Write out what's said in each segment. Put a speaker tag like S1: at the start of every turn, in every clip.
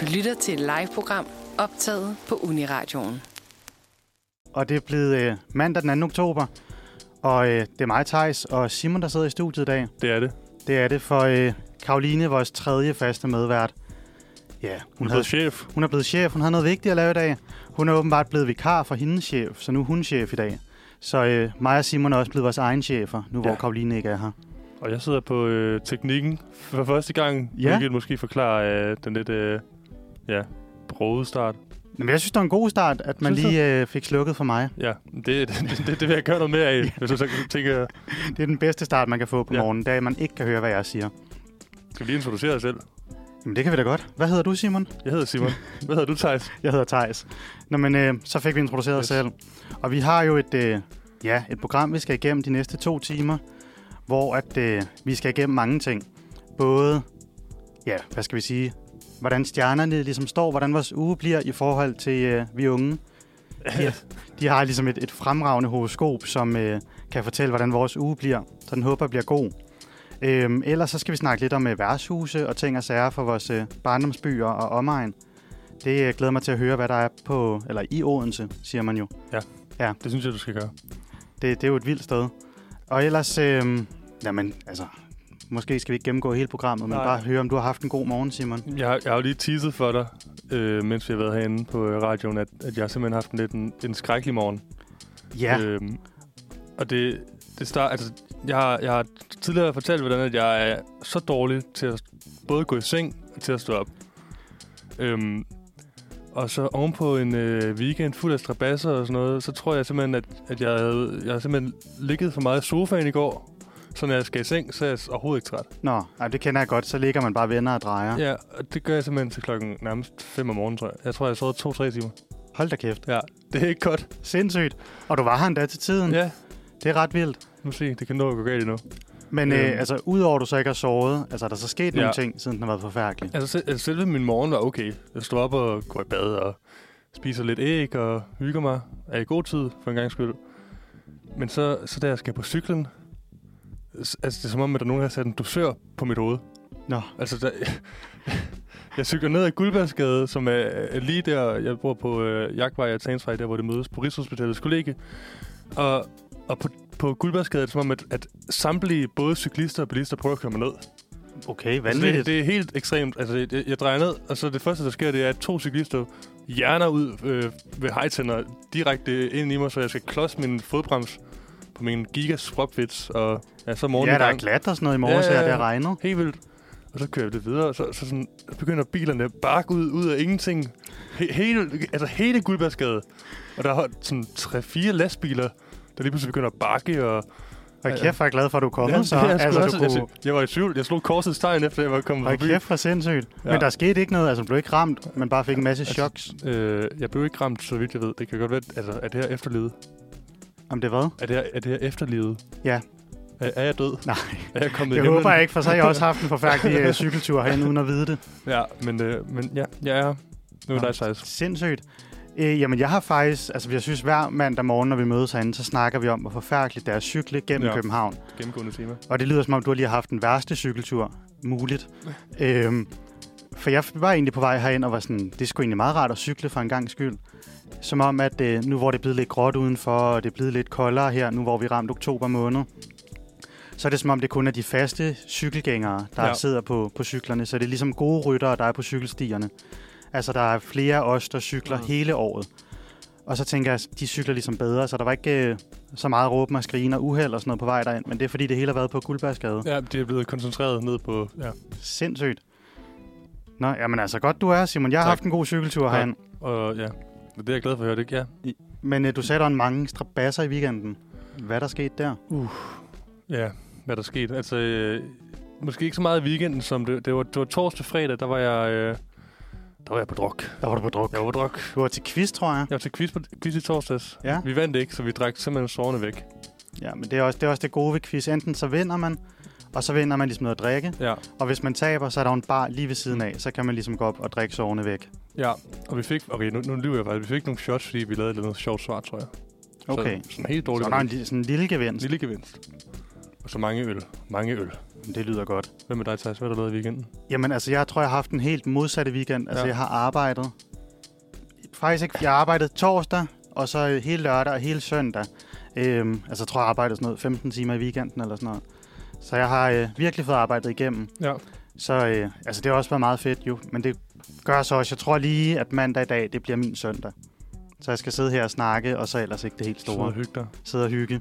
S1: Du lytter til et live-program optaget på Uniradioen.
S2: og det er blevet øh, mandag den 2. oktober. Og øh, det er mig, Thijs, og Simon, der sidder i studiet i dag.
S3: Det er det.
S2: Det er det for øh, Karoline, vores tredje faste medvært. Ja,
S3: Hun
S2: hun,
S3: er
S2: havde,
S3: blevet chef.
S2: hun er blevet chef. Hun havde noget vigtigt at lave i dag. Hun er åbenbart blevet vikar for hendes chef, så nu er hun chef i dag. Så øh, mig og Simon er også blevet vores egen chefer, nu hvor
S3: Ja.
S2: Karoline ikke er her.
S3: Og jeg sidder på øh, teknikken for første gang.
S2: Ja.
S3: Ja. Hvilket måske forklarer øh, den lidt, øh, ja, brode start.
S2: Men jeg synes, det var en god start, at man
S3: Synes du?
S2: lige øh, fik slukket for mig.
S3: Ja, det, det, det, det vil jeg gøre noget mere af, hvis du så tænker...
S2: Det er den bedste start, man kan få på
S3: Ja.
S2: morgenen, da man ikke kan høre, hvad jeg siger.
S3: Skal vi lige introducere os selv?
S2: Jamen, det kan vi da godt. Hvad hedder du, Simon?
S3: Jeg hedder Simon. Hvad hedder du, Thijs?
S2: Jeg hedder Tejs. Nå, men øh, så fik vi introduceret os
S3: Yes.
S2: selv. Og vi har jo et, øh, ja, et program, vi skal igennem de næste to timer, hvor at, øh, vi skal igennem mange ting. Både, ja, hvad skal vi sige, hvordan stjernerne ligesom står, hvordan vores uge bliver i forhold til øh, vi unge. Ja. De har ligesom et, et fremragende horoskop, som øh, kan fortælle, hvordan vores uge bliver. Så den håber bliver god. Øhm, ellers så skal vi snakke lidt om øh, værtshuse og ting og sager for vores øh, barndomsbyer og omegn. Det øh, glæder mig til at høre, hvad der er på, eller i Odense, siger man jo.
S3: Det synes jeg, du skal gøre.
S2: Det, det er jo et vildt sted. Og ellers, øh, jamen altså, måske skal vi ikke gennemgå hele programmet, men
S3: Nej.
S2: bare høre, om du har haft en god morgen, Simon.
S3: Jeg, har- jeg har jo lige teaset for dig, øh, mens vi har været herinde på øh, radioen, at, at jeg simpelthen har haft en lidt en, en skrækkelig morgen.
S2: Ja, øh.
S3: Øhm, og det, det start, altså, jeg, har, jeg har tidligere fortalt, hvordan at jeg er så dårlig til at både gå i seng og til at stå op. Øhm, og så ovenpå en øh, weekend fuld af strabasser og sådan noget, så tror jeg simpelthen, at, at jeg, havde, jeg havde simpelthen ligget for meget i sofaen i går. Så når jeg skal i seng, så er jeg s- overhovedet ikke træt.
S2: nå, ej, det kender jeg godt. Så ligger man bare venner og drejer.
S3: Ja, og det gør jeg simpelthen til klokken nærmest 5 om morgenen, tror jeg. Jeg tror, jeg sov 2-3 timer.
S2: Hold da kæft.
S3: Ja, det er ikke godt.
S2: Sindssygt. Og du var her endda til tiden. Ja.
S3: Ja,
S2: Det er ret vildt.
S3: nu se, det kan nå at gå galt endnu.
S2: Men øh,
S3: Øhm.
S2: altså, udover du så ikke har sovet, altså er der så sket ja. nogle
S3: Ja.
S2: ting, siden den har været forfærdelig?
S3: Altså, se- altså selve min morgen var okay. Jeg står op og går i bad og spiser lidt æg og hygger mig. Er i god tid, for en gang skyld. Men så, så da jeg skal på cyklen, s- altså det er som om, at der er nogen, der har sat en dosør på mit hoved.
S2: Nå.
S3: Altså, der, jeg cykler ned ad Guldbergsgade, som er, er lige der, jeg bor på øh, Jagtvej og Tansvej, der hvor det mødes på Rigshospitalets kollegie. Og, og på, på Guldbergsgade er det som om, at, at samtlige både cyklister og bilister prøver at køre mig ned.
S2: Okay,
S3: Altså,
S2: vanvittigt.
S3: det, det er helt ekstremt. Altså, det- jeg, jeg drejer ned, og så det første, der sker, det er, at to cyklister hjerner ud øh, ved hejtænder direkte ind i mig, så jeg skal klods min fodbrems på min gigas propfits, og ja, så morgen
S2: ja, der er glat og sådan noget i morges, ja, ja,
S3: Ja, ja,
S2: ja. det
S3: ja.
S2: har regnet.
S3: Helt vildt. Og så kører vi det videre, og så, så sådan, så begynder bilerne at bakke ud, ud af ingenting. He, hele, altså hele Guldbergsgade. Og der er sådan 3-4 lastbiler, der lige pludselig begynder at bakke, og
S2: Og
S3: Ja, ja.
S2: kæft, hvor er jeg glad for, at du er kommet,
S3: Ja,
S2: så.
S3: det er jeg sgu
S2: Altså, du
S3: også-
S2: kunne...
S3: altså, jeg var i tvivl. Jeg slog korsets tegn, efter jeg var kommet
S2: Hold kæft, hvor sindssygt. Ja.
S3: Ja.
S2: Men der skete ikke noget, altså du blev ikke ramt, men bare fik en masse
S3: Altså-
S2: choks.
S3: Øh, jeg blev ikke ramt, så vidt jeg ved. Det kan godt være, at- altså, er det her efterlivet?
S2: Om det hvad?
S3: Er det her, er det her efterlivet?
S2: Ja.
S3: Er, er jeg død?
S2: Nej,
S3: Er jeg kommet i
S2: det
S3: himlen?
S2: håber jeg ikke, for så har jeg også haft en forfærdelig øh, cykeltur herinde, uden at vide det.
S3: Ja, men, øh, men ja, jeg er her. Nu er altså
S2: Nå.
S3: dig, Sejs.
S2: Sindssygt. Øh, jamen, jeg har faktisk, altså jeg synes hver mandag morgen, når vi mødes herinde, så snakker vi om, hvor forfærdeligt det er at cykle gennem ja.
S3: Ja.
S2: København.
S3: Gennemgående tema.
S2: Og det lyder som om, du har lige har haft den værste cykeltur muligt. øhm, for jeg var egentlig på vej herind og var sådan, det skulle egentlig meget rart at cykle for en gang skyld. Som om, at øh, nu hvor det er blevet lidt gråt udenfor, og det er blevet lidt koldere her, nu hvor vi ramte oktober måned, så er det som om, det kun er de faste cykelgængere, der ja.
S3: Ja.
S2: sidder på, på cyklerne. Så det er ligesom gode ryttere, der er på cykelstierne. Altså, der er flere af os, der cykler mm.
S3: Mm.
S2: hele året. Og så tænker jeg, de cykler ligesom bedre, så der var ikke øh, så meget råben og skrigen og uheld og sådan noget på vej derind. Men det er fordi, det hele har været på Guldbergsgade.
S3: Ja, det er blevet koncentreret ned på... Ja.
S2: Sindssygt. Nå, jamen altså, godt du er, Simon. Jeg har tak.
S3: Tak.
S2: haft en god cykeltur
S3: Tak.
S2: herinde.
S3: Og ja, det er jeg glad for at høre det. ikke? Ja.
S2: Men øh, du sagde, der var en mange strabasser i weekenden. Hvad er der skete der?
S3: ja, hvad der skete. Altså, øh, måske ikke så meget i weekenden, som det, det, var, det var torsdag fredag, der var jeg... Øh, der var jeg på druk.
S2: Der var du på druk.
S3: Jeg var på druk.
S2: Du var til quiz, tror jeg.
S3: Jeg var til quiz, på, quiz i torsdags.
S2: Ja.
S3: Vi vandt ikke, så vi drak simpelthen sårene væk.
S2: Ja, men det er, også, det er også det gode ved quiz. Enten så vinder man, og så vinder man ligesom noget at drikke.
S3: Ja.
S2: Og hvis man taber, så er der jo en bar lige ved siden af. Så kan man ligesom gå op og drikke sovende væk.
S3: Ja, og vi fik... Okay, nu, nu lyver jeg faktisk. Vi fik nogle shots, fordi vi lavede lidt noget sjovt svar, tror jeg.
S2: Okay.
S3: Så, sådan helt
S2: Så
S3: dårligt.
S2: der er en, lille- sådan en lille gevinst.
S3: lille gevinst. Og så mange øl. Mange øl.
S2: Det lyder godt.
S3: Hvad med dig, Thijs? Hvad har du lavet i weekenden?
S2: Jamen, altså, jeg tror, jeg har haft en helt modsatte weekend. Altså,
S3: Ja.
S2: ja. jeg har arbejdet. Faktisk ikke. Jeg arbejdede torsdag, og så øh, hele lørdag og hele søndag. Øhm, altså, jeg tror, jeg arbejdede sådan noget 15 timer i weekenden eller sådan noget. Så jeg har øh, virkelig fået arbejdet igennem.
S3: Ja.
S2: Så øh, altså, det har også været meget fedt jo, men det gør så også, jeg tror lige, at mandag i dag, det bliver min søndag. Så jeg skal sidde her og snakke, og så ellers ikke det helt
S3: Store.
S2: store.
S3: og hygge dig.
S2: Sidde og hygge.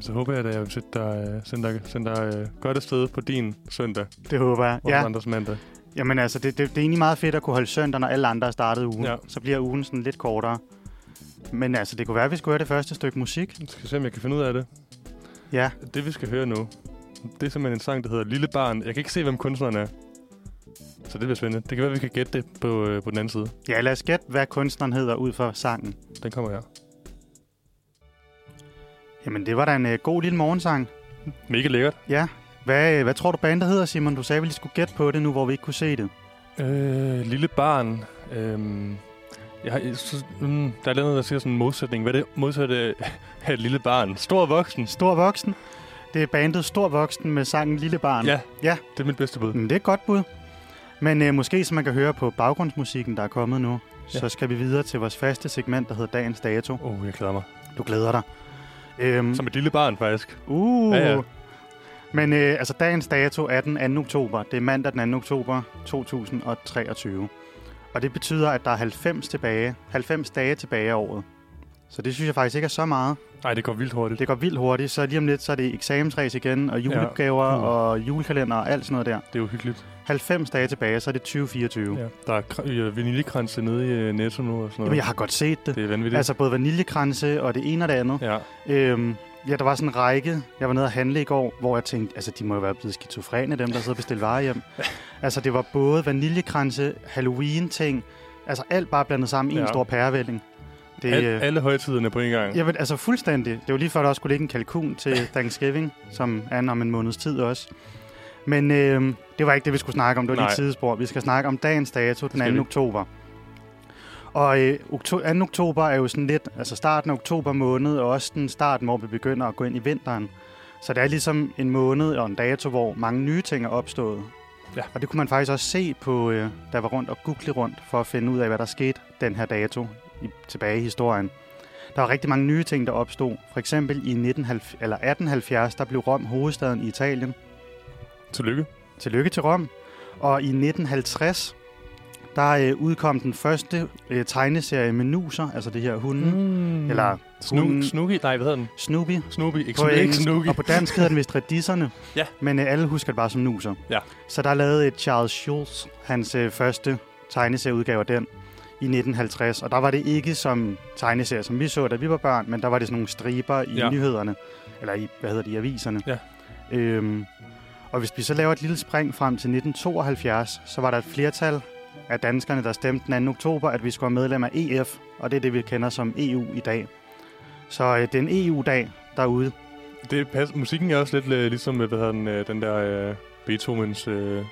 S3: Så håber jeg, at jeg vil sætte dig, øh, sende dig, sende dig øh, godt afsted på din søndag.
S2: Det håber jeg.
S3: Og ja.
S2: Ja,
S3: andres mandag.
S2: jamen altså, det, det, det er egentlig meget fedt at kunne holde søndag, når alle andre har startet ugen.
S3: Ja.
S2: Ja. Så bliver ugen sådan lidt kortere. Men altså, det kunne være, at vi skulle høre det første stykke musik.
S3: Jeg skal se, om jeg kan finde ud af det.
S2: Ja,
S3: Det, vi skal høre nu, det er simpelthen en sang, der hedder Lille Barn. Jeg kan ikke se, hvem kunstneren er. Så det bliver spændende. Det kan være, vi kan gætte det på, øh, på den anden side.
S2: ja lad os gætte, hvad kunstneren hedder ud fra sangen.
S3: Den kommer her.
S2: Jamen, det var da en øh, god lille morgensang.
S3: Mega lækkert.
S2: Ja. Hvad, øh, hvad tror du bandet hedder, Simon? Du sagde, vi lige skulle gætte på det nu, hvor vi ikke kunne se det.
S3: Øh, lille barn. Øhm, jeg har, jeg, synes, mm, der er noget, der siger sådan en modsætning. Hvad er det modsatte af et lille barn? Stor voksen.
S2: Stor Voksen. Det er bandet Stor Voksen med sangen Lille Barn.
S3: Ja,
S2: Ja.
S3: det er mit bedste bud.
S2: Men det er et godt bud. Men øh, måske, som man kan høre på baggrundsmusikken, der er kommet nu, ja.
S3: Ja.
S2: så skal vi videre til vores faste segment, der hedder Dagens Dato.
S3: Oh, jeg glæder mig.
S2: Du glæder dig. Øhm,
S3: Som et lille barn, faktisk.
S2: uh.
S3: Ja, ja.
S2: Men øh, altså, dagens dato er den 2. oktober. Det er mandag den 2. oktober 2023. Og det betyder, at der er 90, tilbage, 90 dage tilbage af året. Så det synes jeg faktisk ikke er så meget.
S3: Nej, det går vildt hurtigt.
S2: Det går vildt hurtigt, så lige om lidt, så er det eksamensræs igen, og julegaver
S3: Ja.
S2: ja.
S3: Uh.
S2: og julekalender og alt sådan noget der.
S3: Det er jo hyggeligt.
S2: 90 dage tilbage, så er det 2024. Ja.
S3: Ja. Der er kr- øh, vaniljekranse nede i øh, Netto nu og sådan noget.
S2: Jamen, jeg har godt set det. det
S3: Det er vanvittigt.
S2: altså både vaniljekranse og det ene og det andet.
S3: Ja,
S2: Ja. Øhm, ja, der var sådan en række. Jeg var nede og handle i går, hvor jeg tænkte, altså de må jo være blevet skizofrene, dem der sidder og bestiller varer hjem. altså det var både vaniljekranse, Halloween-ting, altså alt bare blandet sammen i ja.
S3: Ja.
S2: en stor pærevælling. Det,
S3: Al-
S2: øh,
S3: alle højtiderne på en gang.
S2: Jeg ved, altså fuldstændig. Det var lige før, der også skulle ligge en kalkun til Thanksgiving, som er om en måneds tid også. Men øh, det var ikke det, vi skulle snakke om. Det var lige
S3: Nej.
S2: et sidespor. Vi skal snakke om dagens dato, den
S3: skal
S2: 2.
S3: vi.
S2: oktober. Og øh, okto- 2. oktober er jo sådan lidt, altså starten af oktober måned, og også den start, hvor vi begynder at gå ind i vinteren. Så det er ligesom en måned og en dato, hvor mange nye ting er opstået.
S3: Ja.
S2: Og det kunne man faktisk også se på, øh, der var rundt og google rundt, for at finde ud af, hvad der skete den her dato i, tilbage i historien. Der var rigtig mange nye ting, der opstod. For eksempel i 19, eller 1870, der blev Rom hovedstaden i Italien.
S3: Tillykke.
S2: Tillykke til Rom. Og i 1950, der øh, udkom den første øh, tegneserie med nuser, altså det her hunde, mm.
S3: Mm.
S2: eller
S3: Snu-
S2: hunden-
S3: Snooki? Nej, hvad hedder den?
S2: Snoopy.
S3: Snoopy. Ikke,
S2: på
S3: Snoopy. ikke
S2: engelsk,
S3: Snooki.
S2: og på dansk hedder den vist Radisserne,
S3: Ja.
S2: men øh, alle husker det bare som nuser.
S3: Ja.
S2: Så der lavede øh, Charles Schulz hans øh, første tegneserieudgave af den i 1950, og der var det ikke som tegneserie, som vi så, da vi var børn, men der var det sådan nogle striber i
S3: Ja.
S2: ja. nyhederne, eller i, hvad hedder de, aviserne.
S3: Ja.
S2: Øhm, og hvis vi så laver et lille spring frem til 1972, så var der et flertal af danskerne, der stemte den 2. oktober, at vi skulle være medlem af EF, og det er det, vi kender som EU i dag. Så øh, det er en EU-dag derude,
S3: Det passer. Musikken er også lidt øh, ligesom, øh, hvad hedder den, øh, den der øh, Beethovens øh,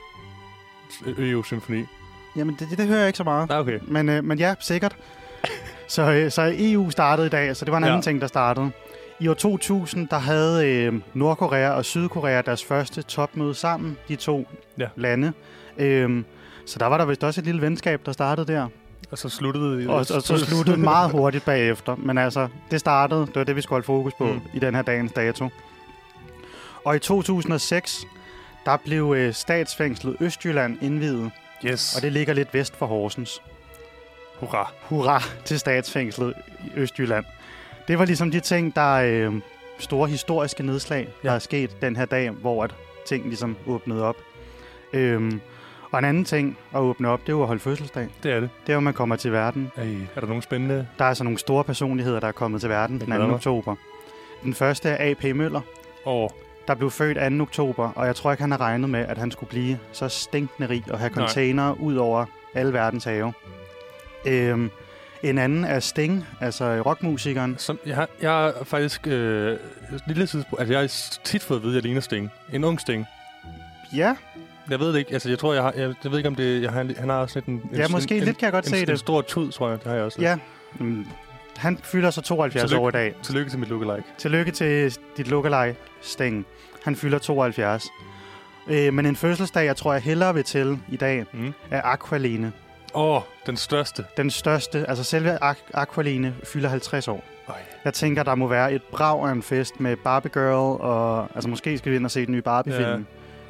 S3: EU-symfoni.
S2: Jamen, det, det, det hører jeg ikke så meget.
S3: Nej, Ah, okay.
S2: Men, øh, men ja, sikkert. Så, øh, så EU startede i dag, så det var en
S3: Ja.
S2: anden ting, der startede. I år 2000, der havde øh, Nordkorea og Sydkorea deres første topmøde sammen, de to
S3: Ja.
S2: ja. lande. Øh, så der var der vist også et lille venskab, der startede der.
S3: Og så sluttede...
S2: Og, og så sluttede meget hurtigt bagefter. Men altså, det startede. Det var det, vi skulle holde fokus på
S3: Mm.
S2: mm. i den her dagens dato. Og i 2006, der blev øh, statsfængslet Østjylland indvidet,
S3: Yes.
S2: og det ligger lidt vest for Horsens.
S3: Hurra.
S2: hurra til statsfængslet i Østjylland. Det var ligesom de ting, der er øh, store historiske nedslag, ja. der er sket den her dag, hvor at ting ligesom åbnede op. Øhm, og en anden ting at åbne op, det er jo at holde fødselsdag.
S3: Det er det.
S2: Det er jo, man kommer til verden.
S3: Ej, er der nogen spændende?
S2: Der er altså nogle store personligheder, der er kommet til verden den 2.
S3: glæder mig.
S2: oktober. Den første er A.P. Møller,
S3: Over.
S2: der blev født 2. oktober, og jeg tror ikke, han har regnet med, at han skulle blive så stinkende rig og have
S3: Nej.
S2: container ud over alle verdens have. Øhm, en anden er Sting, altså rockmusikeren.
S3: Som, jeg, har, jeg har faktisk... Øh, et lille tidspunkt, altså, jeg har s- tit fået at vide, at jeg ligner Sting. En ung Sting.
S2: Ja,
S3: Jeg ved det ikke. Altså, jeg tror, jeg har... Jeg, jeg ved ikke, om det... Jeg har, han har også lidt en... en
S2: ja måske
S3: en,
S2: lidt kan jeg godt
S3: en,
S2: se
S3: en, en
S2: det.
S3: stor tud, tror jeg. Det har jeg også. lidt.
S2: Ja, Mm, Han fylder så 72
S3: Tillykke.
S2: år i dag.
S3: Tillykke til mit lookalike.
S2: Tillykke til dit lookalike, Sting. Han fylder 72. Øh, men en fødselsdag, jeg tror, jeg hellere vil til i dag,
S3: Mm.
S2: er Aqualene.
S3: Åh, oh, den største.
S2: Den største, altså selve Aqu- Aqualene fylder 50 år.
S3: Øj.
S2: Jeg tænker, der må være et brag af en fest med Barbie Girl, og altså måske skal vi ind og se den nye Barbie-film.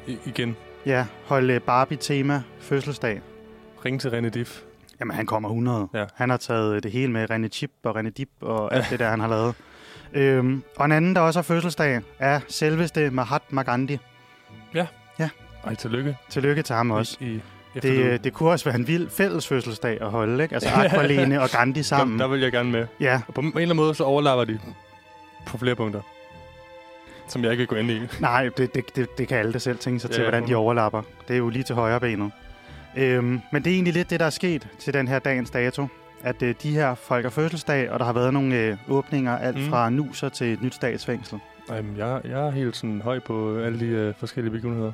S3: I- igen.
S2: Ja, ja holde Barbie-tema fødselsdag.
S3: Ring til René Diff.
S2: Jamen, han kommer 100.
S3: Ja.
S2: Han har taget øh, det hele med René Chip og René Dip og alt det der, han har lavet. Øhm, og en anden, der også har fødselsdag, er selveste Mahatma Gandhi.
S3: Ej, tillykke.
S2: Tillykke til ham også.
S3: I, i
S2: Det,
S3: efterløbet.
S2: øh, det kunne også være en vild fælles fødselsdag at holde, ikke? Altså
S3: Ja.
S2: Aqualene og Gandhi sammen.
S3: Der, der vil jeg gerne med.
S2: Ja,
S3: Og på en eller anden måde, så overlapper de på flere punkter. Som jeg ikke vil gå ind i.
S2: nej, det, det, det, det kan alle da selv tænke sig
S3: Ja,
S2: til,
S3: ja,
S2: hvordan de
S3: hundrede.
S2: overlapper. Det er jo lige til højre benet. Øhm, men det er egentlig lidt det, der er sket til den her dagens dato. At øh, de her folk har fødselsdag, og der har været nogle øh, åbninger, alt
S3: Mm.
S2: fra nuser til et nyt statsfængsel.
S3: Jamen, jeg, jeg er helt sådan høj på alle de øh, forskellige begivenheder.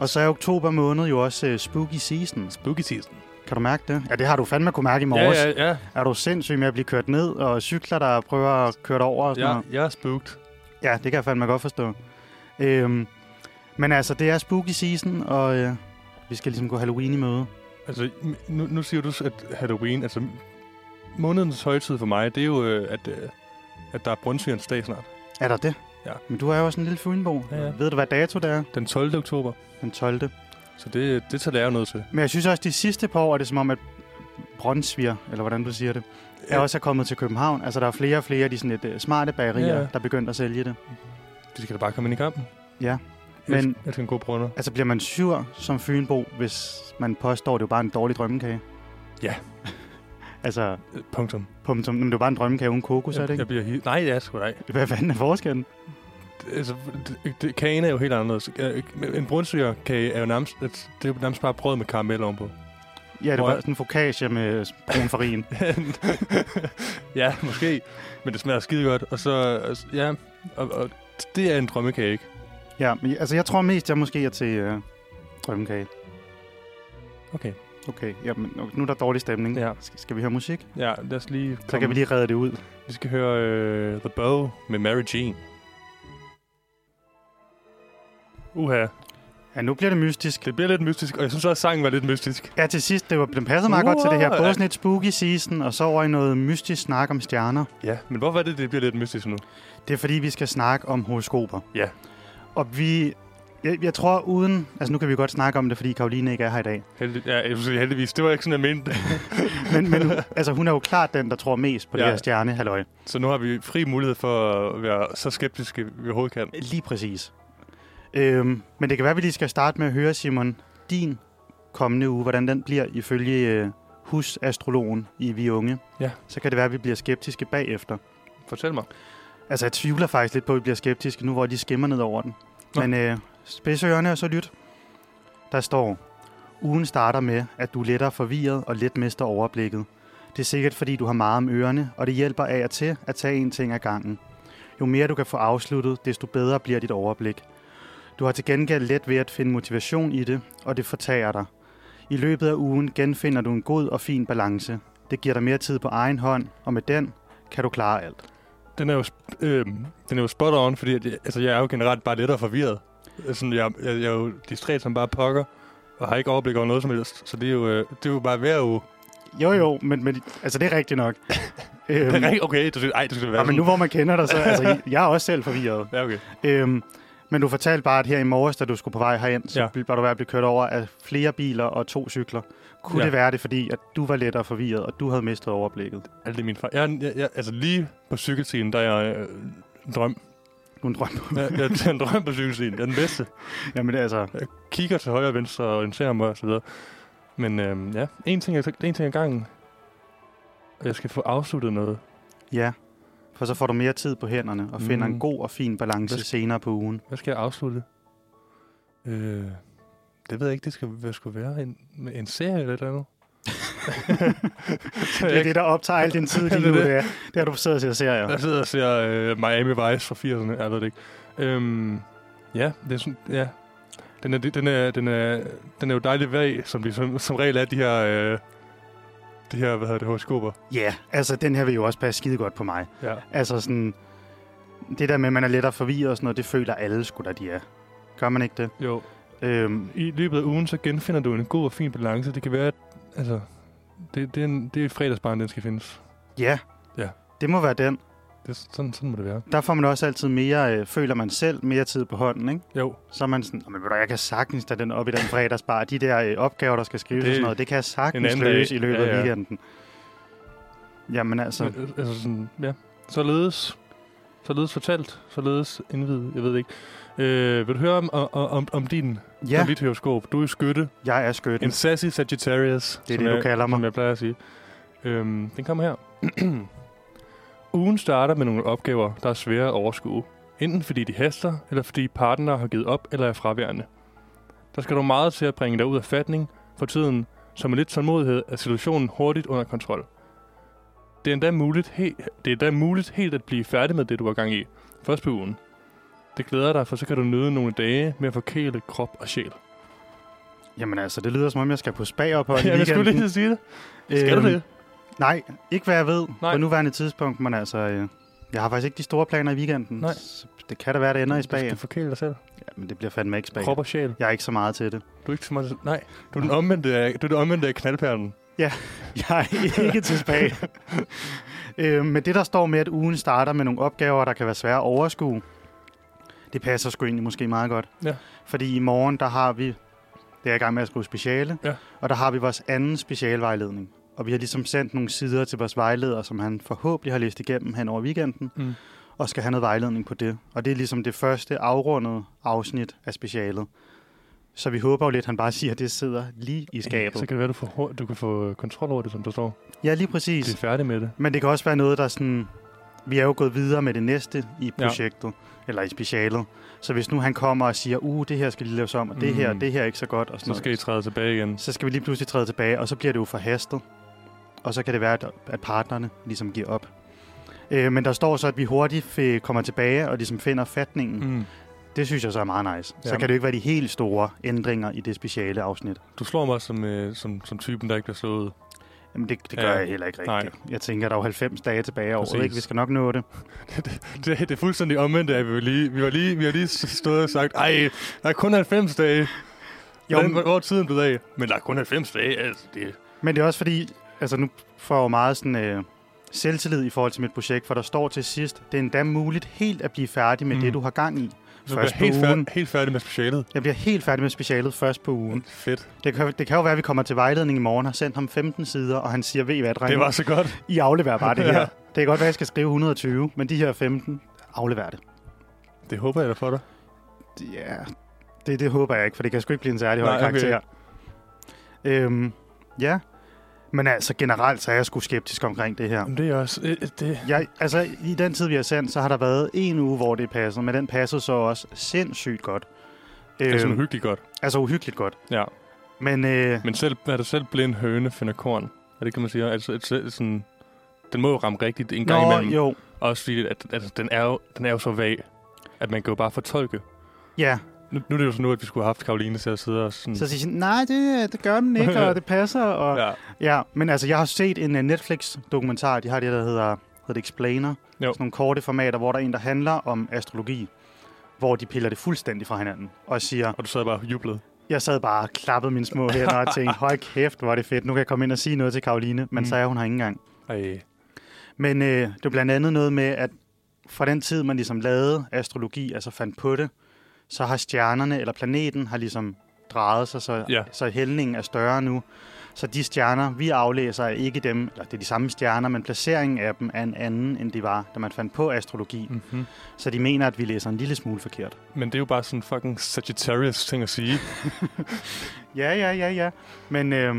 S2: Og så er oktober måned jo også øh, spooky season.
S3: Spooky season.
S2: Kan du mærke det? Ja, det har du fandme kunne mærke i
S3: Ja,
S2: morges. Ja, ja.
S3: ja, ja.
S2: Er du sindssyg med at blive kørt ned, og cykler, der prøver at køre dig over? Og sådan
S3: Jeg,
S2: noget?
S3: jeg er spooked.
S2: ja, det kan jeg fandme godt forstå. Øhm, men altså, det er spooky season, og øh, vi skal ligesom gå Halloween i møde.
S3: Altså, m- nu, nu siger du, så, at Halloween, altså månedens højtid for mig, det er jo, øh, at, øh, at der er Brunsvigerens dag snart.
S2: Er der det?
S3: Ja.
S2: Men du er jo også en lille fynbo.
S3: Ja, ja.
S2: Ved du, hvad dato det er?
S3: Den 12. oktober.
S2: Den 12.
S3: Så det, det tager jeg noget til.
S2: Men jeg synes også, de sidste par år er det som om, at Brøndsviger, eller hvordan du siger det, er
S3: Ja.
S2: også er kommet til København. Altså, der er flere og flere af de sådan lidt øh, smarte bagerier,
S3: Ja,
S2: ja,
S3: ja.
S2: ja. der er begyndt at sælge det.
S3: De skal da bare komme ind i kampen.
S2: Ja,
S3: Jeg
S2: men-
S3: elsker en god brunner.
S2: Altså, bliver man sur som Fynbo, hvis man påstår, at det er bare en dårlig drømmekage?
S3: Ja.
S2: altså,
S3: Øh, Punktum.
S2: punktum. Jamen, det er bare en drømmekage uden kokos, er
S3: jeg,
S2: det
S3: jeg
S2: ikke?
S3: bliver hi- Nej, det er sgu da ikke.
S2: Hvad fanden er forskellen?
S3: Det- Altså, det, det, kagen er jo helt anderledes. Øh, En brunsvigerkage er jo nærmest, det er jo nærmest bare brød med karamel ovenpå.
S2: Ja, det er
S3: Hvor-
S2: bare sådan en focaccia med s- brun farin.
S3: ja, måske. Men det smager skide godt. Og så, altså, ja, og, og det er en drømmekage, ikke?
S2: ja, men, jeg- altså, jeg tror mest, jeg måske er til øh, drømmekage.
S3: Okay.
S2: Okay, jamen, nu- nu er der dårlig stemning.
S3: Ja.
S2: Skal, skal vi høre musik? Så
S3: Ja, lad os lige komme.
S2: kan vi lige redde det ud.
S3: Vi skal høre øh, The Bow med Mary Jean. Uha.
S2: Ja, nu bliver det mystisk.
S3: Det bliver lidt mystisk, og jeg synes også, at sangen var lidt mystisk.
S2: Ja, til sidst, det var, den passede meget godt til det her.
S3: Wow.
S2: Både sådan et spooky season, og så over i noget mystisk snak om stjerner.
S3: Ja. Men hvorfor er det, det bliver lidt mystisk nu?
S2: Det er fordi, vi skal snakke om horoskoper.
S3: Ja.
S2: Og vi... Jeg, jeg tror uden... Altså nu kan vi godt snakke om det, fordi Karoline ikke er her i dag.
S3: Heldig, ja, jeg vil sige heldigvis. Det var ikke sådan, jeg mente.
S2: Men, men hun- altså, hun er jo klart den, der tror mest på ja.
S3: Ja.
S2: det her stjernehalløj.
S3: Så nu har vi fri mulighed for at være så skeptiske, vi overhovedet kan.
S2: Lige præcis. Øhm, men det kan være, at vi lige skal starte med at høre, Simon, din kommende uge, hvordan den bliver ifølge øh, husastrologen i Vi Unge.
S3: Ja.
S2: Så kan det være, at vi bliver skeptiske bagefter.
S3: Fortæl mig.
S2: Altså, jeg tvivler faktisk lidt på, at vi bliver skeptiske nu, hvor de skimmer ned over den.
S3: Nå.
S2: Nå. Men øh, spids ørerne og så lyt. Der står, ugen starter med, at du er lettere forvirret og let mister overblikket. Det er sikkert, fordi du har meget om ørerne, og det hjælper af og til at tage en ting ad gangen. Jo mere du kan få afsluttet, desto bedre bliver dit overblik. Du har til gengæld let ved at finde motivation i det, og det fortager dig. I løbet af ugen genfinder du en god og fin balance. Det giver dig mere tid på egen hånd, og med den kan du klare alt.
S3: Den er jo, sp- øh, den er jo spot on, fordi at jeg, altså, jeg er jo generelt bare lettere forvirret. Sådan, jeg, jeg, jeg er jo distræt som bare pokker, og har ikke overblik over noget som helst. Så det er jo, øh, det er jo bare hver uge.
S2: Jo, jo, men, men altså, det er rigtigt nok. øhm,
S3: Øhm. Okay, du skal, ej, du skal være
S2: ja, men nu hvor man kender dig, så altså, jeg er også selv forvirret.
S3: Ja, okay.
S2: Øhm, men du fortalte bare, at her i morges, da du skulle på vej herind, så
S3: Ja.
S2: ja. var du ved at blive kørt over af flere biler og to cykler. Kunne ja.
S3: Ja.
S2: det være det, fordi at du var lettere forvirret, og du havde mistet overblikket?
S3: Altså, det er min far. Jeg, jeg, jeg, altså lige på cykelscenen, der er jeg øh, en drøm.
S2: Du er en drøm.
S3: Jeg, jeg, jeg er en drøm på cykelscenen. Jeg er den bedste.
S2: Jamen altså,
S3: Kigger til højre og venstre og orienterer mig og så videre. Men øh, ja, en ting, er- en ting ad gangen. Og jeg skal få afsluttet noget.
S2: ja. For så får du mere tid på hænderne, og finder
S3: Mm.
S2: mm. en god og fin balance
S3: Hvad sk-
S2: senere på ugen.
S3: Hvad skal jeg afslutte? Øh, det ved jeg ikke. Det skal, hvad skulle være en, en serie eller et eller andet. Så
S2: Det er
S3: jeg,
S2: det, der optager al din tid
S3: Det er
S2: lige nu,
S3: det.
S2: det er, det er du sidder og ser serier.
S3: jeg sidder og ser øh, Miami Vice fra 80'erne. Jeg ved det ikke. Øhm, ja, det er sådan, ja. Den er, den, er, den, er, den er jo dejlig vag, som de som, som regel er de her øh, de her, hvad hedder det, horoskoper.
S2: Ja, yeah, altså den her vil jo også passe skide godt på mig.
S3: Ja.
S2: Altså sådan, det der med, at man er let at forvirre og sådan noget, det føler alle sgu da, de er. Gør man ikke det?
S3: Jo.
S2: Øhm,
S3: I løbet af ugen, så genfinder du en god og fin balance. Det kan være, at altså, det, det, er, en, det er et fredagsbarn, den skal findes.
S2: ja,
S3: Ja.
S2: det må være den.
S3: Det, er sådan, sådan må det være.
S2: Der får man også altid mere, øh, føler man selv, mere tid på hånden, ikke?
S3: Jo,
S2: Så er man sådan, "Nå, men ved du, jeg kan sagtens tage den op i den fredagsbar. De der øh, opgaver, der skal skrives det,
S3: Det-
S2: og sådan noget, det kan jeg
S3: en
S2: sagtens
S3: anden dag.
S2: løse i løbet ja,
S3: Ja,
S2: ja. af
S3: ja.
S2: weekenden. Jamen altså,
S3: så. Men, øh, altså sådan, ja. Således, således fortalt, således indvidet, jeg ved det ikke. Øh, vil du høre om, om, om, om din, ja.
S2: ja,
S3: om dit horoskop? Du er skytte,
S2: jeg er skøtten.
S3: en Øh, sassy Sagittarius.
S2: Det er
S3: som
S2: det, du
S3: jeg-
S2: kalder mig.
S3: Som jeg plejer at sige. Øhm, den kommer her. Ugen starter med nogle opgaver, der er svære at overskue. Enten fordi de haster, eller fordi partner har givet op eller er fraværende. Der skal dog meget til at bringe dig ud af fatning for tiden, som med lidt tålmodighed er situationen hurtigt under kontrol. Det er endda muligt, he- det er endda muligt helt at blive færdig med det, du var gang i. Først på ugen. Det glæder dig, for så kan du nyde nogle dage med at forkæle krop og sjæl.
S2: Jamen altså, det lyder som om, jeg skal på spagophold i
S3: Ja, jeg
S2: weekenden.
S3: skulle lige til at sige det. Øhm, Skal du det?
S2: Nej, ikke hvad jeg ved Nej.
S3: Nej.
S2: på nuværende tidspunkt, men altså, øh, jeg har faktisk ikke de store planer i weekenden.
S3: Nej.
S2: Så det kan da være, det ender i spag.
S3: Du skal forkæle dig selv.
S2: Ja, men det bliver fandme ikke spag.
S3: Krop og sjæl.
S2: Jeg er ikke så meget til det.
S3: Du er ikke så meget... Nej, du er den omvendte af, du er den omvendte af knaldperlen.
S2: Jeg er ikke til spag. øh, men det, der står med, at ugen starter med nogle opgaver, der kan være svære at overskue, det passer sgu egentlig måske meget godt.
S3: Ja.
S2: Fordi i morgen, der har vi, det er jeg i gang med at skrive speciale,
S3: Ja.
S2: og der har vi vores anden specialvejledning. Og vi har ligesom sendt nogle sider til vores vejleder, som han forhåbentlig har læst igennem hen over weekenden,
S3: Mm.
S2: og skal have noget vejledning på det. Og det er ligesom det første afrundede afsnit af specialet. Så vi håber jo lidt, at han bare siger, at det sidder lige i skabet.
S3: Så kan det være, du, får, hur- du kan få kontrol over det, som der står.
S2: Ja, lige præcis.
S3: Du er færdig med det.
S2: Men det kan også være noget, der er sådan... Vi er jo gået videre med det næste i projektet, ja. eller i specialet. Så hvis nu han kommer og siger, uh, det her skal lige laves om, og det her,
S3: Mm.
S2: det her er ikke så godt, og sådan
S3: Så skal I
S2: noget.
S3: træde tilbage igen.
S2: Så skal vi lige pludselig træde tilbage, og så bliver det jo forhastet. Og så kan det være, at, at partnerne ligesom giver op. Øh, men der står så, at vi hurtigt øh, kommer tilbage og ligesom finder fatningen. Mm.
S3: Mm.
S2: Det synes jeg så er meget nice. Ja. Så
S3: Ja.
S2: kan det jo ikke være de helt store ændringer i det speciale afsnit.
S3: Du slår mig som, øh, som, som typen, der ikke bliver slået ud.
S2: Jamen det, det gør
S3: Ja.
S2: jeg heller ikke
S3: Nej.
S2: rigtigt. Jeg tænker, der er jo 90 dage tilbage over,
S3: Præcis.
S2: ikke? Vi skal nok nå det.
S3: Det, det er fuldstændig omvendt af, at vi var lige, vi var lige, vi var lige stået og sagt, ej, der er kun 90 dage. Jo,
S2: men-
S3: men... Hvor er tiden blevet af? Men der er kun 90 dage, altså det...
S2: Men det er også fordi, altså nu får jeg jo meget sådan, øh, selvtillid i forhold til mit projekt, for der står til sidst, det er endda muligt helt at blive færdig med mm.
S3: Mm.
S2: det, du har gang i.
S3: Du
S2: Først
S3: bliver
S2: på
S3: helt,
S2: ugen.
S3: færdig, helt færdig med specialet.
S2: Jeg bliver helt færdig med specialet først på ugen.
S3: Fedt.
S2: Det kan, det kan jo være, at vi kommer til vejledning i morgen, har sendt ham 15 sider, og han siger, ved I hvad, drenge,
S3: Det var så godt.
S2: I afleverer bare det her.
S3: Ja.
S2: Det kan godt være, at jeg skal skrive 120, men de her 15, aflever det.
S3: Det håber jeg da for dig.
S2: Ja, det, det håber jeg ikke, for det kan sgu ikke blive en særlig høj
S3: Nej, okay.
S2: karakter. Øhm, ja, men altså generelt, så er jeg sgu skeptisk omkring det her.
S3: Jamen, det er også... øh, øh, Det,
S2: Jeg, altså, i den tid, vi har sendt, så har der været en uge, hvor det passede, men den passede så også sindssygt godt. Øh,
S3: det er sådan
S2: altså,
S3: hyggeligt godt.
S2: altså uhyggeligt godt.
S3: Ja.
S2: Men øh,
S3: Men selv, hvad er det selv blind høne finder korn? Er det, kan man sige? Altså, et, selv- sådan, den må jo ramme rigtigt en gang Nå,
S2: nå,
S3: imellem. Jo.
S2: jo,
S3: Også fordi, at, altså, den, er jo, den er jo så vag, at man kan jo bare fortolke.
S2: ja.
S3: Nu, nu er det jo sådan nu, at vi skulle have haft Karoline til at sidde og sådan...
S2: Så siger jeg, nej, det, det gør den ikke, og det passer. Og, ja.
S3: ja.
S2: ja. men altså, jeg har set en øh, Netflix-dokumentar, de har det, der hedder, hedder det Explainer.
S3: Jo.
S2: Sådan nogle korte formater, hvor der er en, der handler om astrologi, hvor de piller det fuldstændig fra hinanden og siger,
S3: Og du sad bare og jublede.
S2: Jeg sad bare og klappede mine små hænder og tænkte, høj kæft, hvor er det fedt. Nu kan jeg komme ind og sige noget til Karoline, men mm.
S3: Mm.
S2: så er hun her ikke engang.
S3: Ej.
S2: Men øh, det var blandt andet noget med, at fra den tid, man ligesom lavede astrologi, altså fandt på det, så har stjernerne eller planeten har ligesom drejet sig, så, ja.
S3: Ja.
S2: så hældningen er større nu. Så de stjerner, vi aflæser, er ikke dem, eller det er de samme stjerner, men placeringen af dem er en anden, end de var, da man fandt på astrologi. Mm.
S3: Mm-hmm.
S2: Så de mener, at vi læser en lille smule forkert.
S3: Men det er jo bare sådan fucking Sagittarius ting at sige.
S2: Ja, ja, ja, ja. Men, øh,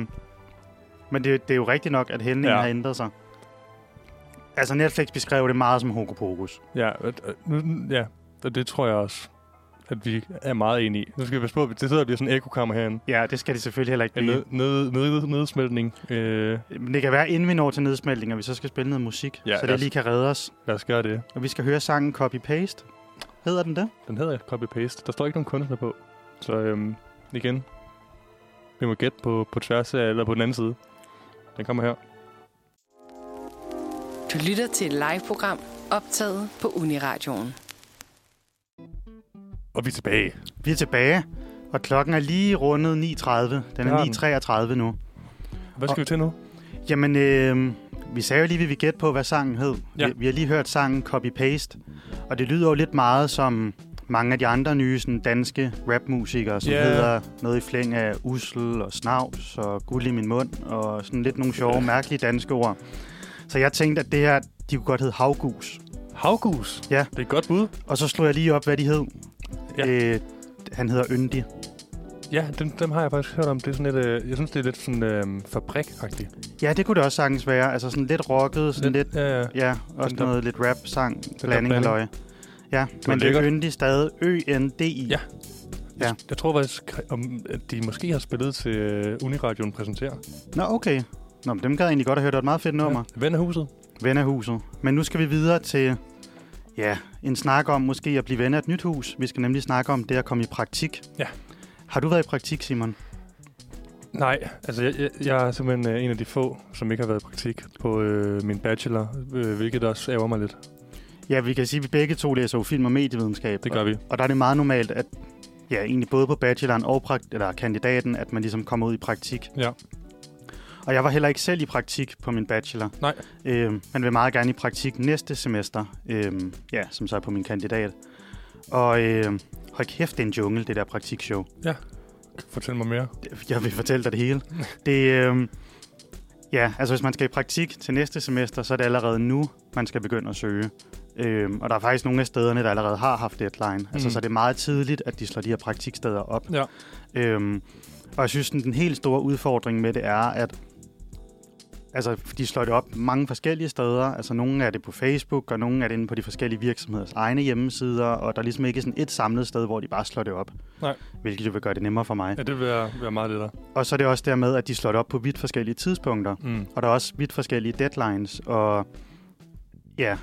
S2: men det, det er jo rigtigt nok, at hældningen ja.
S3: Ja.
S2: har ændret sig. Altså Netflix beskrev det meget som hokus-pokus.
S3: ja, at- at- nu, nu- ja, og det tror jeg også, at vi er meget enige i. Nu skal vi passe på, at det sidder og bliver sådan en ekokammer herinde.
S2: Ja, det skal det selvfølgelig heller ikke
S3: En
S2: blive.
S3: ned, ned, ned, nedsmeltning. Øh,
S2: Men det kan være, inden vi når til nedsmeltning, at vi så skal spille noget musik, ja,
S3: Ja,
S2: så det
S3: altså-
S2: lige kan redde os.
S3: lad os gøre det.
S2: Og vi skal høre sangen Copy-Paste. Hedder den det?
S3: Den hedder Copy-Paste. Der står ikke nogen kunstner på. Så øhm, igen, vi må gætte på, på tværs af, eller på den anden side. Den kommer her.
S1: Du lytter til et live-program optaget på Uniradioen.
S3: Og vi er tilbage.
S2: Vi er tilbage, og klokken er lige rundet 9.30. Den
S3: Ja, den.
S2: er 9.33 nu.
S3: Hvad skal vi til nu?
S2: Jamen, øh, vi sagde jo lige, at vi ville gætte på, hvad sangen hed.
S3: Ja.
S2: Vi, vi har lige hørt sangen Copy-Paste, og det lyder jo lidt meget som mange af de andre nye sådan, danske rapmusikere, som
S3: Ja.
S2: hedder noget i flæng af Ussel og Snavs og Guld i min mund, og sådan lidt nogle sjove, mærkelige danske ord. Så jeg tænkte, at det her, de kunne godt hedde Havgus.
S3: Havgus.
S2: Ja.
S3: Det er et godt bud.
S2: Og så slog jeg lige op, hvad de hed.
S3: Ja.
S2: Øh, han hedder Yndi.
S3: Ja, dem, dem har jeg faktisk hørt om. Det er sådan lidt, øh, jeg synes, det er lidt sådan øh, fabrikagtigt.
S2: Ja, det kunne det også sagtens være. Altså sådan lidt rocket, sådan lidt
S3: Ja, ja.
S2: Ja, også
S3: der-
S2: noget lidt rap-sang,
S3: der
S2: blanding
S3: blanding.
S2: halløj. Ja, men det
S3: lækkert.
S2: er yndig stadig Ø-N-D-I.
S3: Ja.
S2: Ja.
S3: Jeg tror faktisk, om, at de måske har spillet til øh, Uniradioen præsenterer.
S2: Nå, okay. Nå, men dem gad jeg egentlig godt at høre. Det var et meget fedt nummer.
S3: Ja. Ven af huset.
S2: Ja. Ven af huset. Men nu skal vi videre til ja, en snak om måske at blive ven af et nyt hus. Vi skal nemlig snakke om det at komme i praktik.
S3: Ja.
S2: Har du været i praktik, Simon?
S3: Nej, altså jeg, jeg, jeg er simpelthen øh, en af de få, som ikke har været i praktik på øh, min bachelor, øh, hvilket også ærger mig lidt.
S2: Ja, vi kan sige, at vi begge to læser jo film og medievidenskab.
S3: Det gør vi.
S2: Og der er det meget normalt, at ja, egentlig både på bacheloren og prakt- eller kandidaten, at man ligesom kommer ud i praktik.
S3: Ja.
S2: Og jeg var heller ikke selv i praktik på min bachelor.
S3: Nej.
S2: Øhm, men vil meget gerne i praktik næste semester, øhm, ja, som så er på min kandidat. Og øhm, hold kæft, det er en jungle, det der praktikshow.
S3: Fortæl mig mere.
S2: Jeg vil fortælle dig det hele. Det, øhm, ja, altså hvis man skal i praktik til næste semester, så er det allerede nu, man skal begynde at søge. Øhm, og der er faktisk nogle af stederne, der allerede har haft deadline. Altså,
S3: Mm.
S2: Så det er meget tidligt, at de slår de her praktiksteder op.
S3: Ja.
S2: Øhm, og jeg synes, den, den helt store udfordring med det er, at altså, de slår det op mange forskellige steder. Altså, nogle er det på Facebook, og nogle er det inde på de forskellige virksomheders egne hjemmesider, og der er ligesom ikke sådan et samlet sted, hvor de bare slår det op.
S3: Nej.
S2: Hvilket jo vil gøre det nemmere for mig.
S3: Ja, det vil være, være meget det der.
S2: Og så er det også dermed, at de slår det op på vidt forskellige tidspunkter.
S3: Mm.
S2: Og der er også vidt forskellige deadlines. Og ja,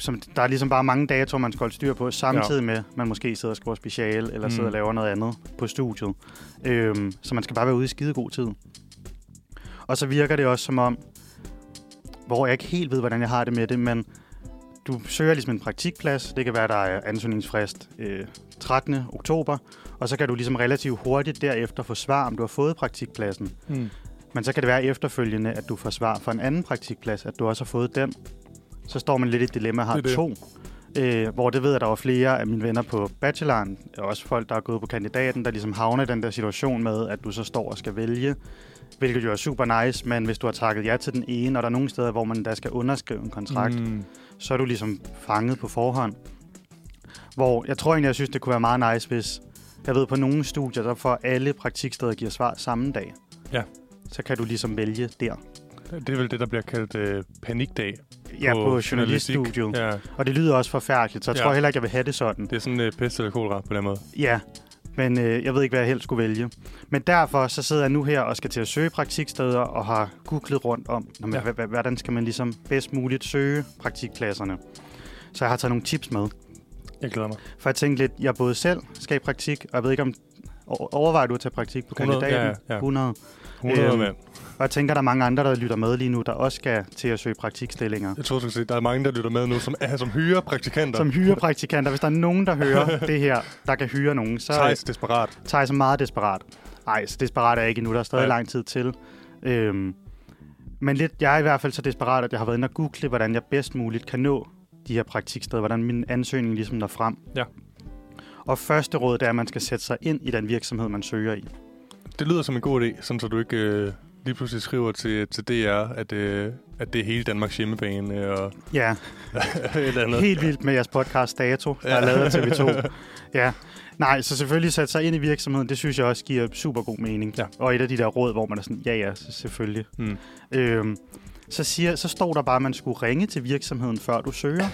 S2: som, der er ligesom bare mange datoer, man skal holde styr på, samtidig ja. med, at man måske sidder og skriver special, eller mm. sidder
S3: Mm.
S2: og laver noget andet på studiet. Øhm, så man skal bare være ude i skide god tid. Og så virker det også som om, hvor jeg ikke helt ved, hvordan jeg har det med det, men du søger ligesom en praktikplads. Det kan være, der er ansøgningsfrist øh, 13. oktober. Og så kan du ligesom relativt hurtigt derefter få svar, om du har fået praktikpladsen.
S3: Mm.
S2: Men så kan det være efterfølgende, at du får svar fra en anden praktikplads, at du også har fået den. Så står man lidt i et dilemma, har
S3: Det er det.
S2: det to. Øh, hvor det ved jeg, der var flere af mine venner på bacheloren, og også folk, der er gået på kandidaten, der ligesom havner i den der situation med, at du så står og skal vælge. Hvilket jo er super nice, men hvis du har takket ja til den ene, og der er nogle steder, hvor man da skal underskrive en kontrakt, mm.
S3: Mm.
S2: så er du ligesom fanget på forhånd. Hvor jeg tror egentlig, jeg synes, det kunne være meget nice, hvis jeg ved, på nogle studier, der får alle praktiksteder giver svar samme dag.
S3: Ja.
S2: Så kan du ligesom vælge der.
S3: Det er vel det, der bliver kaldt øh, panikdag.
S2: Ja, på journaliststudiet. Ja.
S3: Ja,
S2: Og det lyder også forfærdeligt, så jeg
S3: Ja.
S2: ja. tror heller ikke, jeg vil have det sådan.
S3: det er sådan øh, pest eller kolera på den måde.
S2: Ja, men øh, jeg ved ikke, hvad jeg helst skulle vælge. Men derfor så sidder jeg nu her og skal til at søge praktiksteder og har googlet rundt om, når man,
S3: Ja.
S2: ja. hvordan skal man ligesom bedst muligt søge praktikpladserne. Så jeg har taget nogle tips med.
S3: Jeg glæder mig.
S2: For jeg tænkte lidt, jeg både selv skal i praktik, og jeg ved ikke om... o- Overvejer du at tage praktik på
S3: 100,
S2: kandidaten?
S3: ja, ja.
S2: 100.
S3: 100
S2: Øhm,
S3: mand.
S2: Og jeg tænker, der er mange andre, der lytter med lige nu, der også skal til at søge praktikstillinger.
S3: Jeg tror, du skulle sige, der er mange, der lytter med nu, som, er, som hyrer praktikanter.
S2: Som hyrepraktikanter. Hvis der er nogen, der hører det her, der kan hyre nogen, så
S3: Thijs desperat.
S2: tager jeg så meget desperat. Nej, så desperat er jeg ikke endnu. Der er stadig
S3: Nej.
S2: ja. lang tid til. Øhm, men lidt, jeg er i hvert fald så desperat, at jeg har været inde og google, hvordan jeg bedst muligt kan nå de her praktiksteder, hvordan min ansøgning ligesom når frem.
S3: Ja.
S2: Og første råd, det er, at man skal sætte sig ind i den virksomhed, man søger i.
S3: Det lyder som en god idé, sådan så du ikke øh, lige pludselig skriver til, til DR, at, øh, at det er hele Danmarks hjemmebane øh, og
S2: Ja,
S3: et eller andet.
S2: helt vildt med jeres podcast Dato, der er lavet af TV2. Ja. Nej, så selvfølgelig sætte sig ind i virksomheden, det synes jeg også giver super god mening.
S3: Ja.
S2: Og et af de der råd, hvor man er sådan, ja ja, så selvfølgelig.
S3: Mm.
S2: Øhm, så, siger, så står der bare, at man skulle ringe til virksomheden, før du søger.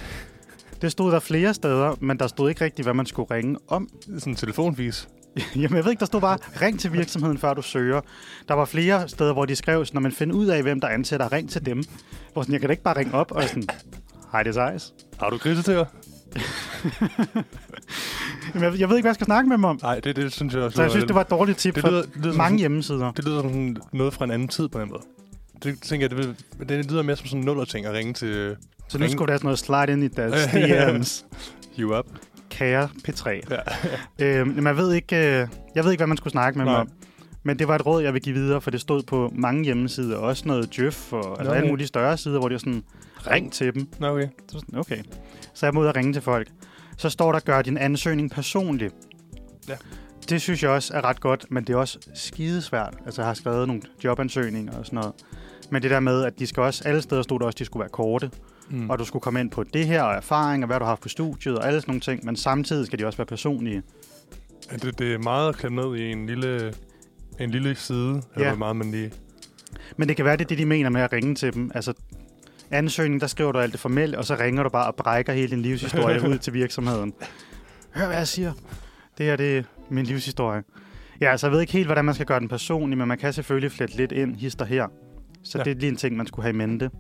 S2: Det stod der flere steder, men der stod ikke rigtigt, hvad man skulle ringe om.
S3: Sådan telefonvis.
S2: Jamen, jeg ved ikke, der stod bare, ring til virksomheden, før du søger. Der var flere steder, hvor de skrev, når man finder ud af, hvem der ansætter, ring til dem. Hvor sådan, jeg kan da ikke bare ringe op og sådan, hej, det er Zeiss.
S3: Har du grise til
S2: Jamen, jeg, jeg ved ikke, hvad jeg skal snakke med dem om.
S3: Nej, det, det synes jeg også.
S2: Så jeg
S3: lyder
S2: synes,
S3: lidt-
S2: det var et dårligt tip
S3: Det
S2: for
S3: lyder- det lyder som sådan-
S2: mange hjemmesider.
S3: Det lyder som sådan noget fra en anden tid på den måde. Det tænker jeg, det, vil, det lyder mere som sådan en nuller ting at ringe til, øh,
S2: Så nu skulle der sådan noget slide ind i deres DM's.
S3: You up.
S2: Kære P3. Ja. øhm, man ved ikke, øh, jeg ved ikke, hvad man skulle snakke med Nej. mig
S3: Nej.
S2: om. Men det var et råd, jeg vil give videre, for det stod på mange hjemmesider, også noget Jøf og altså
S3: Nå.
S2: alle mulige større sider, hvor det var sådan, ring til dem.
S3: Nå, okay.
S2: Så sådan, okay. Så jeg må ud og ringe til folk. Så står der, gør din ansøgning personlig.
S3: Ja.
S2: Det synes jeg også er ret godt, men det er også skidesvært. Altså, jeg har skrevet nogle jobansøgninger og sådan noget. Men det der med, at de skal også, alle steder stod der også, at de skulle være korte,
S3: Mm.
S2: og du skulle komme ind på det her, og erfaring, og hvad du har haft på studiet, og alle sådan nogle ting. Men samtidig skal de også være personlige.
S3: Ja, det, det er meget at klemme ned i en lille, en lille side, eller
S2: Ja.
S3: hvor meget man lige...
S2: Men det kan være, det er det, de mener med at ringe til dem. Altså, ansøgningen, der skriver du alt det formelt, og så ringer du bare og brækker hele din livshistorie ud til virksomheden. Hør, hvad jeg siger. Det her, det er min livshistorie. Ja, altså, jeg ved ikke helt, hvordan man skal gøre den personlig, men man kan selvfølgelig flette lidt ind, hister her. Så
S3: Ja.
S2: ja. det er lige en ting, man skulle have i mente.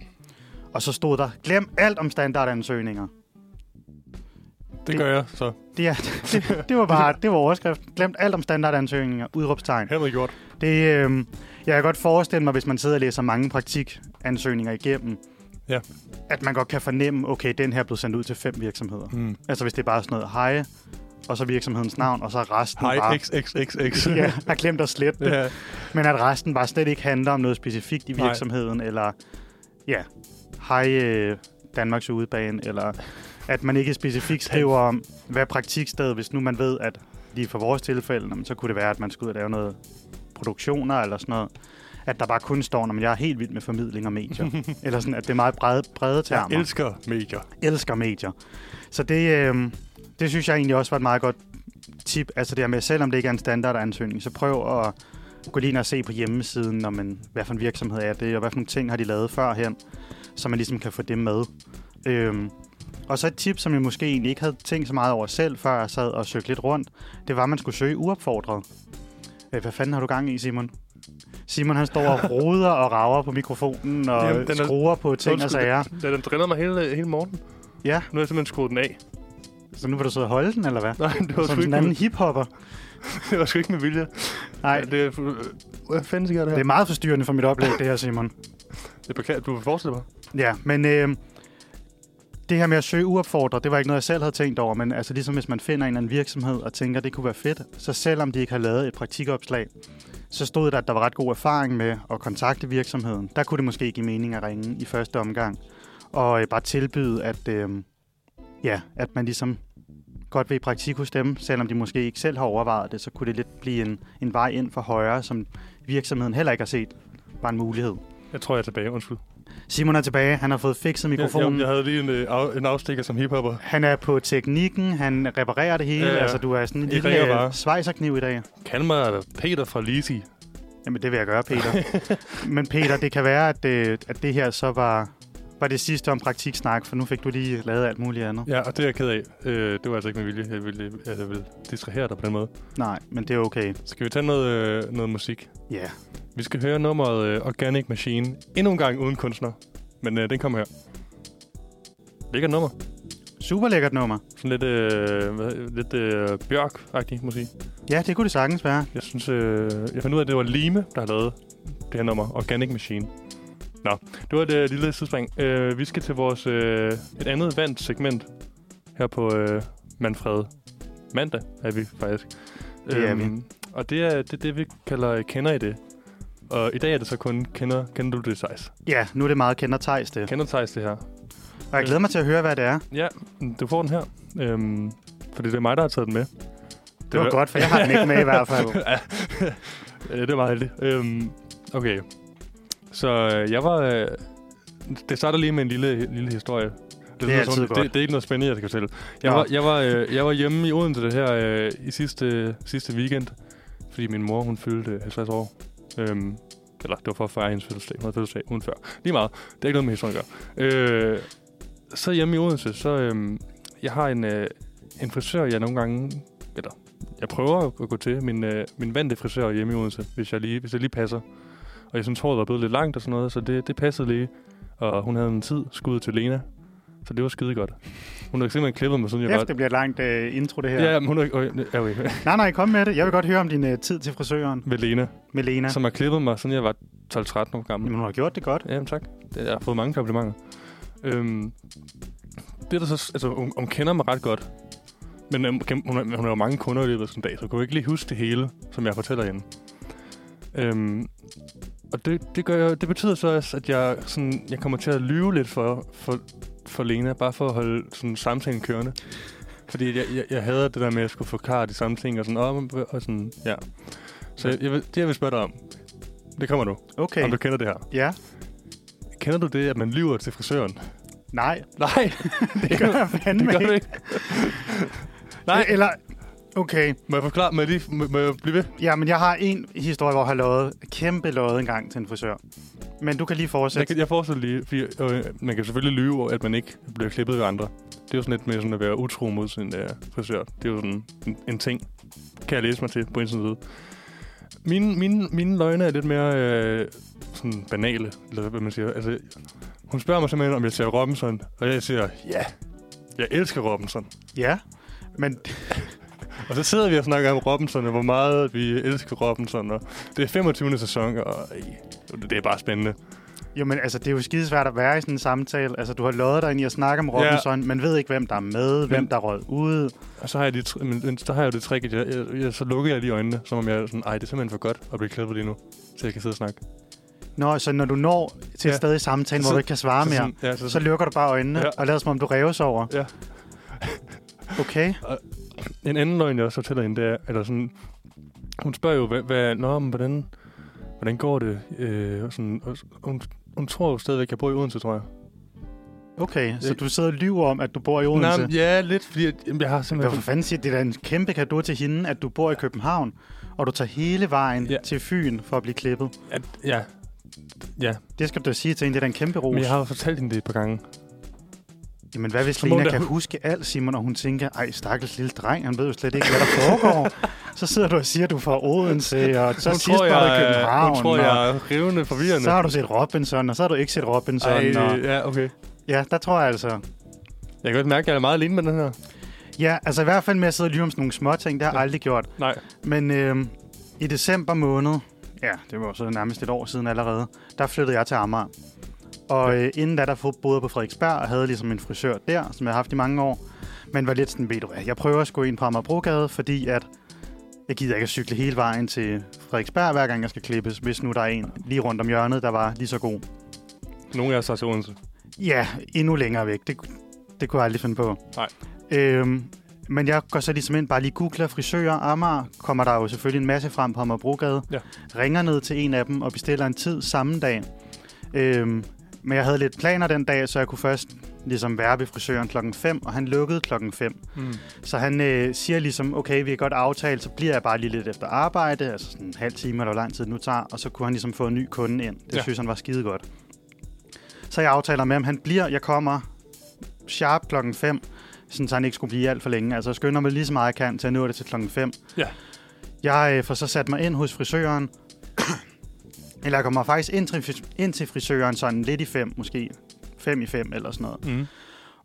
S2: Og så stod der, glem alt om standardansøgninger.
S3: Det
S2: Det-
S3: gør jeg, så
S2: Det, er, det, det var bare det var overskriften. Glem alt om standardansøgninger, udråbstegn.
S3: hermed gjort.
S2: Det, øh, jeg kan godt forestille mig, hvis man sidder og læser mange praktikansøgninger igennem,
S3: Ja.
S2: at man godt kan fornemme, okay, den her blev sendt ud til fem virksomheder.
S3: Mm.
S2: Altså hvis det er bare sådan noget, hej, og så virksomhedens navn, og så resten
S3: Hej,
S2: bare...
S3: xxxx.
S2: ja, har glemt at slette det.
S3: ja.
S2: Men at resten bare slet ikke handler om noget specifikt i
S3: Nej.
S2: virksomheden, Nej. eller ja, hej øh, Danmarks udebane, eller at man ikke specifikt skriver om, hvad praktiksted, hvis nu man ved, at lige for vores tilfælde, jamen, så kunne det være, at man skulle ud og lave noget produktioner eller sådan noget. At der bare kun står, når jeg er helt vild med formidling og medier. eller sådan, at det er meget brede, brede termer.
S3: Jeg elsker medier.
S2: elsker medier. Så det, øh, det synes jeg egentlig også var et meget godt tip. Altså det her med, selvom det ikke er en standardansøgning, så prøv at gå lige ind og se på hjemmesiden, når man, hvad for en virksomhed er det, og hvad for nogle ting har de lavet førhen, så man ligesom kan få det med. Øhm, og så et tip, som jeg måske egentlig ikke havde tænkt så meget over selv, før jeg sad og søgte lidt rundt, det var, at man skulle søge uopfordret. Øh, hvad fanden har du gang i, Simon? Simon han står og roder og rager på mikrofonen og
S3: Jamen, den er-
S2: skruer på ting og sager.
S3: Den, den driller mig hele, hele morgen.
S2: Ja,
S3: Nu har jeg simpelthen skruet den af.
S2: så nu vil du sidde og holde den, eller hvad?
S3: Nej, det
S2: Som
S3: var, sgu
S2: sådan
S3: ikke,
S2: en anden
S3: med,
S2: hiphopper.
S3: det var sgu ikke med vilje.
S2: Nej,
S3: Det, er fu- øh, hvad fanden sker det
S2: det
S3: her?
S2: er meget forstyrrende for mit oplæg, det her, Simon.
S3: Det beklager, du forestiller mig.
S2: Ja, men øh, det her med at søge uopfordret, det var ikke noget, jeg selv havde tænkt over, men altså ligesom hvis man finder en eller anden virksomhed og tænker, det kunne være fedt, så selvom de ikke har lavet et praktikopslag, så stod der, at der var ret god erfaring med at kontakte virksomheden. Der kunne det måske give mening at ringe i første omgang, og øh, bare tilbyde, at, øh, ja, at man ligesom godt vil i praktik hos dem, selvom de måske ikke selv har overvejet det, så kunne det lidt blive en, en vej ind for højre, som virksomheden heller ikke har set, var en mulighed.
S3: Jeg tror, jeg er tilbage. Undskyld.
S2: Simon er tilbage. Han har fået fikset mikrofonen.
S3: Jeg, jeg, jeg havde lige en, øh, af, en afstikker som hiphopper.
S2: Han er på teknikken. Han reparerer det hele.
S3: Ja,
S2: Ja,
S3: ja.
S2: ja. Altså, du er sådan en
S3: I ringer
S2: lille
S3: bare.
S2: øh, svejserkniv i dag.
S3: Kan mig Peter fra Lisi.
S2: Jamen, det vil jeg gøre, Peter. Men Peter, det kan være, at, øh, at det her så var, var det sidste om praktiksnak, for nu fik du lige lavet alt muligt andet.
S3: Ja, og det er jeg ked af. Øh, det var altså ikke med vilje. Jeg ville, altså, jeg ville distrahere dig på den måde.
S2: Nej, men det er okay.
S3: Skal vi tage noget, øh, noget musik?
S2: Ja.
S3: Vi skal høre nummeret øh, Organic Machine. Endnu en gang uden kunstner. Men øh, den kommer her. Lækkert nummer.
S2: Super lækkert nummer.
S3: Sådan lidt, øh, hvad, lidt øh, bjørk-agtig musik.
S2: Ja, det kunne det sagtens være.
S3: Jeg synes, øh, jeg fandt ud af, at det var Lime, der har lavet det her nummer, Organic Machine. Nå, det var et øh, lille sidespring. Øh, vi skal til vores øh, et andet vandt segment her på øh, Manfred. Mandag er vi faktisk. Øhm,
S2: Det er vi.
S3: Og det er det, er det vi kalder øh, Kender I det? Og i dag er det så kun Kender, kender du det, Thijs?
S2: Ja, nu er det meget kender Thijs det.
S3: Kender Thijs det her?
S2: Og jeg glæder mig til at høre, hvad det er.
S3: Ja, du får den her. Øhm, fordi det er mig, der har taget den med.
S2: Det var godt, for jeg har den ikke med i hvert fald.
S3: Ja. Øh, det er meget heldigt. Øhm, okay. Så øh, jeg var... Øh, det starter lige med en lille, lille historie.
S2: er
S3: lyder
S2: altid
S3: som-
S2: godt.
S3: Det, det er ikke noget spændende, jeg skal fortælle. Jeg
S2: Nå.
S3: var, jeg, var, øh, jeg var hjemme i Odense det her øh, i sidste, sidste weekend, fordi min mor hun fyldte øh, 50 år. Øhm, eller det var for at fejre hendes fødselsdag. Hun havde fødselsdag ugen før. Lige meget. Det er ikke noget med historien at gøre. Øh, så hjemme i Odense, så øhm, jeg har en, øh, en frisør, jeg nogle gange... Eller, jeg prøver at gå til min, øh, min vante frisør hjemme i Odense, hvis jeg lige, hvis jeg lige passer. Og jeg synes, håret var blevet lidt langt og sådan noget, så det, det passede lige. Og hun havde en tid skudt til Lena, så det var skide godt. Hun havde simpelthen klippet mig, sådan jeg
S2: Kæft, det bliver et langt øh, intro, det her.
S3: Ja, men hun er okay, ja, okay.
S2: Nej, nej, kom med det. Jeg vil godt høre om din øh, tid til frisøren
S3: ved Lena,
S2: med Lena.
S3: ja. som har klippet mig, siden jeg var 12-13 år gammel.
S2: Jamen, hun har gjort det godt.
S3: Jamen tak. Det- Jeg har fået mange komplimenter. Øhm, det er der så, altså, hun, hun kender mig ret godt. Men øhm, kan- hun, har- hun har jo mange kunder i løbet af sådan en dag, så hun kan jo ikke lige huske det hele, som jeg fortæller hende. Øhm, og det, det, gør jeg, det betyder så også, at jeg, sådan, jeg kommer til at lyve lidt for, for, for Lena, bare for at holde sådan, samtalen kørende. Fordi jeg, jeg, jeg hader det der med, at jeg skulle forklare de samme ting, og sådan, og, og sådan, ja. Så jeg, jeg, vil- det, jeg vil spørge dig om, det kommer nu,
S2: Okay.
S3: om du kender det her.
S2: Ja.
S3: Kender du det, at man lyver til frisøren?
S2: Nej,
S3: Nej,
S2: det gør jeg
S3: det
S2: fandme
S3: gør du
S2: ikke.
S3: ikke. Nej.
S2: E- Eller, okay.
S3: Må jeg forklare? Må jeg, lige, må, må jeg blive ved?
S2: Ja, men jeg har en historie, hvor jeg har lavet kæmpe løjet engang til en frisør. Men du kan lige
S3: Jeg,
S2: fortsætte.
S3: kan- jeg forestiller lige, fordi øh, man kan selvfølgelig lyve over, at man ikke bliver klippet ved andre. Det er jo sådan lidt med sådan at være utro mod sin øh, frisør. Det er jo sådan en, en ting, kan jeg læse mig til på en side. Mine, mine, mine løgne er lidt mere øh, sådan banale, eller hvad man siger. Altså, hun spørger mig simpelthen, om jeg ser Robinson, og jeg siger, ja, jeg elsker Robinson.
S2: Ja, men
S3: Og så sidder vi og snakker om Robinson, og hvor meget vi elsker Robinson, og det er 25. sæson, og øh, det er bare spændende.
S2: Jo, men altså, det er jo skidesvært at være i sådan en samtale. Altså, du har lovet dig ind i at snakke om Robinson, ja. men ved ikke, hvem der er med, men... hvem der er røget ude.
S3: Og så har jeg, lige, tr- men, men, så har jeg jo det trick, at jeg, jeg, jeg, så lukker jeg lige øjnene, som om jeg er sådan, ej, det er simpelthen for godt at blive klippet lige nu, så jeg kan sidde og snakke.
S2: Nå, så når du når til et
S3: Ja.
S2: sted i samtalen,
S3: Så-
S2: hvor du ikke kan svare
S3: så
S2: mere,
S3: sådan- ja,
S2: så
S3: så, så,
S2: lukker du bare øjnene ja.
S3: Ja.
S2: og lader som om, du reves over.
S3: ja.
S2: Okay.
S3: En anden løgn, jeg også fortæller hende, det er, eller sådan, hun spørger jo, hvad, hvad nå, men hvordan, hvordan går det? Øh, og sådan, og, s- hun, hun tror jo stadigvæk, jeg bor i Odense, tror jeg.
S2: Okay, så
S3: Jeg-
S2: du sidder og lyver om, at du bor i Odense.
S3: Nej, men ja, lidt, fordi jeg, jamen, jeg har
S2: Hvad for
S3: simpelthen...
S2: fanden siger det? Det er da en kæmpe gave til hende, at du bor i København, og du tager hele vejen ja.
S3: Ja.
S2: til Fyn for at blive klippet.
S3: At, ja, ja,
S2: Det skal du da sige til hende, det er da en kæmpe ros.
S3: men jeg
S2: Har...
S3: har jo fortalt hende det et par gange.
S2: Jamen, hvad hvis
S3: Så må
S2: Lena
S3: hun da
S2: kan
S3: hu-
S2: huske alt, Simon, og hun tænker, ej, stakkels lille dreng, han ved jo slet ikke, hvad der foregår. så sidder du og siger, at du er fra Odense, og så
S3: hun
S2: sidst
S3: tror,
S2: var du i
S3: jeg,
S2: København.
S3: hun tror,
S2: og
S3: jeg er rivende forvirrende.
S2: Så har du set Robinson, og så har du ikke set Robinson. Ej. Og...
S3: Ej, ja, okay.
S2: Ja, der tror jeg altså.
S3: Jeg kan godt mærke, at jeg er meget alene med den her.
S2: Ja, altså i hvert fald med at sidde og lyve om sådan nogle små ting, det har jeg aldrig gjort.
S3: Nej.
S2: Men øh, i december måned, ja, det var jo så nærmest et år siden allerede, der flyttede jeg til Amager. Og øh, inden da, der fo- boede jeg på Frederiksberg og havde ligesom en frisør der, som jeg har haft i mange år. Men var lidt sådan, ved du hvad, jeg prøver at gå ind på Amagerbrogade, fordi at jeg gider ikke at cykle hele vejen til Frederiksberg, hver gang jeg skal klippes, hvis nu der er en lige rundt om hjørnet, der var lige så god.
S3: Nogle af os har til Odense.
S2: Ja, endnu længere væk. Det, det kunne jeg aldrig finde på.
S3: Nej.
S2: Øhm, men jeg går så ligesom ind, bare lige googler frisører Amager, kommer der jo selvfølgelig en masse frem på Amagerbrogade,
S3: Ja.
S2: ringer ned til en af dem og bestiller en tid samme dag. Øhm, men jeg havde lidt planer den dag, så jeg kunne først ligesom være ved frisøren klokken 5, og han lukkede klokken 5.
S3: Mm.
S2: Så han øh, siger ligesom, okay, vi er godt aftalt, så bliver jeg bare lige lidt efter arbejde, altså sådan en halv time eller hvor lang tid det nu tager, og så kunne han ligesom få en ny kunde ind. Det ja.
S3: Ja.
S2: synes han var skide godt. Så jeg aftaler med ham, han bliver, jeg kommer sharp klokken 5, sådan så han ikke skulle blive alt for længe. Altså jeg skynder mig lige så meget jeg kan til at nå det til klokken 5.
S3: Ja.
S2: Jeg øh, får så sat mig ind hos frisøren, eller jeg kommer faktisk ind til, fris- ind til frisøren sådan lidt i 5 måske, 5 i 5 eller sådan noget.
S3: Mm.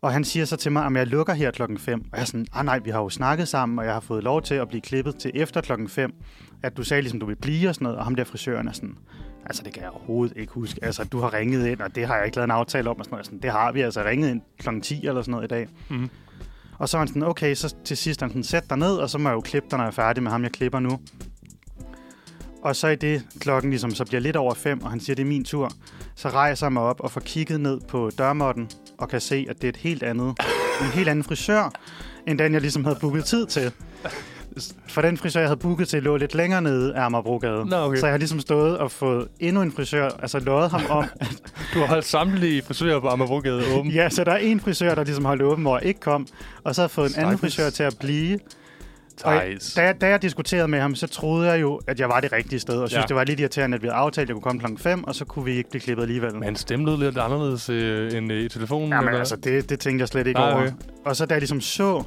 S2: Og han siger så til mig, at jeg lukker her klokken 5. Og jeg er sådan, ah nej, vi har jo snakket sammen, og jeg har fået lov til at blive klippet til efter klokken 5. At du sagde ligesom, du vil blive og sådan noget. Og ham der frisøren er sådan, altså det kan jeg overhovedet ikke huske. Altså du har ringet ind, og det har jeg ikke lavet en aftale om. Og sådan noget. Jeg er Sådan, det har vi altså ringet ind klokken 10 eller sådan noget i dag.
S3: Mhm.
S2: Og så er han sådan, okay, så til sidst er han sådan, sæt dig ned, og så må jeg jo klippe dig, når jeg er færdig med ham, jeg klipper nu. Og så i det, klokken ligesom så bliver lidt over 5, og han siger, det er min tur, så rejser jeg mig op og får kigget ned på dørmåtten, og kan se, at det er et helt andet, en helt anden frisør, end den, jeg ligesom havde booket tid til. For den frisør, jeg havde booket til, lå lidt længere nede af Amagerbrogade.
S3: Nå, okay.
S2: Så jeg har ligesom stået og fået endnu en frisør, altså lovet ham om, at
S3: Du har holdt samtlige frisører på Amagerbrogade åben.
S2: ja, så der er en frisør, der ligesom holdt åben, hvor jeg ikke kom, og så har jeg fået en anden
S3: Stakkels.
S2: frisør til at blive. Og jeg,
S3: Thijs.
S2: da, jeg, da jeg diskuterede med ham, så troede jeg jo, at jeg var det rigtige sted, og synes, ja.
S3: Ja.
S2: det var lidt irriterende, at vi havde aftalt, at jeg kunne komme klokken 5, og så kunne vi ikke blive klippet alligevel.
S3: Men hans stemme lød lidt anderledes øh, end øh, i telefonen.
S2: Jamen
S3: eller?
S2: altså, det, det tænkte jeg slet ikke
S3: Nej,
S2: over.
S3: okay.
S2: Og så da jeg ligesom så,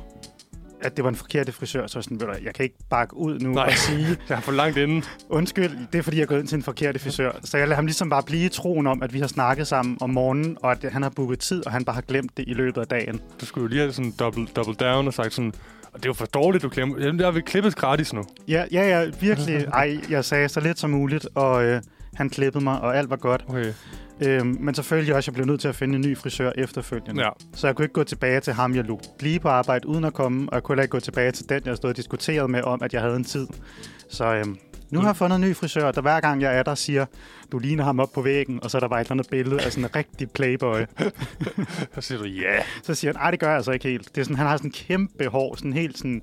S2: at det var en forkert frisør, så var jeg sådan, ved du, hvad, jeg kan ikke bakke ud nu
S3: Nej.
S2: og sige,
S3: Jeg er for langt inden.
S2: undskyld, det er fordi, jeg er gået ind til en forkert frisør. Så jeg lader ham ligesom bare blive i troen om, at vi har snakket sammen om morgenen, og at han har booket tid, og han bare har glemt det i løbet af dagen.
S3: Du skulle jo lige have sådan double, double down og sagt sådan, og det er jo for dårligt, du klemmer. Jamen, der vil klippes gratis nu.
S2: Ja, ja, ja, virkelig. Ej, jeg sagde så lidt som muligt, og øh, han klippede mig, og alt var godt.
S3: Okay.
S2: Øhm, men selvfølgelig også, jeg blev nødt til at finde en ny frisør efterfølgende.
S3: Ja.
S2: Så jeg kunne ikke gå tilbage til ham, jeg lå lige på arbejde uden at komme, og jeg kunne heller ikke gå tilbage til den, jeg stod og diskuterede med om, at jeg havde en tid. Så øhm, nu har jeg fundet en ny frisør, der hver gang jeg er der, siger, du ligner ham op på væggen, og så er der bare et eller andet billede af sådan en rigtig playboy.
S3: Så siger du, ja. Yeah.
S2: Så siger han, nej, det gør jeg altså ikke helt. Det er sådan, han har sådan kæmpe hår, sådan helt sådan,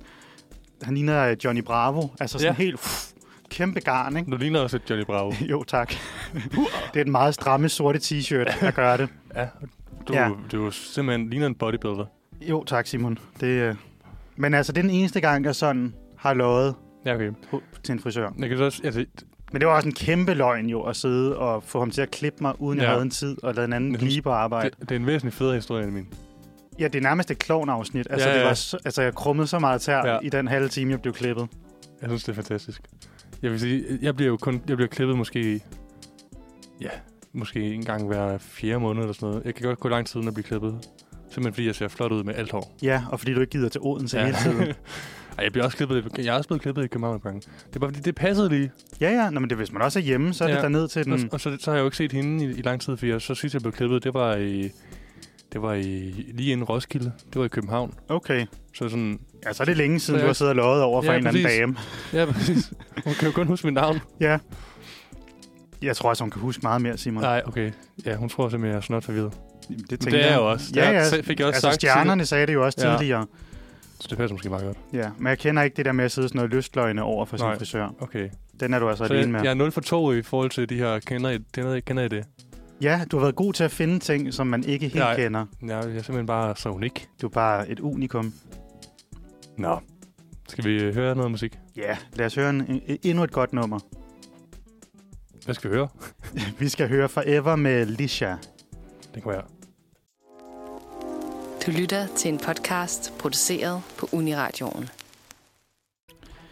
S2: han ligner øh, Johnny Bravo, altså sådan
S3: Ja.
S2: helt pff, kæmpe garn, ikke?
S3: Du ligner også et Johnny Bravo.
S2: Jo, tak. det er den meget stramme sorte t-shirt, der gør det.
S3: Ja. Du,
S2: Ja.
S3: ja. du simpelthen ligner en bodybuilder.
S2: Jo, tak Simon. Det, øh... Men altså, det er den eneste gang, jeg sådan har løjet
S3: Ja, okay.
S2: ho- til en frisør.
S3: Jeg kan så også, altså,
S2: Men det var også en kæmpe løgn jo, at sidde og få ham til at klippe mig, uden ja. jeg
S3: Ja.
S2: havde en tid, og lade en anden
S3: Men
S2: blive på arbejde.
S3: det,
S2: Det...
S3: det, er en væsentlig federe historie end min.
S2: Ja, det er nærmest et klovnafsnit. Altså, ja, ja.
S3: Ja,
S2: Det
S3: ja.
S2: var så, altså, jeg krummede så meget tær ja.
S3: Ja.
S2: i den halve time, jeg blev klippet.
S3: Jeg synes, det er fantastisk. Jeg vil sige, jeg bliver jo kun, jeg bliver klippet måske, ja, måske en gang hver fjerde måned eller sådan noget. Jeg kan godt gå lang tid uden at blive klippet. Simpelthen fordi jeg ser flot ud med alt hår.
S2: Ja, og fordi du ikke gider til Odense ja. hele tiden.
S3: Ej, jeg bliver også klippet, i- jeg er også blevet klippet i København nogle gange. Det er bare fordi, det passede lige.
S2: Ja, ja. Nå, men det, hvis man også er hjemme, så er ja. det
S3: Ja.
S2: derned til
S3: Mm.
S2: den...
S3: Og, og, så, så, har jeg jo ikke set hende i, i lang tid, for jeg, så sidst jeg blev klippet, det var i, det var i, lige inden Roskilde. Det var i København.
S2: Okay.
S3: Så sådan,
S2: Ja, så er det længe siden,
S3: Så
S2: du har
S3: jeg-
S2: siddet og løjet over for
S3: Ja,
S2: en eller anden
S3: præcis.
S2: dame.
S3: ja, præcis. Hun kan jo kun huske mit navn.
S2: Ja. Jeg tror også, hun kan huske meget mere, Simon.
S3: Nej, okay. Ja, hun tror simpelthen, jeg er snart forvirret.
S2: Det,
S3: Det,
S2: tænker
S3: det er jeg jo også. Det
S2: Ja,
S3: har-
S2: ja.
S3: så fik jeg også
S2: Altså,
S3: sagt. til-
S2: stjernerne sagde det jo også ja.
S3: Ja.
S2: tidligere.
S3: Så det passer måske meget godt.
S2: Ja, men jeg kender ikke det der med at sidde sådan noget lystløgne over for sin
S3: Nej.
S2: frisør.
S3: Okay.
S2: Den er du altså
S3: Så
S2: alene med.
S3: jeg, jeg er 0 for 2 i forhold til de her, kender I, kender I, kender I det?
S2: Ja, du har været god til at finde ting, som man ikke helt Nej.
S3: Nej.
S2: kender.
S3: Ja, jeg er simpelthen bare så unik.
S2: Du er bare et unikum.
S3: Nå. Skal vi øh, høre noget musik?
S2: Ja, lad os høre en, en, endnu et godt nummer.
S3: Hvad skal vi høre?
S2: Vi skal høre Forever med Lisha.
S3: Det kan være.
S1: Du lytter til en podcast produceret på Uniradioen.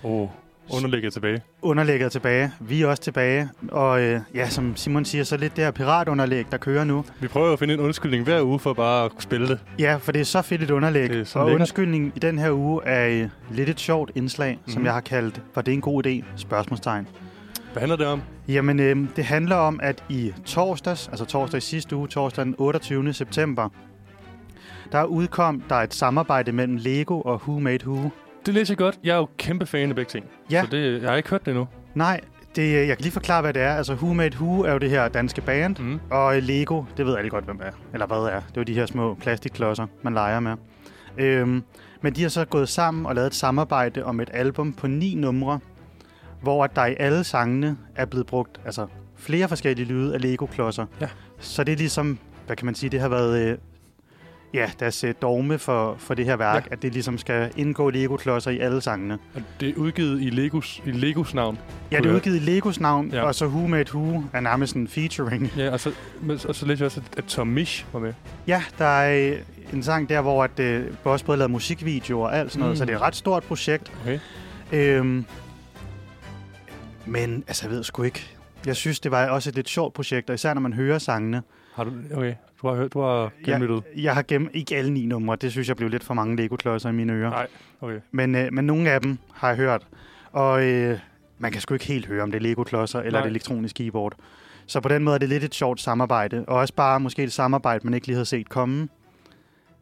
S3: Åh, oh, underlægget tilbage.
S2: Underlægget er tilbage. Vi er også tilbage. Og øh, ja, som Simon siger, så lidt det her piratunderlæg, der kører nu.
S3: Vi prøver at finde en undskyldning hver uge for bare at spille det.
S2: Ja, for det er så fedt et underlæg.
S3: Det er så
S2: og
S3: lækkert.
S2: undskyldningen i den her uge er øh, lidt et sjovt indslag, mm. som
S3: Mhm.
S2: jeg har kaldt, var det en god idé? Spørgsmålstegn.
S3: Hvad handler det om?
S2: Jamen, øh, det handler om, at i torsdags, altså torsdag i sidste uge, torsdag den 28. september, der udkom der et samarbejde mellem Lego og Who Made Who.
S3: Det læser jeg godt. Jeg er jo kæmpe fan af begge ting.
S2: Ja.
S3: Så det, jeg har ikke hørt det endnu.
S2: Nej, det, øh, jeg kan lige forklare, hvad det er. Altså, Who Made Who er jo det her danske band,
S3: Mm.
S2: og øh, Lego, det ved alle godt, hvem er. Eller hvad er. Det er jo de her små plastikklodser, man leger med. Øhm, men de har så gået sammen og lavet et samarbejde om et album på ni numre, hvor at der i alle sangene er blevet brugt altså, flere forskellige lyde af Lego-klodser.
S3: Ja.
S2: Så det er ligesom, hvad kan man sige, det har været øh, ja, deres øh, dogme for, for det her værk, ja. at det ligesom skal indgå Lego-klodser i alle sangene.
S3: Og det er udgivet i Legos, i Legos navn.
S2: Ja, det er
S3: Kunne jeg-
S2: udgivet i Legos navn, ja.
S3: Ja.
S2: og så Who Made Who er nærmest en featuring.
S3: Ja, og så, men- og så læser jeg også, at Tom Misch var med.
S2: Ja, der er øh, en sang der, hvor at, øh, Boss både lavede musikvideoer og alt sådan noget, mm.
S3: Mm.
S2: så det er et ret stort projekt.
S3: Okay.
S2: Øhm, men altså, jeg ved sgu ikke. Jeg synes, det var også et lidt sjovt projekt, og især når man hører sangene.
S3: Har du, okay. Du har hørt, du har genlyttet.
S2: Jeg, jeg har gennem ikke alle ni numre, det synes jeg blev lidt for mange Lego-klodser i mine ører.
S3: Nej. Okay.
S2: Men, øh, men nogle af dem har jeg hørt, og øh, man kan sgu ikke helt høre, om det er Lego-klodser eller
S3: Nej.
S2: et elektronisk keyboard. Så på den måde er det lidt et sjovt samarbejde, og også bare måske et samarbejde, man ikke lige havde set komme.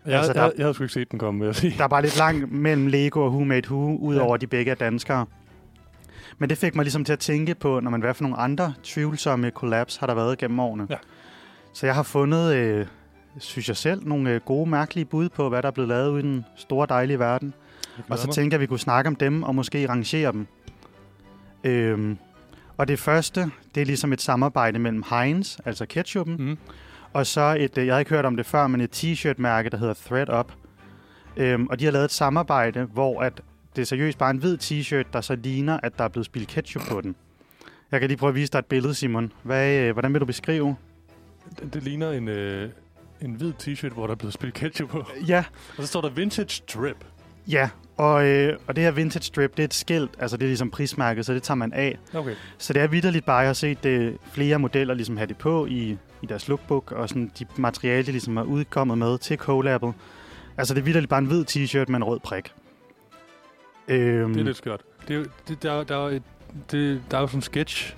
S3: Jeg,
S2: Altså,
S3: altså,
S2: der-
S3: jeg, jeg, havde sgu ikke set den komme, vil jeg sige.
S2: Der er bare lidt langt mellem Lego og Who Made Who, udover at de begge er danskere. Men det fik mig ligesom til at tænke på, når man hvad for nogle andre tvivlsomme kollaps har der været gennem årene.
S3: Ja.
S2: Så jeg har fundet, øh, synes jeg selv, nogle øh, gode, mærkelige bud på, hvad der er blevet lavet ude i den store, dejlige verden. Og så tænkte jeg, at vi kunne snakke om dem og måske rangere dem. Øhm, og det første, det er ligesom et samarbejde mellem Heinz, altså ketchupen,
S3: Mm.
S2: og så et, øh, jeg har ikke hørt om det før, men et t-shirt-mærke, der hedder Thread Up. Øhm, og de har lavet et samarbejde, hvor at det er seriøst bare en hvid t-shirt, der så ligner, at der er blevet spildt ketchup på den. Jeg kan lige prøve at vise dig et billede, Simon. Hvad, øh, hvordan vil du beskrive?
S3: Det, det ligner en, øh, en hvid t-shirt, hvor der er blevet spillet ketchup på.
S2: Ja,
S3: Og så står der vintage drip.
S2: ja. Og, øh, og det her vintage strip, det er et skilt. Altså, det er ligesom prismærket, så det tager man af.
S3: Okay.
S2: Så det er vidderligt bare, jeg har set det, flere modeller ligesom have det på i, i deres lookbook, og sådan de materialer, de ligesom er udkommet med til collabet. Altså det er vidderligt bare en hvid t-shirt med en rød prik. Øhm,
S3: Det er lidt skørt. Det er, jo- det, der, er- der, er, et, det, der er jo sådan en sketch.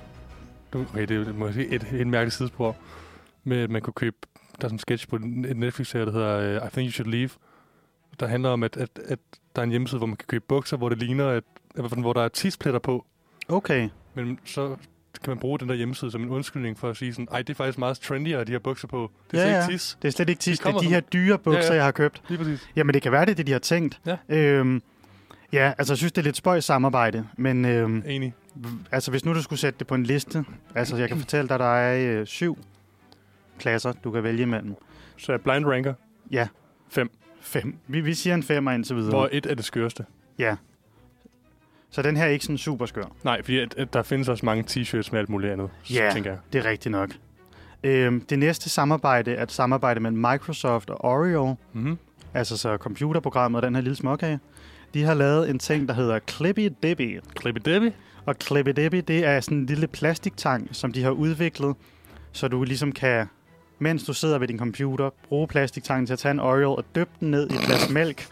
S3: Nu- Okay, det er jo- må jeg sige, et, et mærkeligt sidespor. med, at man kunne købe... Der er sådan en sketch på en Netflix-serie, der hedder uh, I Think You Should Leave, der handler om, at, at, at der er en hjemmeside, hvor man kan købe bukser, hvor det ligner, at, at hvor der er tidspletter på.
S2: Okay.
S3: Men så kan man bruge den der hjemmeside som en undskyldning for at sige sådan, ej, det er faktisk meget trendyere, de her bukser på. Det er
S2: Ja,
S3: ja,
S2: ja.
S3: ikke tis.
S2: Det er slet ikke tis. Det er
S3: kommer
S2: de
S3: nu.
S2: her dyre bukser,
S3: Ja, ja.
S2: jeg har købt.
S3: Lige præcis.
S2: Jamen, det kan være, det er det, de har tænkt.
S3: Ja.
S2: Øhm, ja, altså, jeg synes, det er lidt spøjs samarbejde. Men øhm,
S3: Enig.
S2: altså, hvis nu du skulle sætte det på en liste, altså, jeg kan fortælle dig, der er øh, syv klasser, du kan vælge imellem.
S3: Så er Blind Ranker,
S2: Ja.
S3: Fem.
S2: Fem. Vi, vi siger en femmer indtil videre.
S3: hvor et er det skørste.
S2: Så den her er ikke sådan super skør.
S3: Nej, fordi at, at der findes også mange t-shirts med alt muligt andet, s-
S2: Ja.
S3: tænker jeg.
S2: Det er rigtigt nok. Øhm, det næste samarbejde er et samarbejde mellem Microsoft og Oreo,
S3: Mm-hmm.
S2: altså så computerprogrammet og den her lille småkage. De har lavet en ting, der hedder Clippy Dippy.
S3: Clippy Debbie.
S2: Og Clippy Dippy, det er sådan en lille plastiktang, som de har udviklet, så du ligesom kan, mens du sidder ved din computer, bruge plastiktangen til at tage en Oreo og døbe den ned i et glas mælk,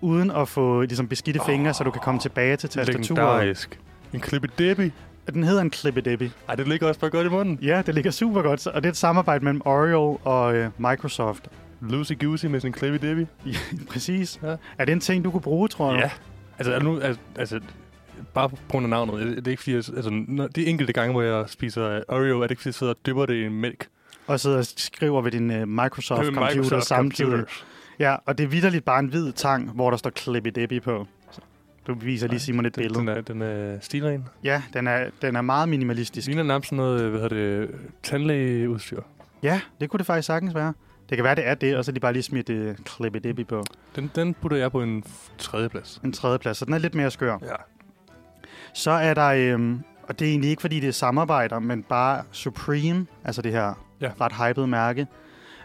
S2: uden at få ligesom beskidte fingre, så du kan komme tilbage til tastaturet.
S3: Legendarisk. En Clippy Debbie.
S2: Den hedder en Clippy Dippy.
S3: Ej, det ligger også bare godt i munden.
S2: Ja, det ligger super godt, og det er et samarbejde mellem Oreo og øh, Microsoft.
S3: Lucy Goosey med sin Clippy Debbie.
S2: Ja, Præcis.
S3: Ja.
S2: Er det en ting, du kunne bruge, tror du?
S3: Ja. Altså, er det nu, altså, altså, bare på grund af navnet. Det er ikke fordi, jeg- altså, når, de enkelte gange, hvor jeg spiser øh, Oreo, er det ikke fordi, jeg sidder og dypper det i en mælk.
S2: Og sidder og skriver ved din øh,
S3: Det er
S2: Microsoft-computer
S3: Microsoft
S2: samtidig.
S3: computers.
S2: Ja, og det er vidderligt bare en hvid tang, hvor der står Clippy Dippy på. Så Du viser lige
S3: Ej,
S2: Simon et
S3: Den,
S2: billede.
S3: den, er, den er stilren.
S2: Ja, den er, den er meget
S3: Det
S2: minimalistisk.
S3: ligner nærmest sådan noget, hvad hedder det, tandlægeudstyr.
S2: Ja, det kunne det faktisk sagtens være. Det kan være, det er det, og så er de bare lige smidt uh, Clippy Dippy på
S3: Den, den putter jeg på en f- tredje plads.
S2: en tredjeplads, så den er lidt mere skør.
S3: Ja.
S2: Så er der, øhm, og det er egentlig ikke, fordi det er samarbejder, men bare Supreme, altså det her
S3: Ja.
S2: ret hypede mærke,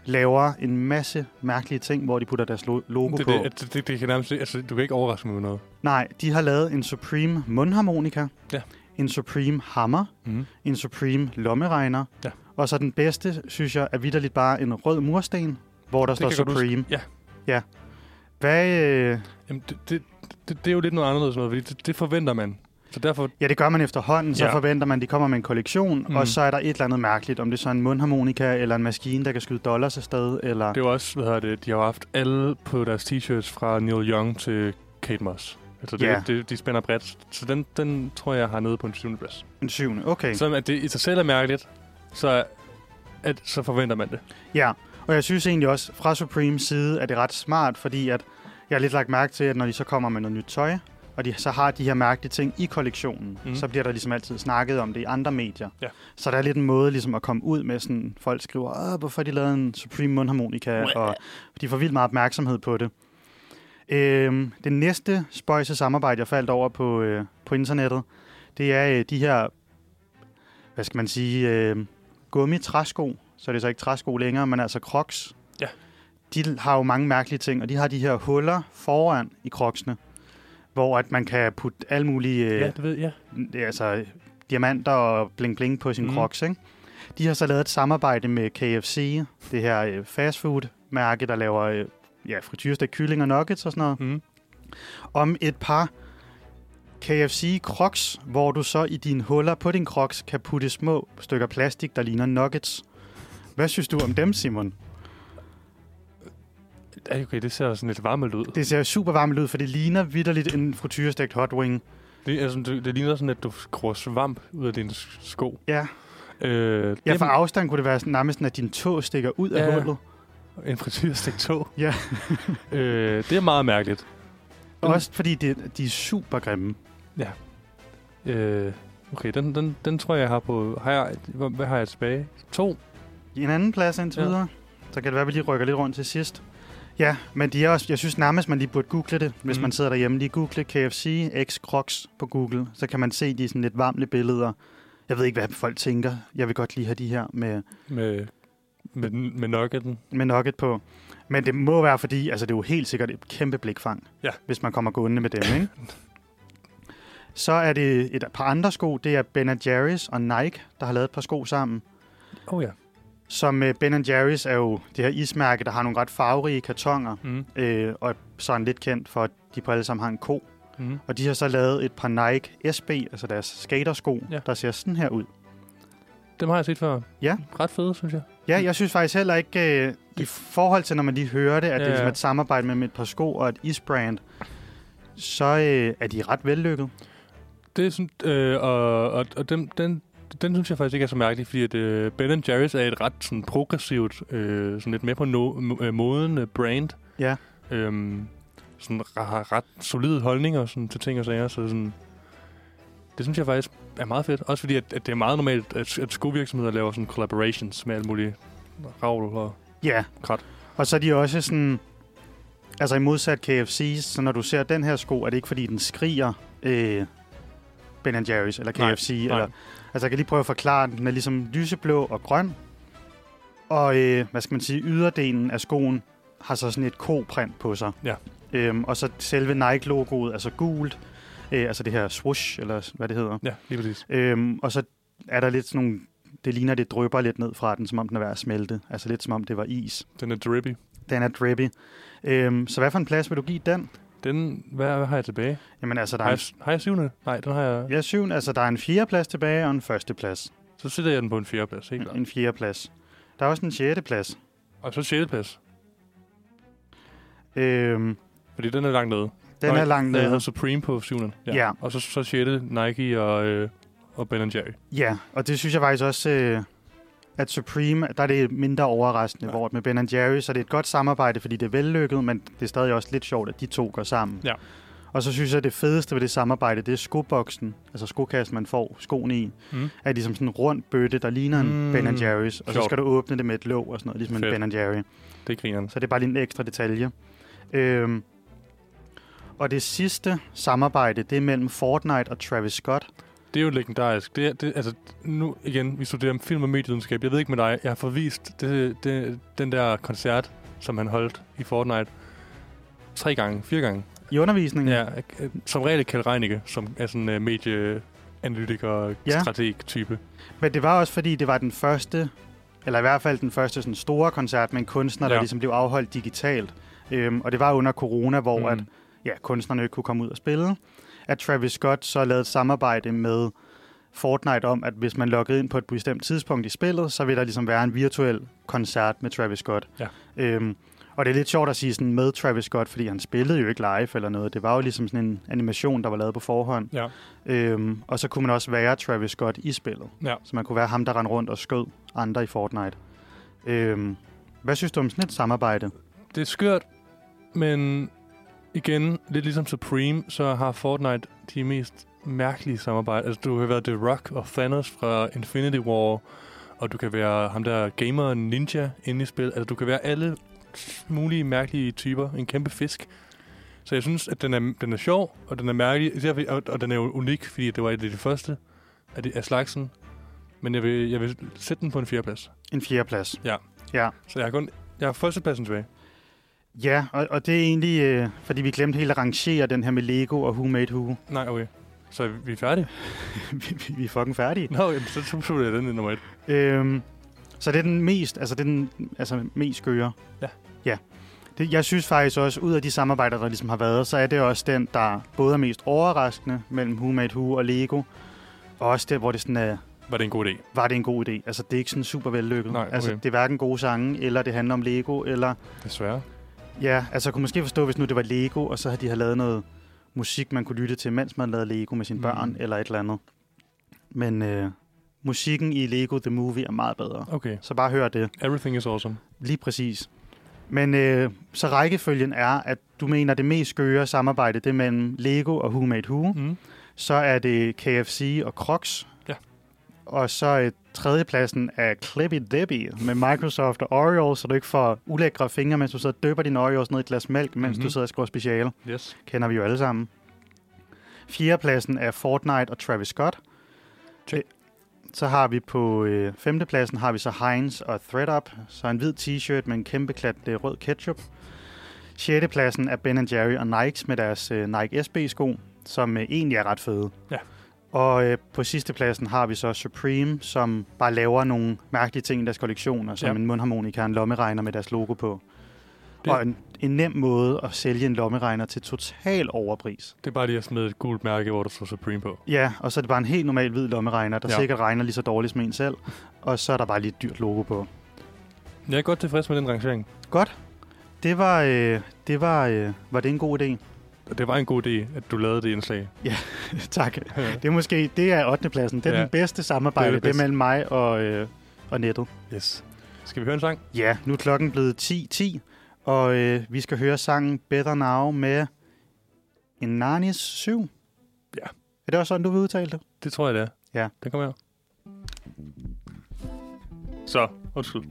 S2: laver en masse mærkelige ting, hvor de putter deres lo- logo
S3: Det,
S2: på.
S3: det, det, det, det kan nærmest, altså, du kan ikke overraske mig med noget.
S2: Nej, de har lavet en Supreme mundharmonika,
S3: Ja.
S2: en Supreme hammer,
S3: Mm.
S2: en Supreme lommeregner,
S3: Ja.
S2: og så den bedste, synes jeg, er vidderligt bare en rød mursten, hvor der
S3: Det kan
S2: står
S3: jeg godt
S2: Supreme.
S3: Ja.
S2: Hvad, øh,
S3: Jamen, det, det, det, det, er jo lidt noget anderledes noget, fordi det, det forventer man. Så derfor,
S2: ja, det gør man efterhånden, så
S3: Ja.
S2: forventer man, at de kommer med en kollektion,
S3: Mhm.
S2: og så er der et eller andet mærkeligt, om det så er en mundharmonika, eller en maskine, der kan skyde dollars afsted, eller...
S3: det er jo også, hvad hedder det, de har jo haft alle på deres t-shirts fra Neil Young til Kate Moss. Altså, det,
S2: Ja.
S3: yeah. det, de spænder bredt. Så den, den tror jeg har nede på en syvende plads.
S2: En syvende, okay.
S3: Selvom at det i sig selv er mærkeligt, så, at, så forventer man det.
S2: Ja, og jeg synes egentlig også, fra Supremes side er det ret smart, fordi at jeg har lidt lagt mærke til, at når de så kommer med noget nyt tøj, og de så har de her mærkelige ting i kollektionen, mm.
S3: Mhm.
S2: så bliver der ligesom altid snakket om det i andre medier.
S3: Ja.
S2: Så der er lidt en måde ligesom at komme ud med sådan, folk skriver, Åh, hvorfor har de lavet en Supreme mundharmonika,
S3: Mwah.
S2: og de får vildt meget opmærksomhed på det. Øhm, det næste spøjse samarbejde, jeg faldt over på, øh, på internettet, det er øh, de her, hvad skal man sige, øh, gummitræsko, så er det så ikke træsko længere, men altså crocs.
S3: Ja.
S2: De har jo mange mærkelige ting, og de har de her huller foran i crocsene, hvor at man kan putte alle mulige øh,
S3: det ved jeg.
S2: det er altså diamanter og bling bling på sin mm.
S3: Mm.
S2: crocs, ikke? De har så lavet et samarbejde med KFC, det her øh, fastfood-mærke, der laver øh, ja, frityrstik kylling og nuggets og sådan noget,
S3: Mm.
S2: om et par KFC crocs, hvor du så i dine huller på din crocs kan putte små stykker plastik, der ligner nuggets. Hvad synes du om dem, Simon?
S3: Ej, Okay, det ser sådan lidt varmelt ud.
S2: Det ser super varmt ud, for det ligner vidderligt en frityrestegt hot wing.
S3: Det, altså, det, det ligner sådan, at du skruer svamp ud af dine s- sko.
S2: Ja,
S3: Øh,
S2: ja for afstand kunne det være sådan, nærmest, sådan, at din tå stikker ud af
S3: Ja.
S2: hullet.
S3: En frityrstik tog.
S2: Ja.
S3: øh, det er meget mærkeligt.
S2: Også fordi det, de er super grimme.
S3: Øh, okay, den, den, den tror jeg, jeg har på... Har jeg, hvor- hvad har jeg tilbage? To?
S2: I en anden plads indtil ja.
S3: Ja.
S2: videre. Så kan det være, at vi lige rykker lidt rundt til sidst. Ja, men de er også, jeg synes nærmest, man lige burde google det, hvis mm.
S3: Mm.
S2: man sidder derhjemme. Lige google KFC X Crocs på Google, så kan man se de sådan lidt varmle billeder. Jeg ved ikke, hvad folk tænker. Jeg vil godt lige have de her med,
S3: Med, med, med nuggeten.
S2: med nugget på. Men det må være fordi, altså det er jo helt sikkert et kæmpe blikfang,
S3: Ja.
S2: hvis man kommer gående med dem, ikke? Så er det et par andre sko. Det er Ben Jerry's og Nike, der har lavet et par sko sammen.
S3: Åh oh, ja.
S2: Som øh, Ben Jerry's er jo det her ismærke, der har nogle ret farverige kartonger,
S3: Mm.
S2: øh, og så er han lidt kendt for, at de på alle sammen har en ko.
S3: Mm.
S2: Og de har så lavet et par Nike SB, altså deres skatersko, ja.
S3: Ja.
S2: der ser sådan her ud.
S3: Dem har jeg set før.
S2: Ja.
S3: Ret fede, synes jeg.
S2: Ja, jeg synes faktisk heller ikke, øh, i forhold til når man lige hører det, at ja, det
S3: Ja,
S2: er ligesom
S3: ja.
S2: et samarbejde mellem et par sko og et isbrand, så øh, er de ret vellykket.
S3: Det er sådan, øh, og, og, og dem, den, den synes jeg faktisk ikke er så mærkelig, fordi at, øh, Ben Jerry's er et ret sådan, progressivt, øh, sådan lidt mere på no, mo- øh, moden øh, brand.
S2: Ja.
S3: Øhm, sådan, ra- har ret solide holdninger sådan, til ting og sager, så sådan, det synes jeg faktisk er meget fedt. Også fordi, at, at det er meget normalt, at, at skovirksomheder laver sådan collaborations med alle mulige ravl og
S2: Ja,
S3: krat.
S2: og så er de også sådan... Altså i modsat KFC's, så når du ser den her sko, er det ikke fordi, den skriger øh, Ben Jerry's eller
S3: Nej,
S2: KFC.
S3: nej.
S2: Eller, altså jeg kan lige prøve at forklare, den Den er ligesom lyseblå og grøn. Og øh, hvad skal man sige, yderdelen af skoen har så sådan et koprint på sig.
S3: Ja.
S2: Øhm, og så selve Nike-logoet er så gult. Øh, altså det her swoosh, eller hvad det hedder.
S3: Ja, lige præcis.
S2: Øhm, og så er der lidt sådan nogle... Det ligner, det drypper lidt ned fra den, som om den er ved at smelte. Altså lidt som om det var is.
S3: Den er drippy.
S2: Den er drippy. Øhm, så hvad for en plads vil du give den?
S3: Den, hvad, hvad har jeg tilbage?
S2: Jamen altså, der
S3: Har
S2: er
S3: jeg,
S2: en,
S3: har jeg syvende? Nej, den har jeg...
S2: ja, syvende, altså, der er en fjerdeplads tilbage og en førsteplads.
S3: Så sætter jeg den på en fjerdeplads, helt
S2: En,
S3: klart.
S2: en fjerdeplads. Der er også en sjetteplads.
S3: Og så sjetteplads,
S2: Øhm,
S3: fordi den er langt nede.
S2: den
S3: Nå,
S2: er langt
S3: Jeg
S2: nede.
S3: havde Supreme på syvende.
S2: Ja.
S3: Og så, så sjette Nike og, øh, og Ben Jerry.
S2: Ja, og det synes jeg faktisk også, øh, at Supreme, der er det mindre overraskende,
S3: Ja.
S2: hvor med Ben Jerry, så er det et godt samarbejde, fordi det er vellykket, men det er stadig også lidt sjovt, at de to går sammen.
S3: Ja.
S2: Og så synes jeg, at det fedeste ved det samarbejde, det er skoboksen, altså skokassen, man får skoene i.
S3: Mm.
S2: er ligesom sådan en rund bøtte, der ligner en
S3: Mm.
S2: Ben Jerry's. Og så
S3: Sjovt.
S2: skal du åbne det med et låg og sådan noget, ligesom Fedt.
S3: Fedt.
S2: en Ben Jerry.
S3: Det er grineren.
S2: Så det er bare lige en ekstra detalje. Øhm, og det sidste samarbejde, det er mellem Fortnite og Travis Scott.
S3: Det er jo legendarisk. Det, er- det, altså, nu igen, vi studerer film og medievidenskab. Jeg ved ikke med dig, jeg har forvist det, det, den der koncert, som han holdt i Fortnite. Tre gange, fire gange.
S2: I undervisningen?
S3: Ja, øh, som regel Kjell Reinicke, som er sådan en uh, medieanalytiker,
S2: Ja.
S3: ja. strateg-type.
S2: Men det var også fordi, det var den første, eller i hvert fald den første sådan store koncert med en kunstner, ja. der
S3: Ja.
S2: ligesom blev afholdt digitalt. Øhm, og det var under corona, hvor mm. at, ja, kunstnerne ikke kunne komme ud og spille. At Travis Scott så lavede et samarbejde med Fortnite om, at hvis man loggede ind på et bestemt tidspunkt i spillet, så vil der ligesom være en virtuel koncert med Travis Scott.
S3: Ja.
S2: Øhm, og det er lidt sjovt at sige sådan med Travis Scott, fordi han spillede jo ikke live eller noget. Det var jo ligesom sådan en animation, der var lavet på forhånd.
S3: Ja.
S2: Øhm, og så kunne man også være Travis Scott i spillet.
S3: Ja.
S2: Så man kunne være ham, der rendte rundt og skød andre i Fortnite. Øhm, hvad synes du om sådan et samarbejde?
S3: Det er skørt, men igen, lidt ligesom Supreme, så har Fortnite de mest mærkelige samarbejder. Altså, du kan være The Rock og Thanos fra Infinity War, og du kan være ham der gamer ninja inde i spil. Altså, du kan være alle mulige mærkelige typer. En kæmpe fisk. Så jeg synes, at den er, den er sjov, og den er mærkelig, især fordi- og, og den er jo unik, fordi det var et af de første af, de, af slagsen. Men jeg vil, jeg vil sætte den på en fjerdeplads.
S2: En fjerdeplads.
S3: Så jeg har kun jeg har førstepladsen tilbage.
S2: Ja, og, og det er egentlig, øh, fordi vi glemte helt at rangere den her med Lego og Who Made Who.
S3: Nej, okay. Så vi er færdige.
S2: vi, vi- vi er fucking færdige.
S3: Nå, jamen, så så putter jeg den i nummer et.
S2: Øhm, så det er den mest, altså det er den altså mest skøre.
S3: Ja.
S2: Ja. Det, jeg synes faktisk også, ud af de samarbejder, der ligesom har været, så er det også den, der både er mest overraskende mellem Who Made Who og Lego, og også det, hvor det sådan er,
S3: Var det en god idé?
S2: var det en god idé. Altså, det er ikke sådan super vellykket.
S3: Nej, okay.
S2: Altså, det er hverken gode sange, eller det handler om Lego, eller
S3: Desværre.
S2: Ja, altså jeg kunne måske forstå, hvis nu det var Lego, og så havde de havde lavet noget musik, man kunne lytte til, mens man lavede Lego med sine mm.
S3: Mm.
S2: børn, eller et eller andet. Men øh, musikken i Lego The Movie er meget bedre.
S3: Okay.
S2: Så bare hør det
S3: Everything is awesome.
S2: lige præcis. Men øh, så rækkefølgen er, at du mener, det mest skøre samarbejde, det er mellem Lego og Who Made Who.
S3: Mm.
S2: Så er det KFC og Crocs.
S3: Ja.
S2: Og så øh, tredjepladsen er Clippy Debbie med Microsoft og Oreos, så du ikke får ulækre fingre, mens du sidder og døber dine Oreos ned i et glas mælk, mens mm-hmm.
S3: Mhm.
S2: du sidder og skriver speciale.
S3: Yes.
S2: Kender vi jo alle sammen. Fjerdepladsen er Fortnite og Travis Scott.
S3: Check.
S2: Øh, Så har vi på øh, femtepladsen har vi så Heinz og ThreadUp. Så en hvid t-shirt med en kæmpe klat øh, rød ketchup. Sjettepladsen er Ben Jerry og Nikes med deres øh, Nike SB-sko, som øh, egentlig er ret fede.
S3: Ja.
S2: Og øh, på sidste pladsen har vi så Supreme, som bare laver nogle mærkelige ting i deres kollektioner, som
S3: Ja.
S2: en mundharmonika og en lommeregner med deres logo på. Det. Og en, en nem måde at sælge en lommeregner til total overpris.
S3: Det er bare lige at smide et gult mærke, hvor der står Supreme på.
S2: Ja, og så er det bare en helt normal hvid lommeregner, der
S3: Ja.
S2: ja. sikkert regner lige så dårligt som en selv. Og så er der bare lige et dyrt logo på.
S3: Jeg er godt tilfreds med den rangering.
S2: Godt. Det var, øh, det var, øh, var det en god idé?
S3: Og det var en god idé, at du lavede det indslag.
S2: tak. Det er måske, det er 8. pladsen. Det er
S3: Ja.
S2: ja. den bedste samarbejde,
S3: Det
S2: det
S3: er
S2: er
S3: det bedste.
S2: mellem mig og, øh, og nettet.
S3: yes. Skal vi høre en sang?
S2: Ja, nu er klokken blevet 10.10, og øh, vi skal høre sangen Better Now med en Narnis 7.
S3: Ja.
S2: Er det også sådan, du vil udtale det?
S3: Det tror jeg, det er.
S2: Ja.
S3: Den kommer her. Så, undskyld.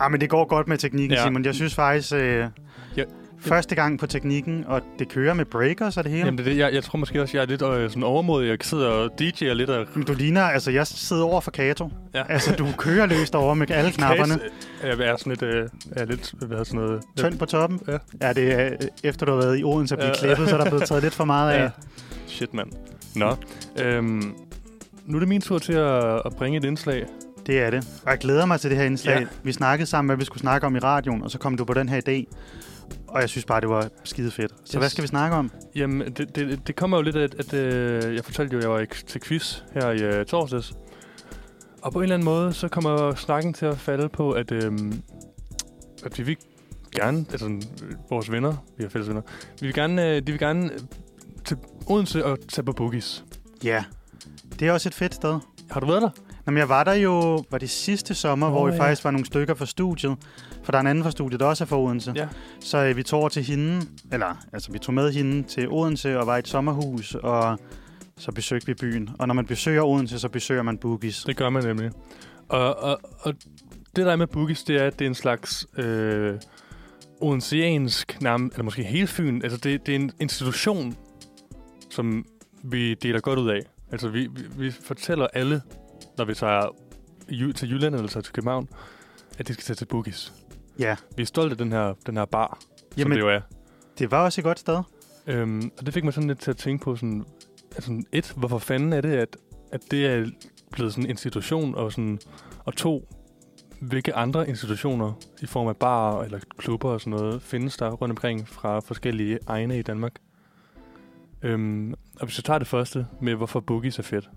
S2: Ah, men det går godt med teknikken,
S3: Ja.
S2: ja. Simon. Jeg synes faktisk, øh,
S3: Ja.
S2: ja. første gang på teknikken, og det kører med breakers og det hele. Jamen.
S3: Jamen, det, er det, jeg, jeg tror måske også, jeg er lidt øh, sådan overmodig. Jeg sidder og DJ'er lidt og...
S2: Du ligner, altså jeg sidder over for Kato.
S3: Ja.
S2: Ja. Altså du kører løst over med alle knapperne.
S3: Jeg er sådan lidt... Øh, jeg er lidt... Hvad hedder sådan noget?
S2: Tynd på toppen.
S3: Ja.
S2: Ja. ja, det er øh, efter du har været i Odense og blive
S3: Ja.
S2: klippet, så er der blevet taget lidt for meget af.
S3: Ja. Shit, mand. Nå. Øhm, nu er det min tur til at, at bringe et indslag.
S2: Det er det. Og jeg glæder mig til det her indslag.
S3: Ja.
S2: Ja. Vi snakkede sammen, hvad vi skulle snakke om i radioen, og så kom du på den her idé. Og jeg synes bare, det var skide fedt. Så yes. hvad
S3: Yes.
S2: skal vi snakke om?
S3: Jamen, det, det, det kommer jo lidt af, at, at øh, jeg fortalte jo, at jeg var i- til quiz her i øh, torsdags. Og på en eller anden måde, så kommer snakken til at falde på, at, øh, at vi vil gerne, altså øh, vores venner, vi har fælles venner, vi vil gerne, øh, de vil gerne øh, til Odense og tage på boogies.
S2: Ja. Det er også et fedt sted.
S3: Har du været der?
S2: Nå, men jeg var der jo, var det sidste sommer,
S3: Nå,
S2: oh, hvor vi
S3: ja.
S2: faktisk var nogle stykker fra studiet. For der er en anden fra studiet, der også er fra Odense.
S3: Ja.
S2: Så øh, vi tog over til hende, eller altså vi tog med hende til Odense og var i et sommerhus, og så besøgte vi byen. Og når man besøger Odense, så besøger man Boogies.
S3: Det gør man nemlig. Og, og, og det der er med boogies, det er, at det er en slags øh, odenseansk, nam, eller måske hele Fyn, altså det, det er en institution, som vi deler godt ud af. Altså vi, vi, vi fortæller alle, når vi tager ju- til Jylland eller tager til København, at de skal tage til boogies.
S2: Ja,
S3: Vi er stolte af den her, den her bar, Jamen. som
S2: Jamen-
S3: det jo er.
S2: det var også et godt sted.
S3: Øhm, og det fik mig sådan lidt til at tænke på sådan, altså et, hvorfor fanden er det, at, at det er blevet sådan en institution, og, sådan, og to, hvilke andre institutioner i form af barer eller klubber og sådan noget, findes der rundt omkring fra forskellige egne i Danmark? Øhm, og hvis jeg tager det første med, hvorfor boogies er fedt,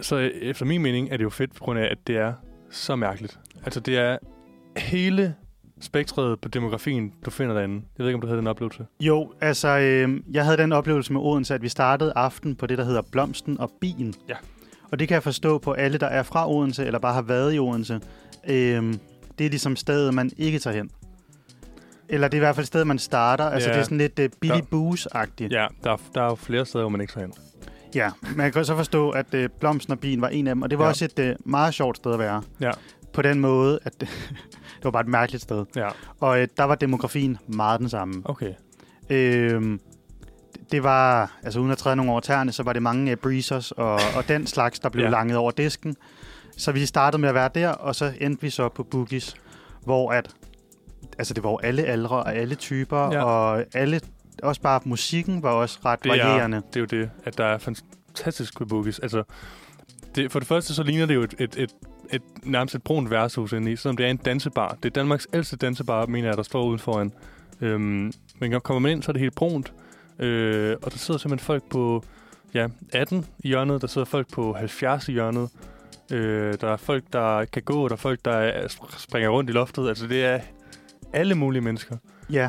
S3: så øh, efter min mening er det jo fedt på grund af, at det er så mærkeligt. Altså det er hele spektret på demografien, du finder derinde. Jeg ved ikke, om du havde den oplevelse.
S2: Jo, altså, øh, jeg havde den oplevelse med Odense, at vi startede aften på det, der hedder Blomsten og Bien.
S3: Ja.
S2: Og det kan jeg forstå på alle, der er fra Odense, eller bare har været i Odense. Øh, det er ligesom stedet, man ikke tager hen. Eller det er i hvert fald stedet, man starter. Altså,
S3: Ja.
S2: det er sådan lidt øh,
S3: Der-
S2: billy booze-agtigt.
S3: Ja, der er, der er jo flere steder, hvor man ikke tager hen.
S2: ja. Men jeg kan så forstå, at øh, Blomsten og Bien var en af dem, og det var
S3: Ja.
S2: ja. også et øh, meget sjovt sted at være.
S3: Ja.
S2: På den måde, at det var bare et mærkeligt sted.
S3: Ja,
S2: Og øh, der var demografien meget den samme.
S3: okay.
S2: Øhm, det var, altså uden at træde nogen over tæerne, så var det mange uh, breezers og, og den slags, der blev
S3: Ja.
S2: ja. langet over disken. Så vi startede med at være der, og så endte vi så på Boogies, hvor at, altså det var jo alle aldre og alle typer,
S3: Ja.
S2: ja. og alle, også bare musikken var også ret
S3: Det er,
S2: varierende.
S3: det er jo det, at der er fantastisk ved boogies. Altså, det, for det første, så ligner det jo et, et, et, et nærmest et brunt værtshus inde i, selvom det er en dansebar. Det er Danmarks ældste dansebar, mener jeg, der står ude foran. Øhm, men når kommer man ind, så er det helt brunt. Øh, og der sidder simpelthen folk på ja, 18 i hjørnet, der sidder folk på 70 i hjørnet. Øh, der er folk, der kan gå, der er folk, der er- springer rundt i loftet. Altså, det er alle mulige mennesker.
S2: Ja,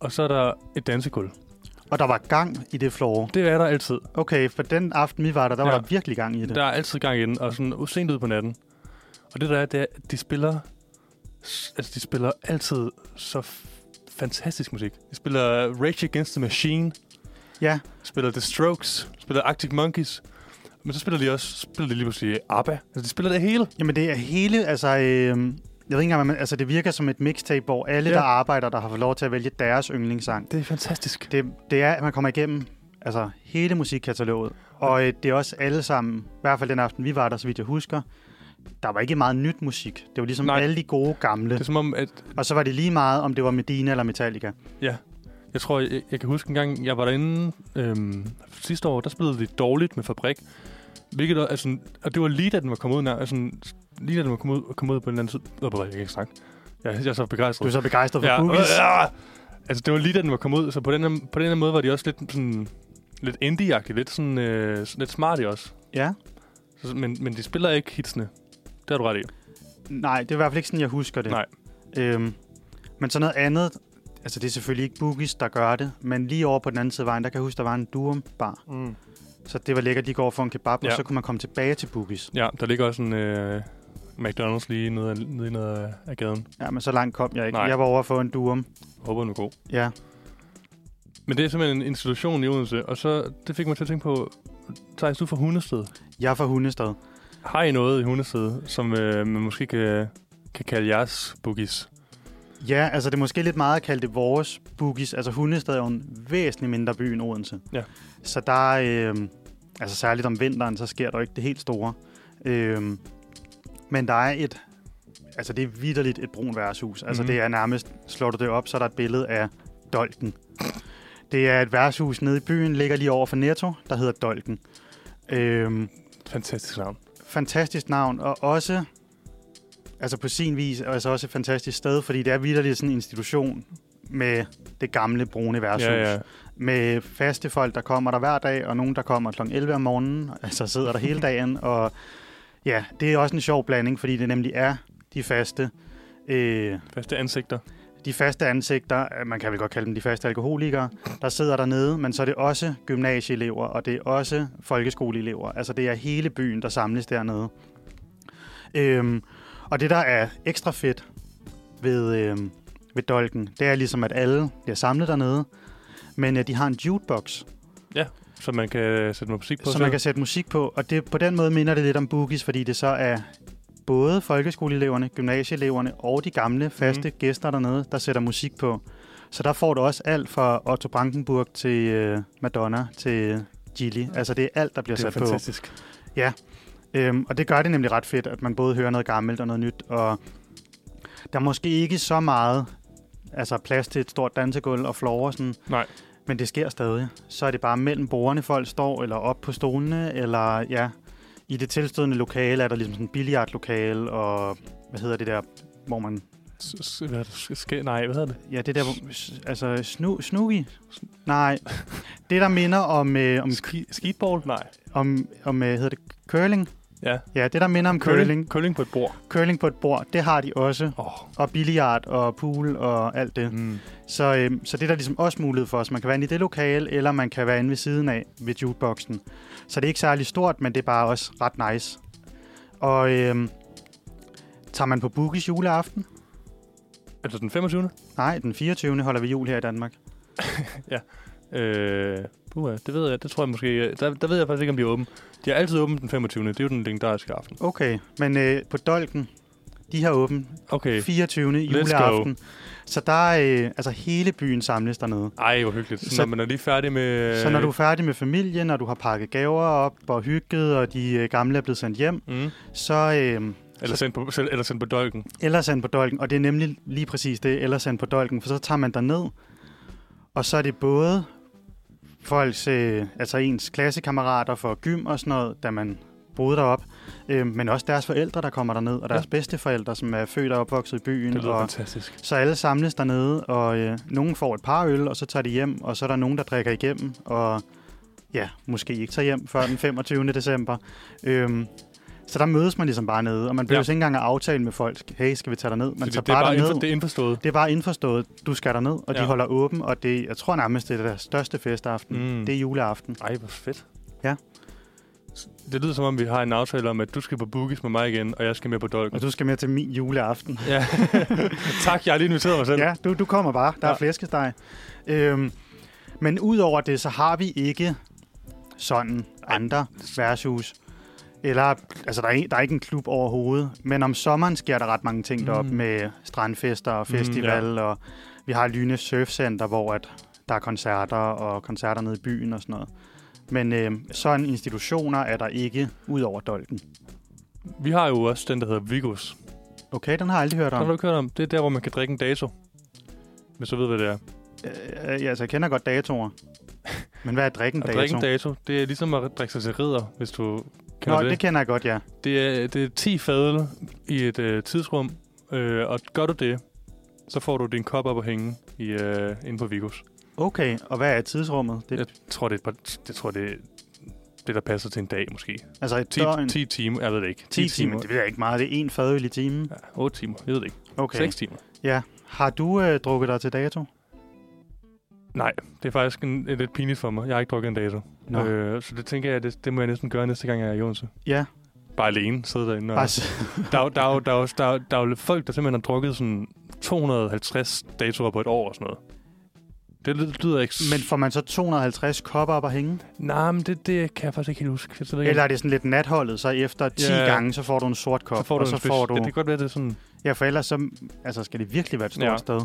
S3: Og så er der et dansegulv.
S2: og der var gang i det floor.
S3: Det er der altid.
S2: Okay, for den aften vi var der, der ja.
S3: Ja.
S2: var der virkelig gang i det.
S3: Der er altid gang i den, og sådan sent ud på natten. Og det der er, det er, at de spiller, s- altså de spiller altid så f- fantastisk musik. De spiller Rage Against the Machine,
S2: Ja,
S3: spiller The Strokes, spiller Arctic Monkeys. Men så spiller de også, spiller de lige pludselig ABBA. Altså de spiller det hele.
S2: jamen det er hele, altså... Øh, jeg ved ikke engang, hvad man, altså det virker som et mixtape, hvor alle,
S3: Ja.
S2: ja. der arbejder, der har fået lov til at vælge deres yndlingssang.
S3: Det er fantastisk.
S2: Det, det er, at man kommer igennem altså, hele musikkataloget. Og øh, det er også alle sammen, i hvert fald den aften, vi var der, så vidt jeg husker, der var ikke meget nyt musik. Det var ligesom
S3: Nej.
S2: Nej. alle de gode gamle.
S3: Det er som om, at
S2: Og så var det lige meget, om det var Medina eller Metallica.
S3: Jeg tror, jeg, jeg kan huske en gang, jeg var derinde øhm, sidste år, der spillede vi dårligt med Fabrik. Hvilket, er- altså, og det var lige da den var kommet ud, nær- altså, lige da den var kommet ud, kommet ud på en eller anden tid. Nå, jeg kan ikke snakke. Jeg, jeg er så
S2: Du er
S3: begejstret.
S2: så begejstret for
S3: ja.
S2: cookies.
S3: Øh, øh. Altså, det var lige da den var kommet ud, så på den, her, på den her måde var de også lidt sådan... Lidt indie-agtige, lidt, sådan, øh, lidt smarte også.
S2: Ja.
S3: Så, men, men de spiller ikke hitsene. Det har du ret i.
S2: Nej, det er i hvert fald ikke sådan, jeg husker det.
S3: Nej.
S2: Øhm, men så noget andet, altså det er selvfølgelig ikke Boogies, der gør det, men lige over på den anden side af vejen, der kan jeg huske, der var en Durum bar.
S3: Mm.
S2: Så det var lækkert, de går for en kebab, ja. og
S3: Ja.
S2: så kunne man komme tilbage til Boogies.
S3: Ja, der ligger også en øh, McDonald's lige nede, ad- nede, nede af, af gaden.
S2: Ja, men så langt kom jeg ikke. Nej.
S3: Nej.
S2: Jeg var over for en Durum.
S3: Håber, den er god.
S2: Ja,
S3: Men det er simpelthen en institution i Odense, og så det fik mig til at tænke på, Thijs, du er fra Hundested.
S2: jeg er fra Hundestad.
S3: Har I noget i Hundested, som øh, man måske kan, kan kalde jeres boogies?
S2: Ja, altså det er måske lidt meget at kalde det vores Boogies. Altså Hundestad er jo en væsentlig mindre by end Odense.
S3: Ja.
S2: Så der øh, altså særligt om vinteren, så sker der jo ikke det helt store. Øh, men der er et, altså det er vidderligt et brun værtshus. Altså
S3: Mhm.
S2: det er nærmest, slår du det op, så er der et billede af Dolken. Det er et værtshus nede i byen, ligger lige over for Netto, der hedder Dolken. Øh,
S3: Fantastisk navn.
S2: fantastisk navn, og også altså på sin vis, og altså også et fantastisk sted, fordi det er vidderligt sådan en institution med det gamle brune værtshus.
S3: Ja, ja.
S2: Med faste folk, der kommer der hver dag, og nogen, der kommer kl. 11 om morgenen, altså sidder der hele dagen. Og ja, det er også en sjov blanding, fordi det nemlig er de faste, øh,
S3: Faste ansigter.
S2: de faste ansigter, øh, man kan vel godt kalde dem de faste alkoholikere, der sidder dernede, men så er det også gymnasieelever, og det er også folkeskoleelever. Altså det er hele byen, der samles dernede. Øhm, og det, der er ekstra fedt ved, øhm, ved Dolken, det er ligesom, at alle bliver samlet dernede, men øh, de har en jukebox,
S3: Så man kan sætte noget musik på.
S2: som
S3: selv.
S2: man kan sætte musik på, og det, på den måde minder det lidt om Boogies, fordi det så er både folkeskoleeleverne, gymnasieeleverne og de gamle faste
S3: Mhm.
S2: mm. gæster dernede, der sætter musik på. Så der får du også alt fra Otto Brandenburg til øh, Madonna til Gilly. Altså det er alt, der bliver
S3: det er
S2: sat på.
S3: fantastisk.
S2: Øhm, og det gør det nemlig ret fedt, at man både hører noget gammelt og noget nyt, og der er måske ikke så meget altså plads til et stort dansegulv og floor og sådan.
S3: Nej.
S2: Men det sker stadig. Så er det bare mellem bordene, folk står, eller op på stolene, eller ja, i det tilstødende lokale er der ligesom sådan en billiardlokale, og hvad hedder det der, hvor man,
S3: S- s- Hvad er det? Sk- ske- Nej, hvad hedder det?
S2: ja, det der, hvor, s- altså snu, snugi? Nej, det der minder om, øh, om,
S3: Ski- Skeetball? Nej.
S2: om, om øh, hedder det curling?
S3: Ja.
S2: Ja, det der minder om curling.
S3: Curling på et bord.
S2: Curling på et bord, det har de også.
S3: Åh.
S2: og billiard og pool og alt det.
S3: Mm.
S2: Så, øhm, så det er der ligesom også mulighed for os. Man kan være inde i det lokale, eller man kan være inde ved siden af ved jukeboxen. Så det er ikke særlig stort, men det er bare også ret nice. Og øhm, tager man på Bookies juleaften?
S3: Altså den 25.
S2: Nej, den 24. holder vi jul her i Danmark.
S3: Øh, puha, det ved jeg. Det tror jeg måske... Der, der ved jeg faktisk ikke, om de er åbne. De er altid åbent den 25. Det er jo den legendariske aften.
S2: Okay, men øh, på Dolken, de har åbent
S3: Okay.
S2: 24.
S3: go.
S2: juleaften. Så der er øh, altså hele byen samles dernede.
S3: Ej, hvor hyggeligt. Sådan,
S2: Så-
S3: så, når man er lige færdig med...
S2: Så når du er færdig med familien, og du har pakket gaver op og hygget, og de øh, gamle er blevet sendt hjem,
S3: Mm.
S2: så øh,
S3: Eller sendt på, selv- eller sendt på dolken.
S2: eller sendt på dolken, og det er nemlig lige præcis det, eller sendt på dolken, for så tager man ned, og så er det både folks, øh, altså ens klassekammerater for gym og sådan noget, da man boede derop, øh, men også deres forældre, der kommer derned, og deres ja. bedsteforældre, som er født og opvokset i byen,
S3: Det lyder
S2: og
S3: fantastisk.
S2: så alle samles dernede, og øh, nogen får et par øl, og så tager de hjem, og så er der nogen, der drikker igennem, og ja, måske ikke tager hjem før den 25. december. Øhm, så der mødes man ligesom bare nede, og man behøver
S3: Ja.
S2: ja. ikke engang at aftale med folk, hey, skal vi tage ned? Man
S3: Man
S2: tager
S3: det, det, er bare
S2: derned.
S3: indfor, det er indforstået.
S2: Det er bare indforstået, du skal derned, og ja. de
S3: Ja.
S2: holder åben, og det, jeg tror nærmest, det er deres største festaften. Mm. Det er juleaften.
S3: Ej, hvor fedt.
S2: Ja.
S3: S- Det lyder som om, vi har en aftale om, at du skal på bookies med mig igen, og jeg skal med på dolken.
S2: Og du skal med til min juleaften.
S3: Ja. tak, jeg har lige inviteret mig selv.
S2: Ja, du, du kommer bare. Der ja. er
S3: Ja.
S2: flæskesteg. Øhm, men udover det, så har vi ikke sådan andre værtshus. Eller, altså, der er, en, der er ikke en klub overhovedet. Men om sommeren sker der ret mange ting mm. deroppe med strandfester og
S3: Mm, ja.
S2: festival. Mm, ja. Og vi har Lyne Surfcenter, hvor at der er koncerter og koncerter nede i byen og sådan noget. Men øh, sådan institutioner er der ikke ud over Dolken.
S3: Vi har jo også den, der hedder Vigos.
S2: Okay, den har jeg aldrig hørt
S3: Der har
S2: om.
S3: du ikke hørt om. Det er der, hvor man kan drikke en dato. Hvis du ved, hvad det er.
S2: Øh, øh, altså, jeg kender godt datoer. Men hvad er drikken
S3: At drikke en dato, det er ligesom at drikke sig til ridder, hvis du kender
S2: Nå,
S3: det.
S2: det kender jeg godt, ja.
S3: Det er, det er 10 fadel i et øh, tidsrum, øh, og gør du det, så får du din kop op at hænge i, øh, inde på Vigos.
S2: Okay, og hvad er tidsrummet? Det er
S3: Jeg tror, det er, et par, jeg tror, det er det, der passer til en dag måske.
S2: altså et
S3: 10,
S2: døgn. 10,
S3: 10 timer, jeg ved det ikke.
S2: 10 timer. Det ved jeg ikke meget. Det er en fadøl i timen.
S3: Ja, 8 timer, jeg ved det ikke. Okay.
S2: Okay.
S3: 6 timer.
S2: Ja. Har du øh, drukket dig til dato?
S3: Nej, det er faktisk en, en lidt pinligt for mig. Jeg har ikke drukket en dato.
S2: Nå.
S3: Øh, så det tænker jeg, det, det må jeg næsten gøre næste gang, jeg er i Odense.
S2: Ja.
S3: Bare alene sidde derinde. Og...
S2: Bare, s-
S3: Der, er jo- der, er jo- der, er jo- der, er jo- der er jo folk, der simpelthen har drukket sådan 250 datoer på et år og sådan noget. Det ly- lyder ikke...
S2: men får man så 250 kopper op at hænge?
S3: Nej, men det, det kan jeg faktisk ikke helt huske. Jeg ved ikke,
S2: Eller er det sådan lidt natholdet, så efter 10
S3: Ja.
S2: gange, så får du en sort kop,
S3: så får du
S2: og så
S3: en
S2: får
S3: får
S2: du...
S3: Det, det kan godt være, det er sådan...
S2: Ja, for ellers så, altså, skal det virkelig være et stort
S3: Ja.
S2: sted.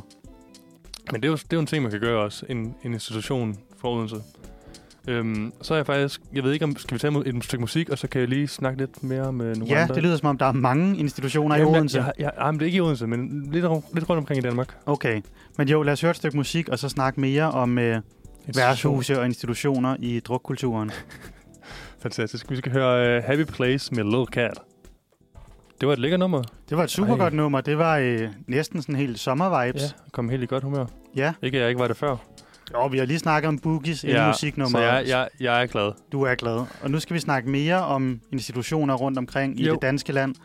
S3: Men det er, jo, det er jo en ting, man kan gøre også. En, en institution for Odense. Øhm, så er jeg faktisk... Jeg ved ikke, om skal vi tage mu- et stykke musik, og så kan jeg lige snakke lidt mere med nogle
S2: Ja,
S3: andre.
S2: det lyder som om, der er mange institutioner
S3: Jamen,
S2: i
S3: jeg-
S2: Odense.
S3: Jeg, jeg, jeg, jamen, det er ikke i Odense, men lidt, ru- lidt rundt omkring i Danmark.
S2: Okay, men jo, lad os høre et stykke musik, og så snakke mere om øh, værtshuse og institutioner i drukkulturen.
S3: Fantastisk. Vi skal høre uh, Happy Place med Lil Cat. Det var et lækker nummer.
S2: Det var et super godt nummer. Det var øh, næsten sådan helt sommervibes. Ja.
S3: Ja, kom helt i godt humør.
S2: ja.
S3: Ikke, at jeg ikke var det før.
S2: Og vi har lige snakket om boogies ja. i
S3: så
S2: musiknummeret.
S3: jeg, jeg, jeg er glad.
S2: Du er glad. Og nu skal vi snakke mere om institutioner rundt omkring i
S3: Jo.
S2: det danske land,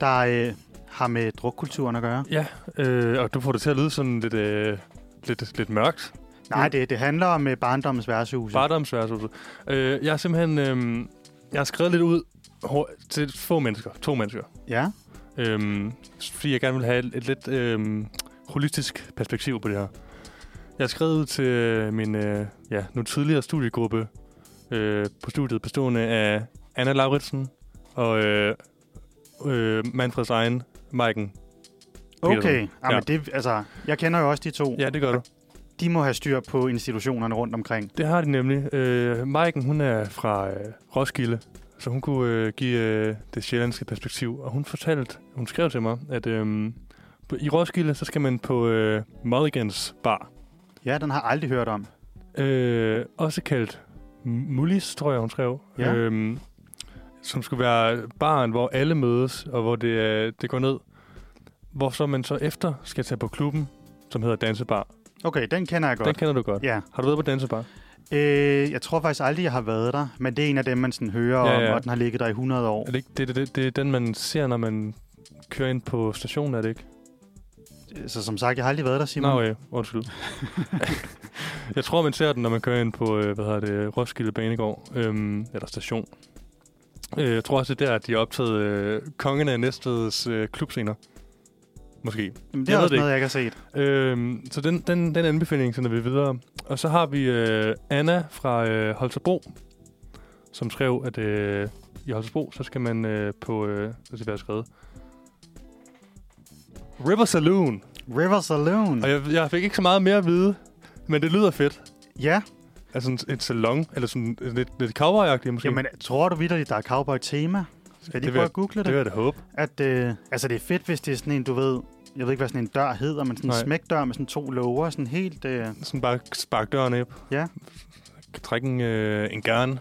S2: der øh, har med drukkulturen at gøre.
S3: Øh, og du får det til at lyde sådan lidt, øh, lidt, lidt mørkt.
S2: Nej,
S3: Ja.
S2: det, det handler om øh, barndommens værtshuse.
S3: Bardomsværelseshuset. Øh, jeg har simpelthen... Øh, jeg har skrevet lidt ud hår- til få mennesker. To mennesker.
S2: ja,
S3: Øhm, fordi jeg gerne vil have et, et lidt øhm, holistisk perspektiv på det her. Jeg skrev ud til øh, min øh, ja, nu tidligere studiegruppe øh, på studiet, bestående af Anna Lauritsen og øh, øh, Manfreds egen Maiken.
S2: okay.
S3: Petersen.
S2: Jamen,
S3: Ja.
S2: det, altså, jeg kender jo også de to.
S3: Ja, det gør du.
S2: De må have styr på institutionerne rundt omkring.
S3: Det har de nemlig. Øh, Maiken, hun er fra øh, Roskilde, så hun kunne øh, give øh, det sjællandske perspektiv. Og hun fortalte, hun skrev til mig, at øh, på, i Roskilde, så skal man på øh, Mulligans Bar.
S2: Ja, den har jeg aldrig hørt om.
S3: Øh, også kaldt Mullis, tror jeg, hun skrev.
S2: Ja.
S3: Øhm, som skulle være baren, hvor alle mødes, og hvor det, øh, det går ned. Hvor så man så efter skal tage på klubben, som hedder Dansebar.
S2: Okay, den kender jeg godt.
S3: Den kender du godt.
S2: Ja,
S3: Har du været på Dansebar?
S2: øh, jeg tror faktisk aldrig, jeg har været der, men det er en af dem, man sådan hører
S3: Ja,
S2: om,
S3: ja.
S2: og den har ligget der i 100 år.
S3: Er det, ikke, det, det, det, det er den, man ser, når man kører ind på stationen, er det ikke?
S2: Så som sagt, jeg har aldrig været der, Simon.
S3: Nå, ja, undskyld. jeg tror, man ser den, når man kører ind på, øh, hvad hedder det, Roskilde Banegård, øhm, eller station. Øh, jeg tror også, det er der, at de har optaget øh, kongen af Næstvedets øh, klubscener. Måske.
S2: Jamen, det
S3: Jeg
S2: er
S3: ved
S2: også
S3: det
S2: noget, jeg ikke har set.
S3: Øhm, så den, den, den anbefaling sender vi videre. Og så har vi øh, Anna fra øh, Holstebro, som skrev, at øh, i Holstebro, så skal man øh, på, øh, lad os se, hvad jeg har skrevet. River Saloon.
S2: River Saloon.
S3: Og jeg, jeg fik ikke så meget mere at vide, men det lyder fedt.
S2: Ja,
S3: Altså en, et salon, eller sådan lidt, lidt cowboy måske.
S2: jamen, tror du vidderligt, der er cowboy-tema? Skal de
S3: Det vil
S2: prøve
S3: jeg-
S2: at google det?
S3: det vil jeg da håbe.
S2: At, øh, altså, det er fedt, hvis det er sådan en, du ved... Jeg ved ikke, hvad sådan en dør hedder, men sådan en
S3: Nej.
S2: smækdør med sådan to låger. Sådan helt... Øh,
S3: Sådan bare spark døren op.
S2: Ja.
S3: Træk en, øh, en garn.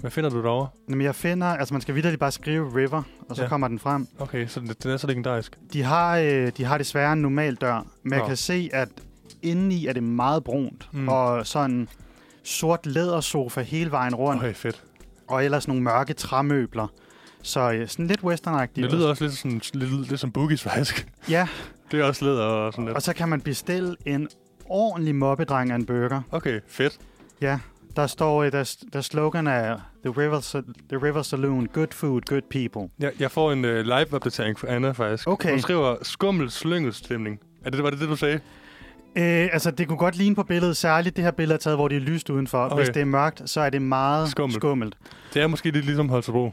S3: Hvad finder du derovre?
S2: jamen, jeg finder... Altså, man skal vidderligt bare skrive River, og så ja.
S3: Ja.
S2: kommer den frem.
S3: Okay, så den, den er så legendarisk.
S2: De har, øh, de har desværre en normal dør, men jeg
S3: Nå.
S2: kan se, at indeni er det meget brunt, mm.
S3: Mm.
S2: og sådan sort lædersofa hele vejen rundt, okay.
S3: Okay, fedt.
S2: og ellers nogle mørke træmøbler. Så øh, sådan lidt westernagtigt.
S3: Det lyder også lidt, sådan, lidt, lidt som boogies, faktisk.
S2: Ja,
S3: Det er også læder og sådan
S2: og
S3: lidt.
S2: så kan man bestille en ordentlig mobbedreng af en burger.
S3: Okay, fedt.
S2: Ja, der står, øh, der, der slogan er The River, Sa- The River Saloon, good food, good people.
S3: Jeg, jeg får en øh, live-opdatering fra Anna, faktisk.
S2: Okay.
S3: Hun skriver, skummel slyngelstemning. Er det, var det det, du sagde?
S2: Øh, altså, det kunne godt ligne på billedet, særligt det her billede er taget, hvor det er lyst udenfor. Okay.
S3: Okay.
S2: Hvis det er mørkt, så er det meget skummelt.
S3: Skummelt.
S2: skummelt.
S3: Det er måske lidt ligesom Holstebro.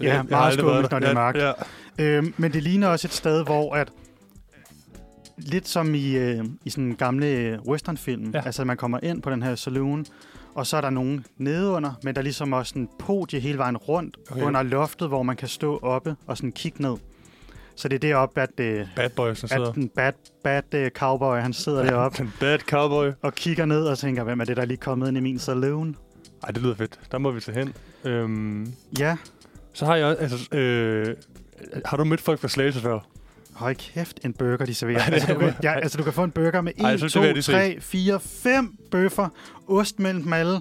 S2: Ja,
S3: har
S2: meget
S3: aldrig
S2: skummelt,
S3: været der.
S2: når det er
S3: Ja,
S2: mørkt.
S3: Ja,
S2: Øhm, men det ligner også et sted, hvor at lidt som i, øh, i sådan en gamle øh, westernfilm, ja.
S3: Ja.
S2: altså man kommer ind på den her saloon, og så er der nogen nedeunder, men der er ligesom også en podie hele vejen rundt okay.
S3: Okay.
S2: under loftet, hvor man kan stå oppe og sådan kigge ned. Så det er deroppe, at, øh,
S3: Bad Boys, der sidder.
S2: at den bad, bad øh, cowboy, han sidder deroppe
S3: Den bad cowboy.
S2: og kigger ned og tænker, hvem er det, der er lige kommet ind i min saloon?
S3: Ej, det lyder fedt. Der må vi tage hen. Øhm,
S2: Ja,
S3: så har jeg også, altså, øh, har du mødt folk fra Slagelse før?
S2: Hold kæft, en burger, de serverer. altså, du kan, ja, altså, du kan få en burger med
S3: Ej,
S2: 1,
S3: så serverer
S2: 2,
S3: de
S2: 3, 4, 5 bøffer, ost mellem dem alle.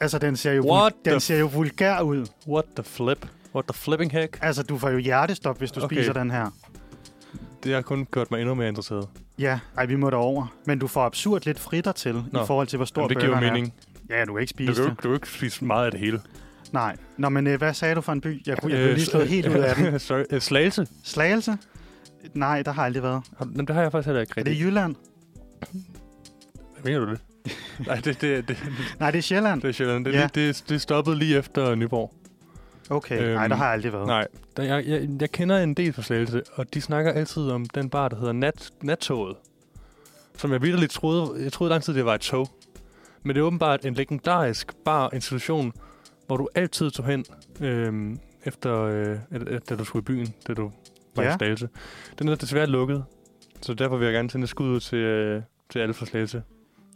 S2: Altså, den ser jo,
S3: What
S2: vul-
S3: the
S2: den ser jo vulgær ud.
S3: What the flip? What the flipping heck?
S2: Altså, du får jo hjertestop, hvis du okay.
S3: Okay.
S2: spiser den her.
S3: Det har kun gjort mig endnu mere interesseret.
S2: Ja, ej, vi må derover. Men du får absurd lidt fritter til, Nå.
S3: Nå.
S2: i forhold til, hvor stor
S3: Jamen, det giver
S2: burgeren
S3: jo mening.
S2: er. Ja, du kan ikke spise
S3: Du kan, jo
S2: det.
S3: ikke, du kan jo ikke spise meget af det hele.
S2: Nej. Nå, men øh, hvad sagde du for en by? Jeg kunne, jeg blev lige slået helt ud af den.
S3: Øh, Sorry. Øh, Slagelse?
S2: Slagelse? Nej, der har jeg aldrig været.
S3: Har du- Jamen, det har jeg faktisk heller ikke
S2: Er det
S3: rigtigt.
S2: Jylland?
S3: Hvad mener du det? Nej, det, det, det,
S2: Nej, det er Sjælland.
S3: det er sjældent. Det,
S2: Ja.
S3: ja. det, det stoppede lige efter Nyborg.
S2: Okay, nej,
S3: Øhm,
S2: der har jeg aldrig været.
S3: Nej, der, jeg, jeg, jeg kender en del fra Slagelse, og de snakker altid om den bar, der hedder nat, Nattoget. Som jeg virkelig troede, jeg troede lang tid, det var et tog. Men det er åbenbart en legendarisk bar institution, hvor du altid tog hen, øhm, efter, øh, at- at- da du skulle i byen, da du var
S2: Ja.
S3: i Slagelse. Den er desværre lukket, så derfor vil jeg gerne sende et skud ud til, øh, til alle fra Slagelse.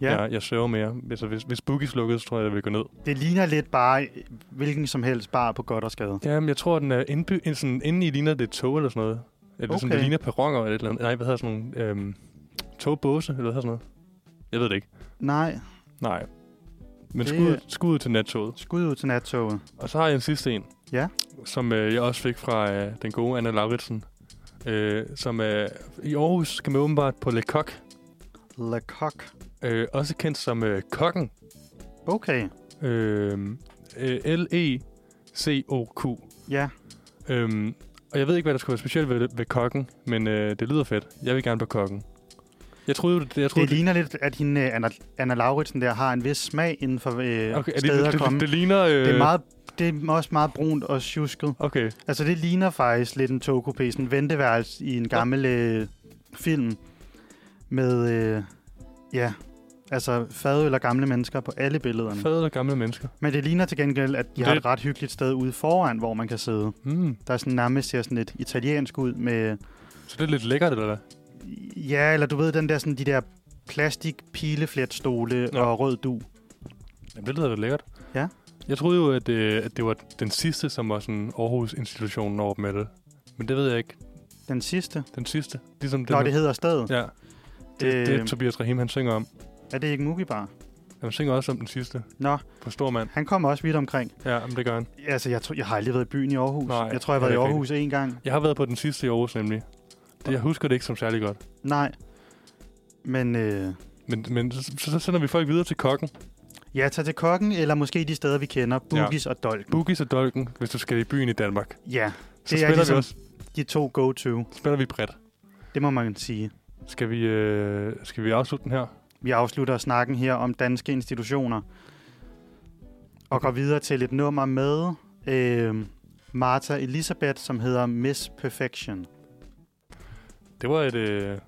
S2: Ja.
S3: Jeg, jeg sørger mere. Hvis, hvis, hvis Boogies lukkede, så tror jeg, jeg vil gå ned.
S2: Det ligner lidt bare hvilken som helst bar på godt og skade.
S3: Jamen, jeg tror, den er indby, en sådan, inde i ligner det et tog eller sådan noget. Eller okay. sådan,
S2: Okay.
S3: det ligner perroner eller et eller andet. Nej, hvad hedder sådan nogle... Øhm, togbåse eller hvad hedder sådan noget? Jeg ved det ikke.
S2: Nej,
S3: Nej. Men
S2: Det-
S3: skud, skud til nattoget.
S2: skud ud til nattoget.
S3: Og så har jeg en sidste en.
S2: Ja.
S3: Som øh, jeg også fik fra øh, den gode Anna Lauritsen. Øh, som øh, i Aarhus kan man åbenbart på Le Coq.
S2: Le Coq.
S3: Øh, også kendt som øh, Kokken.
S2: Okay,
S3: Øh, øh, L-E-C-O-Q.
S2: ja.
S3: Øhm, og jeg ved ikke, hvad der skulle være specielt ved, ved kokken, men øh, det lyder fedt. Jeg vil gerne på kokken. Jeg troede, det, jeg troede,
S2: Det ligner lidt, at hende, øh, Anna, Anna Lauritsen der har en vis smag inden for øh,
S3: okay,
S2: okay,
S3: er
S2: steder
S3: det,
S2: at
S3: det,
S2: komme.
S3: det, det, ligner... Øh,
S2: Det er, meget, det er også meget brunt og sjusket.
S3: Okay,
S2: Altså, det ligner faktisk lidt en togkupé, sådan en venteværelse i en gammel øh, film med, øh, ja, altså fadøl og gamle mennesker på alle billederne.
S3: fadøl og gamle mennesker.
S2: Men det ligner til gengæld, at de det... har
S3: Det-
S2: et ret hyggeligt sted ude foran, hvor man kan sidde.
S3: Mm.
S2: Der er sådan nærmest ser sådan lidt italiensk ud med,
S3: Så det er lidt lækkert, eller hvad?
S2: ja, eller du ved, den der sådan de der plastik pilefletstole
S3: Nå.
S2: og rød du.
S3: Jamen, det lyder da lækkert.
S2: Ja.
S3: Jeg troede jo, at, øh, at det var den sidste, som var sådan Aarhus-institutionen over dem alle. Men det ved jeg ikke.
S2: Den sidste.
S3: Den sidste. Ligesom den
S2: Nå,
S3: her-
S2: det hedder stedet. Ja.
S3: Ja. Det, øh...
S2: Øh.
S3: det, Tobias Rahim, han synger om.
S2: Er det ikke Mugibar?
S3: Han synger også om den sidste.
S2: Nå,
S3: På Stormand.
S2: han kommer også vidt omkring.
S3: Ja, men det gør han.
S2: Altså, jeg, tror, jeg har aldrig været i byen i Aarhus.
S3: Nej,
S2: jeg tror, jeg har
S3: det
S2: været
S3: er
S2: i
S3: rigtigt.
S2: Aarhus én gang.
S3: Jeg har været på den sidste i Aarhus, nemlig. Det, jeg husker det ikke som særlig godt.
S2: Nej. Men øh,
S3: Men, men så, så sender vi folk videre til kokken.
S2: ja, tag til kokken, eller måske de steder, vi kender. Boogies ja. og Dolk.
S3: Boogies og Dolken, hvis du skal i byen i Danmark. Så
S2: Ja,
S3: det
S2: er
S3: spiller, ligesom...
S2: ligesom-
S3: vi også,
S2: de to go-to.
S3: spiller vi bredt.
S2: Det må man sige.
S3: Skal vi, øh, skal vi afslutte den her?
S2: Vi afslutter snakken her om danske institutioner. Og går videre til et nummer med øh, Martha Elisabeth, som hedder Miss Perfection.
S3: Mm. Det var et øh,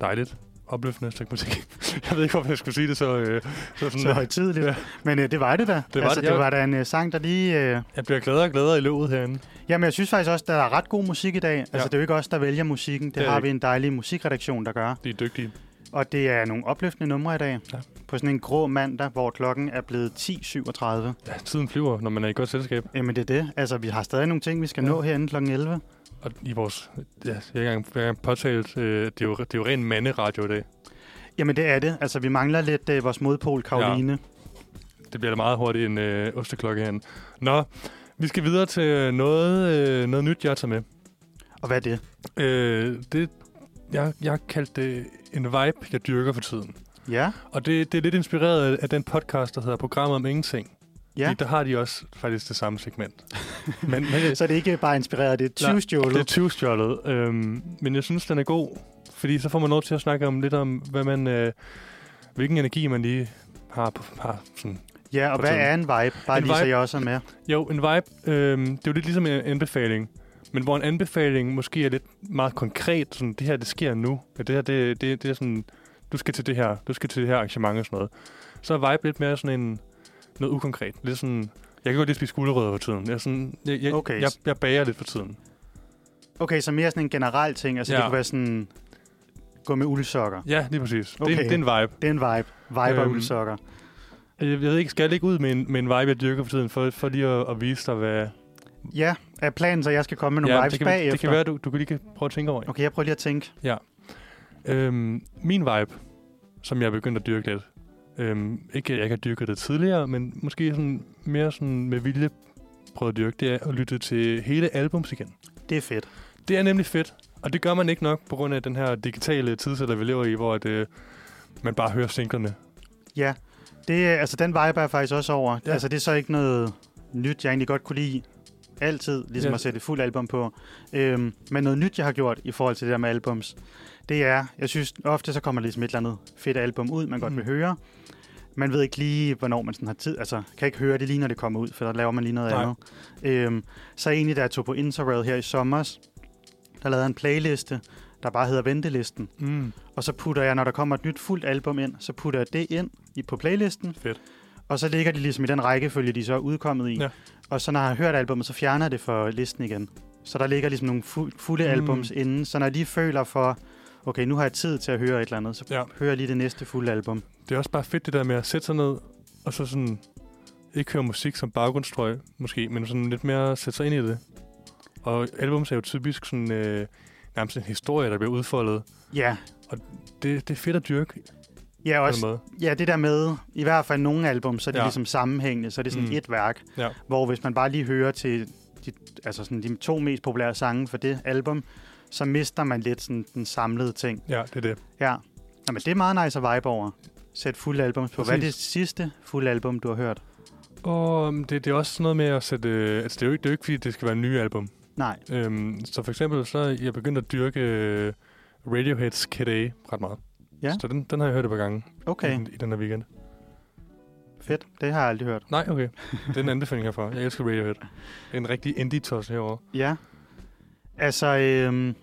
S3: dejligt opløftende stykke musik. jeg ved ikke, hvorfor jeg skulle sige det så, øh, så sådan.
S2: Så
S3: Så...
S2: højtidligt. Ja.
S3: Ja.
S2: Men øh, det var det da. Det
S3: var
S2: altså,
S3: det,
S2: det
S3: ja.
S2: var da en øh, sang, der lige... Øh,
S3: Jeg bliver gladere og gladere i løbet herinde.
S2: Jamen, jeg synes faktisk også, der er ret god musik i dag. Altså,
S3: Ja.
S2: det er jo ikke os, der vælger musikken. Det,
S3: Det
S2: det
S3: er
S2: har
S3: det
S2: vi en dejlig musikredaktion, der gør.
S3: De er dygtige.
S2: Og det er nogle opløftende numre i dag. Ja.
S3: Ja.
S2: På sådan en grå mandag, hvor klokken er blevet 10.37.
S3: Ja, tiden flyver, når man er i godt selskab.
S2: Jamen, det er det. Altså, vi har stadig nogle ting, vi skal ja.
S3: Ja.
S2: nå herinde kl. 11.
S3: Og i vores... Ja, jeg har ikke engang- jeg har engang påtalt, øh, det, er jo, det er jo ren manderadio i dag.
S2: Jamen, det er det. Altså, vi mangler lidt øh, vores modpol, Karoline.
S3: Det bliver da meget hurtigt en øh, osteklokke herinde. Nå, vi skal videre til noget, øh, noget nyt, jeg tager med.
S2: Og hvad er det?
S3: Øh, det, jeg, jeg har kaldt det en vibe, jeg dyrker for tiden.
S2: Ja,
S3: Og det, det er lidt inspireret af- af den podcast, der hedder Programmet om Ingenting.
S2: Ja.
S3: Fordi der har de også faktisk det samme segment. men, men det,
S2: så er det ikke bare inspireret af det. 20
S3: Nej, det er
S2: stjålet.
S3: 20 stjålet. Øhm, men jeg synes, den er god. Fordi så får man lov til at snakke om lidt om, hvad man, øh, hvilken energi man lige har. På, har sådan.
S2: Ja, og
S3: for
S2: hvad
S3: tiden.
S2: er en vibe? Bare
S3: En
S2: lige så
S3: vibe-
S2: jeg også er med.
S3: Jo, en vibe, øh, det er jo lidt ligesom en anbefaling. Men hvor en anbefaling måske er lidt meget konkret, sådan, det her, det sker nu. Ja, det her, det, det, det er sådan, du skal til det her, du skal til det her arrangement og sådan noget. Så er vibe lidt mere sådan en, noget ukonkret. Lidt sådan, jeg kan godt lige spise gulerødder for tiden. Jeg, er sådan, jeg, jeg,
S2: Okay.
S3: jeg, jeg bager lidt for tiden.
S2: Okay, så mere sådan en generel ting. Altså, ja. det
S3: Ja.
S2: kunne være sådan... Gå med uldsokker.
S3: Ja, lige præcis. Okay. Det,
S2: Okay.
S3: er, det er en vibe.
S2: Det er en vibe. Vibe og
S3: Øhm,
S2: uldsokker.
S3: Jeg, jeg ved ikke, skal jeg ligge ud med en, med en vibe, jeg dyrker for tiden, for, for lige at, at vise dig, hvad,
S2: Ja, Er planen så, at jeg skal komme med nogle ja, vibes
S3: det kan,
S2: bagefter?
S3: det kan være, du, du kan lige kan prøve at tænke over.
S2: Okay, jeg prøver lige at tænke.
S3: Øhm, min vibe, som jeg er begyndt at dyrke lidt, øhm, ikke at jeg ikke har dyrket det tidligere, men måske sådan mere sådan med vilje prøvet at dyrke, det er at lytte til hele albums igen.
S2: Det er fedt.
S3: Det er nemlig fedt, og det gør man ikke nok på grund af den her digitale tidsalder, vi lever i, hvor at, øh, man bare hører singlerne.
S2: Ja, det, er- altså den vibe er jeg faktisk også over.
S3: Ja.
S2: Ja. Altså det er så ikke noget nyt, jeg egentlig godt kunne lide altid, ligesom
S3: Ja.
S2: ja. at sætte et fuldt album på. Øhm, men noget nyt, jeg har gjort i forhold til det der med albums, det er, jeg synes ofte så kommer der ligesom et eller andet fedt album ud, man godt
S3: Mm.
S2: vil høre. Man ved ikke lige, hvornår man sådan har tid. Altså, kan ikke høre det lige, når det kommer ud, for der laver man lige noget
S3: Nej.
S2: andet. Øhm, så egentlig, da jeg tog på Interrail her i sommer, der lavede jeg en playliste, der bare hedder Ventelisten.
S3: Mm.
S2: Og så putter jeg, når der kommer et nyt fuldt album ind, så putter jeg det ind i, på playlisten.
S3: Fedt.
S2: Og så ligger de ligesom i den rækkefølge, de så er udkommet i.
S3: Ja.
S2: Og så når jeg har hørt albumet, så fjerner jeg det for listen igen. Så der ligger ligesom nogle fu- fulde
S3: Mm.
S2: mm. albums inden. Så når jeg lige føler for, okay, nu har jeg tid til at høre et eller andet, så
S3: Ja.
S2: hører jeg lige det næste fulde album.
S3: Det er også bare fedt det der med at sætte sig ned, og så sådan ikke høre musik som baggrundstrøg, måske, men sådan lidt mere sætte sig ind i det. Og albums er jo typisk sådan, øh, nærmest en historie, der bliver udfoldet.
S2: Ja,
S3: Det, det er fedt at dyrke på
S2: ja også
S3: en måde.
S2: Ja, det der med, i hvert fald nogle album, så er det
S3: Ja.
S2: ja. ligesom sammenhængende, så er det sådan
S3: Mm.
S2: mm. et værk.
S3: Ja.
S2: Hvor hvis man bare lige hører til de, altså sådan de to mest populære sange for det album, så mister man lidt sådan den samlede ting.
S3: Ja, det er det.
S2: Ja. Nå, men det er meget nice at vibe over. Sæt fulde album på. Hvad er det
S3: Præcis.
S2: sidste fulde album, du har hørt?
S3: Og mm, det, det er også sådan noget med at sætte... Øh, altså, det er, jo ikke, det er jo ikke, fordi det skal være en ny album.
S2: Nej.
S3: Øhm, så for eksempel, så er jeg begyndt at dyrke øh, Radiohead's Kid A ret meget.
S2: Ja.
S3: Så den, den har jeg hørt et par gange
S2: Okay,
S3: i, den- i den her weekend.
S2: fedt. Det har jeg aldrig hørt.
S3: Nej, okay. Det er en anbefaling herfra. Jeg elsker Radiohead. Det er en rigtig indie-toss herovre.
S2: Ja. Altså, øhm,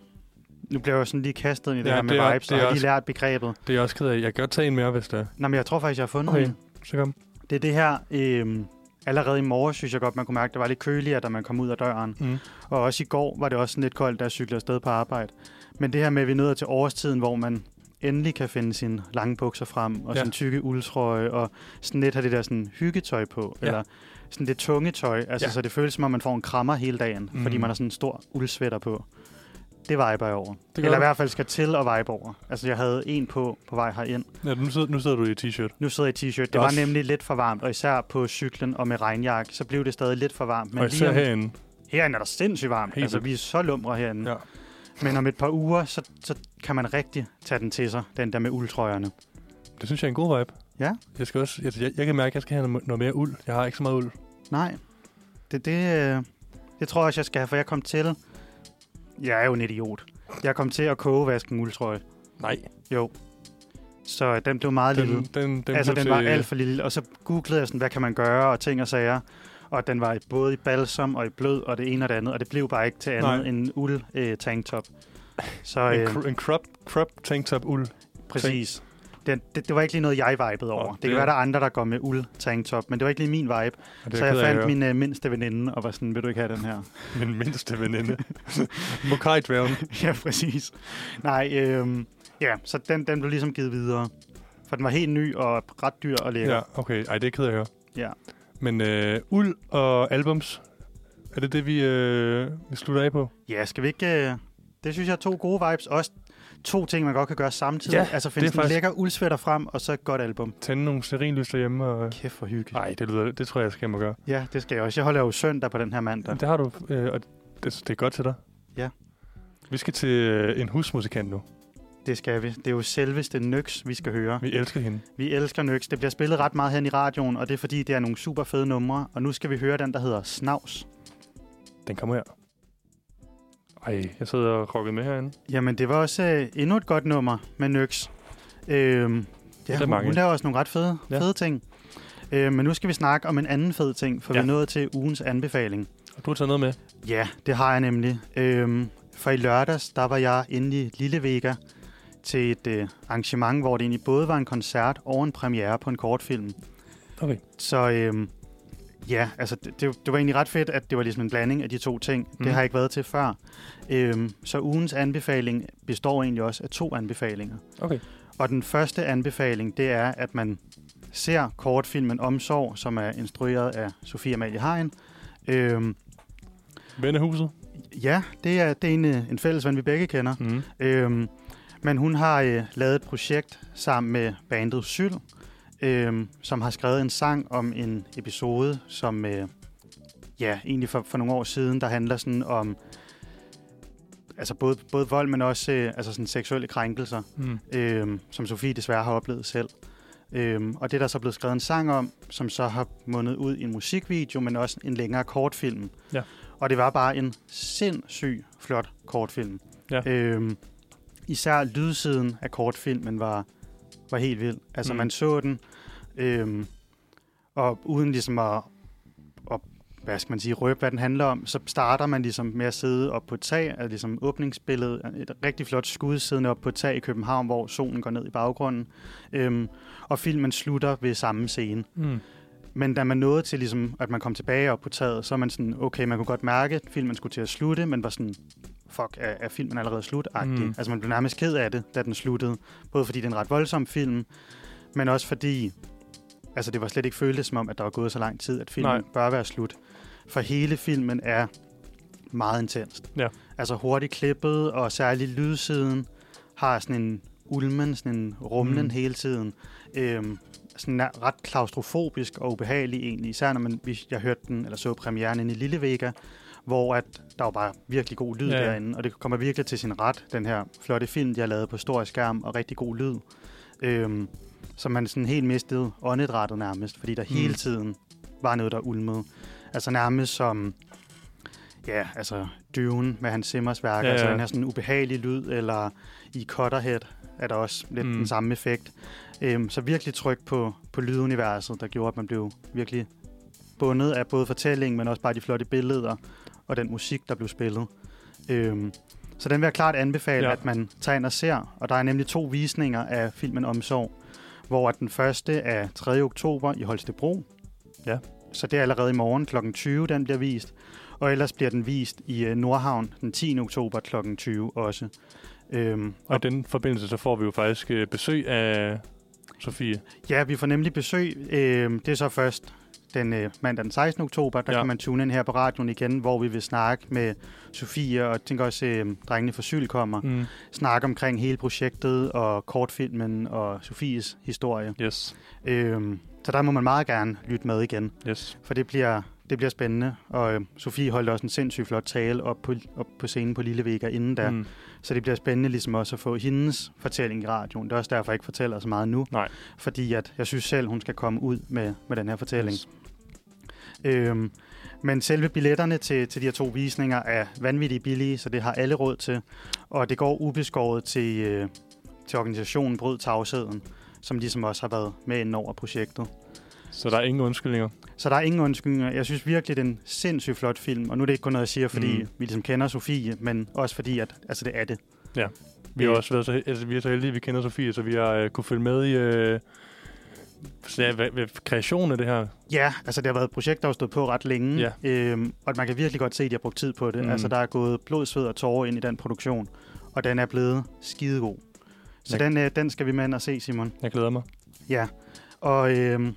S2: nu bliver jeg jo sådan lige kastet ind i det
S3: Ja,
S2: ja, her med
S3: det er-
S2: vibes,
S3: det
S2: og
S3: er
S2: har lige
S3: også-
S2: lært begrebet.
S3: Det er jeg også ked af. Jeg kan godt tage en mere, hvis det er.
S2: Nå, men jeg tror faktisk, jeg har fundet
S3: Okay.
S2: en.
S3: Så kom.
S2: Det er det her, øh, allerede i morges synes jeg godt, man kunne mærke, at det var lidt køligere, da man kom ud af døren.
S3: Mm.
S2: Og også i går var det også sådan lidt koldt, da jeg cyklede afsted på arbejde. Men det her med, at vi nåede til årstiden, hvor man endelig kan finde sine lange bukser frem, og
S3: Ja.
S2: ja. sin tykke uldtrøje, og sådan lidt have det der sådan hyggetøj på,
S3: Ja.
S2: ja. eller sådan det tunge tøj, altså
S3: Ja.
S2: ja. så det føles som om, man får en krammer hele dagen, mm. fordi
S3: Mm.
S2: man har sådan en stor uldsvætter på. Det viber jeg over.
S3: Det
S2: Eller i
S3: du.
S2: hvert fald skal til at vibe over. Altså, jeg havde en på på vej herind,
S3: Ja, nu, sidder, nu sidder du i t-shirt.
S2: nu sidder jeg i t-shirt. Det
S3: er
S2: var
S3: også-
S2: nemlig lidt for varmt, og især på cyklen og med regnjakke, så blev det stadig lidt for varmt.
S3: Men og
S2: lige
S3: især
S2: om,
S3: herinde.
S2: herinde er der sindssygt varmt.
S3: Helt
S2: altså,
S3: vildt.
S2: vi er så lumre herinde.
S3: Ja.
S2: Ja. Men om et par uger, så, så kan man rigtig tage den til sig, den der med uldtrøjerne.
S3: Det synes jeg er en god vibe.
S2: Ja.
S3: Jeg, skal også, jeg, jeg, jeg kan mærke, at jeg skal have noget, noget mere uld. Jeg har ikke så meget uld.
S2: Nej, det, det, øh, det tror jeg også, jeg skal have, for jeg kom til... Jeg er jo en idiot. Jeg kom til at kogevaske en uldtrøje.
S3: Nej.
S2: Jo. Så den blev meget
S3: Den,
S2: lille.
S3: den, den,
S2: altså,
S3: blev
S2: den
S3: til-
S2: var alt for lille. Og så googlede jeg sådan, hvad kan man gøre, og ting og sager. Og den var i- både i balsam og i blød, og det ene og det andet. Og det blev bare ikke til andet
S3: Nej.
S2: end en uld øh, tanktop. Så
S3: En,
S2: øh,
S3: cr- en crop, crop tanktop uld.
S2: præcis. Den, det, det var ikke lige noget, jeg vibede over.
S3: Åh,
S2: det
S3: det-
S2: kan være, der er andre, der går med uld tanktop, men det var ikke lige min vibe.
S3: Og det er
S2: så jeg
S3: ked af at
S2: fandt
S3: høre.
S2: min øh, mindste veninde og var sådan, vil du ikke have den her?
S3: Min mindste veninde. Mokai-dværgen.
S2: ja, præcis. Nej, øh, ja, så den, den blev ligesom givet videre. For den var helt ny og ret dyr og lækker.
S3: Ja, okay. Ej, det er ked af at høre.
S2: Ja.
S3: Men øh, uld og albums, er det det, vi, øh, vi slutter af på?
S2: Ja, skal vi ikke... øh, Det synes jeg er to gode vibes. Også to ting, man godt kan gøre samtidig.
S3: Ja,
S2: altså
S3: det
S2: finde
S3: er
S2: sådan faktisk...
S3: faktisk-
S2: en lækker uldsvætter frem, og så et godt album.
S3: Tænde nogle sterinlys derhjemme? Og...
S2: Kæft for hygge.
S3: Nej, det, lyder, det tror jeg, jeg skal hjem og gøre.
S2: Ja, det skal jeg også. Jeg holder jo søndag på den her mandag.
S3: Det har du, øh, og det, det er godt til dig.
S2: Ja.
S3: Vi skal til øh, en husmusikant nu.
S2: Det skal vi. Det er jo selveste Nøx, vi skal høre.
S3: Vi elsker hende.
S2: Vi elsker Nøx. Det bliver spillet ret meget hen i radioen, og det er fordi, det er nogle super fede numre. Og nu skal vi høre den, der hedder Snavs.
S3: Den kommer her. Ej, jeg sidder og rocker med herinde.
S2: Jamen, det var også øh, endnu et godt nummer med Nøx. Øhm,
S3: er
S2: ja, hun,
S3: mange.
S2: hun laver også nogle ret fede,
S3: Ja.
S2: ja. fede ting. Øh, men nu skal vi snakke om en anden fed ting, for ja.
S3: Ja.
S2: vi er nået til ugens anbefaling.
S3: Og du har taget noget med.
S2: Ja, det har jeg nemlig. Øhm, for i lørdags, der var jeg inde i Lille Vega til et øh, arrangement, hvor det egentlig både var en koncert og en premiere på en kortfilm.
S3: Okay.
S2: Så øhm, ja, altså det, det, det var egentlig ret fedt, at det var ligesom en blanding af de to ting. Mm.
S3: Mhm.
S2: Det har jeg ikke været til før. Øhm, så ugens anbefaling består egentlig også af to anbefalinger.
S3: Okay.
S2: Og den første anbefaling, det er, at man ser kortfilmen Omsorg, som er instrueret af Sofie Amalie Hein. Øhm,
S3: Ven af huset.
S2: Ja, det er, det er en, øh, en fælles ven, vi begge kender.
S3: Mm.
S2: Øhm, men hun har øh, lavet et projekt sammen med bandet Syl, øhm, som har skrevet en sang om en episode, som øh, ja, egentlig for, for nogle år siden, der handler sådan om altså både, både vold, men også øh, altså sådan seksuelle krænkelser,
S3: Mm.
S2: øhm, som Sofie desværre har oplevet selv. Øhm, og det er der så blevet skrevet en sang om, som så har mundet ud i en musikvideo, men også en længere kortfilm.
S3: Ja.
S2: Og det var bare en sindssyg flot kortfilm.
S3: Ja.
S2: Øhm, især lydsiden af kortfilmen var, var helt vild. Altså mm.
S3: Mm.
S2: man så den, øhm, og uden ligesom at, at hvad skal man sige, røbe, hvad den handler om, så starter man ligesom med at sidde op på et tag, altså ligesom åbningsbilledet, et rigtig flot skud siddende op på et tag i København, hvor solen går ned i baggrunden. Øhm, og filmen slutter ved samme scene.
S3: Mm.
S2: Men da man nåede til, ligesom, at man kom tilbage op på taget, så er man sådan, okay, man kunne godt mærke, at filmen skulle til at slutte, men var sådan, fuck, er, er filmen allerede slut mm.
S3: Mm.
S2: Altså man blev nærmest ked af det, da den sluttede. Både fordi det er en ret voldsom film, men også fordi, altså det var slet ikke føltes som om, at der var gået så lang tid, at filmen
S3: Nej.
S2: Nej. bør være slut. For hele filmen er meget intenst.
S3: Ja.
S2: Altså hurtigt klippet, og særligt lydsiden har sådan en ulmen, sådan en rumlen
S3: Mm.
S2: mm. hele tiden. Øhm, sådan er ret klaustrofobisk og ubehagelig egentlig, især når man, vi- jeg hørte den, eller så premieren inde i Lille Vega, hvor at der var bare virkelig god lyd
S3: Ja,
S2: ja.
S3: ja.
S2: derinde, og det kommer virkelig til sin ret, den her flotte film, de har lavet på stor skærm, og rigtig god lyd. Øhm, så man sådan helt mistede åndedrættet nærmest, fordi der
S3: Mm.
S2: mm. hele tiden var noget, der ulmede. Altså nærmest som, ja, altså Dune med Hans Simmers værker,
S3: Ja,
S2: ja, ja. altså
S3: ja.
S2: den her sådan ubehagelige lyd, eller i Cutterhead er der også lidt
S3: Mm.
S2: mm. den samme effekt. Øhm, så virkelig tryk på, på lyduniverset, der gjorde, at man blev virkelig bundet af både fortællingen, men også bare de flotte billeder og den musik, der blev spillet. Øhm, så den vil jeg klart anbefale,
S3: Ja.
S2: ja. at man tager ind og ser. Og der er nemlig to visninger af filmen Omsorg, hvor at den første er 3. oktober i Holstebro.
S3: Ja.
S2: Så det er allerede i morgen kl. 20, den bliver vist. Og ellers bliver den vist i øh, Nordhavn den 10. oktober kl. 20 også. Øhm,
S3: Og i den forbindelse, så får vi jo faktisk øh, besøg af Sofie.
S2: Ja, vi får nemlig besøg. Øh, det er så først den øh, mandag den 16. oktober, der
S3: Ja.
S2: ja. kan man tune ind her på radioen igen, hvor vi vil snakke med Sofie og jeg tænker også, øh, drengene fra Syl kommer. Mm.
S3: Mm.
S2: Snakke omkring hele projektet og kortfilmen og Sofies historie.
S3: Yes,
S2: Øh, så der må man meget gerne lytte med igen,
S3: yes.
S2: for det bliver, det bliver spændende. Og øh, Sofie holdt også en sindssygt flot tale op på, op på scenen på Lille Vega inden der.
S3: Mm.
S2: Så det bliver spændende ligesom også at få hendes fortælling i radioen. Det er også derfor, jeg ikke fortæller så meget nu.
S3: Nej.
S2: Fordi at jeg synes selv, hun skal komme ud med, med den her fortælling. Yes. Øhm, men selve billetterne til, til de her to visninger er vanvittigt billige, så det har alle råd til. Og det går ubeskåret til, øh, til organisationen Bryd Tavsheden, som ligesom også har været med ind over projektet.
S3: Så der er ingen undskyldninger.
S2: Så der er ingen undskyldninger. Jeg synes virkelig, det er en sindssygt flot film. Og nu er det ikke kun noget, jeg siger, fordi
S3: Mm.
S2: mm. vi ligesom kender Sofie, men også fordi, at altså, det er det.
S3: Vi har
S2: Det-
S3: også været så, altså, vi er så heldige, at vi kender Sofie, så vi har øh, kunne følge med i øh, så, ja, hvad, hvad, kreationen af det her.
S2: Ja, altså det har været et projekt, der har stået på ret længe, ja. øhm, og man kan virkelig godt se, at de har brugt tid på det.
S3: Mm.
S2: Mm. Altså der er gået blod, sved og tårer ind i den produktion, og den er blevet skidegod. Så
S3: Ja.
S2: den, øh, den skal vi med ind og se, Simon.
S3: Jeg glæder mig.
S2: Ja, og øhm,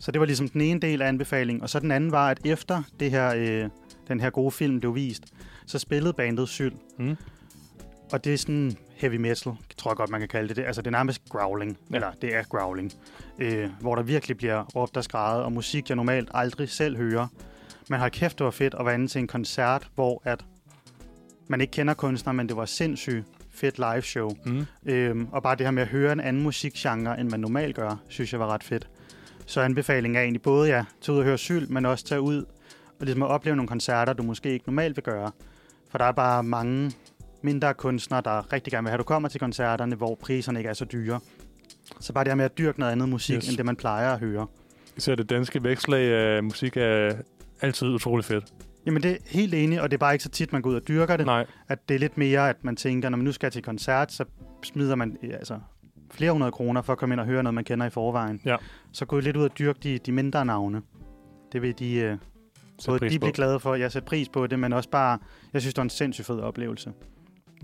S2: så det var ligesom den ene del af anbefalingen, og så den anden var, at efter det her, øh, den her gode film blev vist, så spillede bandet Syl,
S3: Mm.
S2: og det er sådan heavy metal, tror jeg godt, man kan kalde det. det. Altså, det er nærmest growling.
S3: Ja.
S2: Ja. Eller, det er growling. Øh, hvor der virkelig bliver råbt og skrejet, og musik, jeg normalt aldrig selv hører. Men har kæft, det var fedt at være inde til en koncert, hvor at man ikke kender kunstneren, men det var sindssygt fedt live show.
S3: Mm.
S2: Øhm, og bare det her med at høre en anden musikgenre, end man normalt gør, synes jeg var ret fedt. Så anbefalingen er egentlig både, ja, tage ud og høre syl, men også tage ud og ligesom at opleve nogle koncerter, du måske ikke normalt vil gøre. For der er bare mange mindre kunstnere, der rigtig gerne vil have, at du kommer til koncerterne, hvor priserne ikke er så dyre. Så bare det her med at dyrke noget andet musik,
S3: Yes.
S2: yes. end det man plejer at høre.
S3: Især det danske vækslag af musik er altid utrolig fedt.
S2: Jamen det er helt enig, og det er bare ikke så tit, man går ud og dyrker det.
S3: Nej,
S2: At det er lidt mere, at man tænker, når man nu skal til koncert, så smider man ja, altså, flere hundrede kroner for at komme ind og høre noget, man kender i forvejen.
S3: Ja.
S2: Så gå lidt ud og dyrke de, de mindre navne. Det vil de, øh,
S3: sæt
S2: både
S3: pris
S2: de
S3: på.
S2: blive glade for. Jeg sætter pris på det, men også bare, jeg synes, det var en sindssygt fed oplevelse.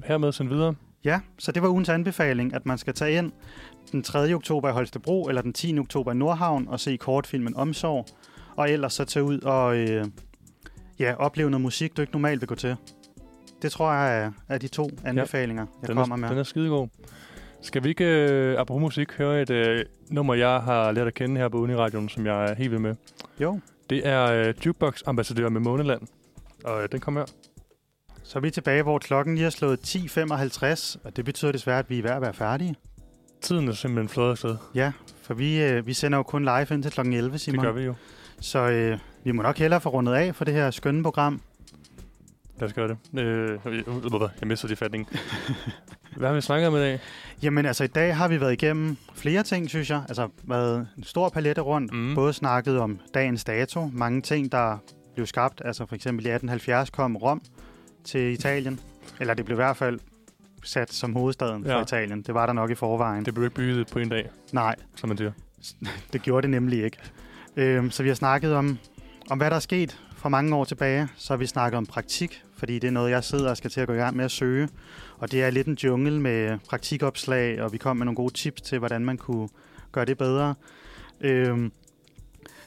S3: Hermed sendt videre.
S2: Ja, så det var ugens anbefaling, at man skal tage ind den 3. oktober i Holstebro eller den 10. oktober i Nordhavn og se kortfilmen Omsorg. Og ellers så tage ud og øh, ja, opleve noget musik, du ikke normalt vil gå til. Det tror jeg er, er de to anbefalinger, ja, jeg
S3: den
S2: kommer
S3: er,
S2: med.
S3: Den er skidegod. Skal vi ikke, øh, apropos musik, høre et øh, nummer, jeg har lært at kende her på Uniradioen, som jeg er helt vild med?
S2: Jo,
S3: Det er øh, Jukebox Ambassadør med Måneland. Og øh, den kommer her.
S2: så er vi tilbage, hvor klokken lige har slået 10.55, og det betyder desværre, at vi er ved at være færdige.
S3: Tiden er simpelthen flot afsted.
S2: Ja, for vi, øh, vi sender jo kun live ind til klokken 11, Simon.
S3: Det gør vi jo.
S2: Så øh, vi må nok hellere få rundet af for det her skønne program.
S3: Lad os gøre det. Øh, øh, øh, jeg mistede de fatning. Hvad har vi snakket om i dag?
S2: Jamen altså, i dag har vi været igennem flere ting, synes jeg. Altså, været en stor palette rundt.
S3: Mm.
S2: Både snakket om dagens dato, mange ting, der blev skabt. Altså for eksempel i 1870 kom Rom til Italien. Eller det blev i hvert fald sat som hovedstaden ja. for
S3: Ja.
S2: Italien. Det var der nok i forvejen. Det...
S3: Det blev ikke bygget på en dag,
S2: Nej,
S3: som man siger.
S2: det gjorde det nemlig ikke. Øhm, så vi har snakket om, om, hvad der er sket for mange år tilbage. Så har vi snakket om praktik, fordi det er noget, jeg sidder og skal til at gå i gang med at søge. Og det er lidt en jungle med praktikopslag, og vi kom med nogle gode tips til, hvordan man kunne gøre det bedre. Øhm,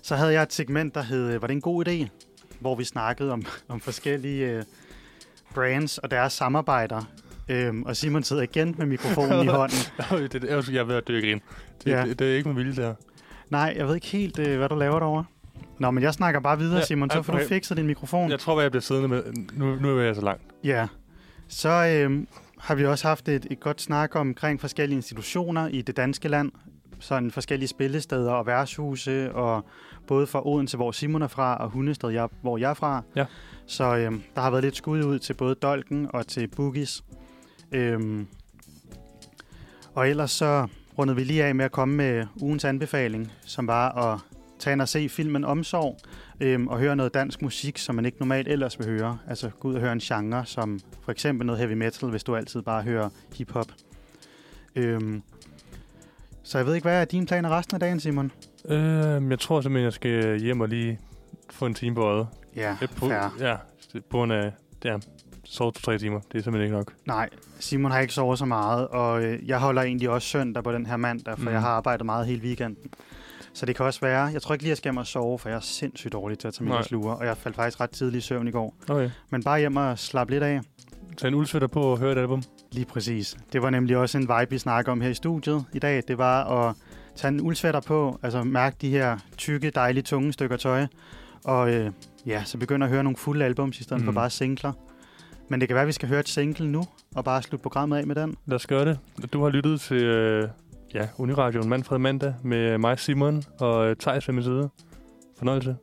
S2: så havde jeg et segment, der hed, øh, var det en god idé? Hvor vi snakkede om, om forskellige øh, brands og deres samarbejder. Øhm, og Simon sidder igen med mikrofonen i hånden.
S3: Øj, det, det, jeg er ved at dø af grin. Det,
S2: Ja.
S3: ja. det, det, er ikke med vilje, det her.
S2: Nej, jeg ved ikke helt, øh, hvad du laver derovre. Nå, men jeg snakker bare videre, ja,
S3: Ja,
S2: Simon, så
S3: ja,
S2: får du
S3: okay.
S2: fikset din mikrofon. Ja.
S3: Jeg tror, at jeg bliver siddende med... Nu, nu er jeg så langt.
S2: ja. Så øh, har vi også haft et, et godt snak omkring forskellige institutioner i det danske land. Sådan forskellige spillesteder og værtshuse, og både fra Odense, hvor Simon er fra, og Hundested, jeg, hvor jeg er fra.
S3: Ja.
S2: Så øh, der har været lidt skud ud til både Dolken og til Boogies. Øhm, og ellers så rundede vi lige af med at komme med ugens anbefaling, som var at tage ind og se filmen Omsorg øhm, og høre noget dansk musik, som man ikke normalt ellers vil høre. Altså gå ud og høre en genre, som for eksempel noget heavy metal, hvis du altid bare hører hiphop. Øhm, så jeg ved ikke, hvad er dine planer resten af dagen, Simon?
S3: Øh, jeg tror simpelthen, jeg skal hjem og lige få en time på øjet.
S2: Ja,
S3: Ja, på,
S2: fair.
S3: ja, det- på grund af... Ja, sove to-tre timer. Det er simpelthen ikke nok.
S2: Nej, Simon har ikke sovet så meget, og øh, jeg holder egentlig også søndag på den her mandag, for mm.
S3: Mm.
S2: jeg har arbejdet meget hele weekenden. Så det kan også være, jeg tror ikke lige, jeg skal hjem og sove, for jeg er sindssygt dårlig til at tage
S3: Nej.
S2: mine sluger, og jeg faldt faktisk ret tidligt i søvn i går.
S3: Okay.
S2: Men bare hjem og slappe lidt af.
S3: Tag en uldsvætter på og hør et album.
S2: Lige præcis. Det var nemlig også en vibe, vi snakker om her i studiet i dag. Det var at tage en uldsvætter på, altså mærke de her tykke, dejlige, tunge stykker tøj. Og øh, ja, så begynde at høre nogle fulde albums, i stedet mm. for
S3: Mm.
S2: bare singler. Men det kan være, at vi skal høre et single nu, og bare slutte programmet af med den.
S3: Lad os gøre det. Du har lyttet til øh, ja, Uniradioen Manfred Mandag med mig, Simon, og øh, Thijs ved min side. Fornøjelse.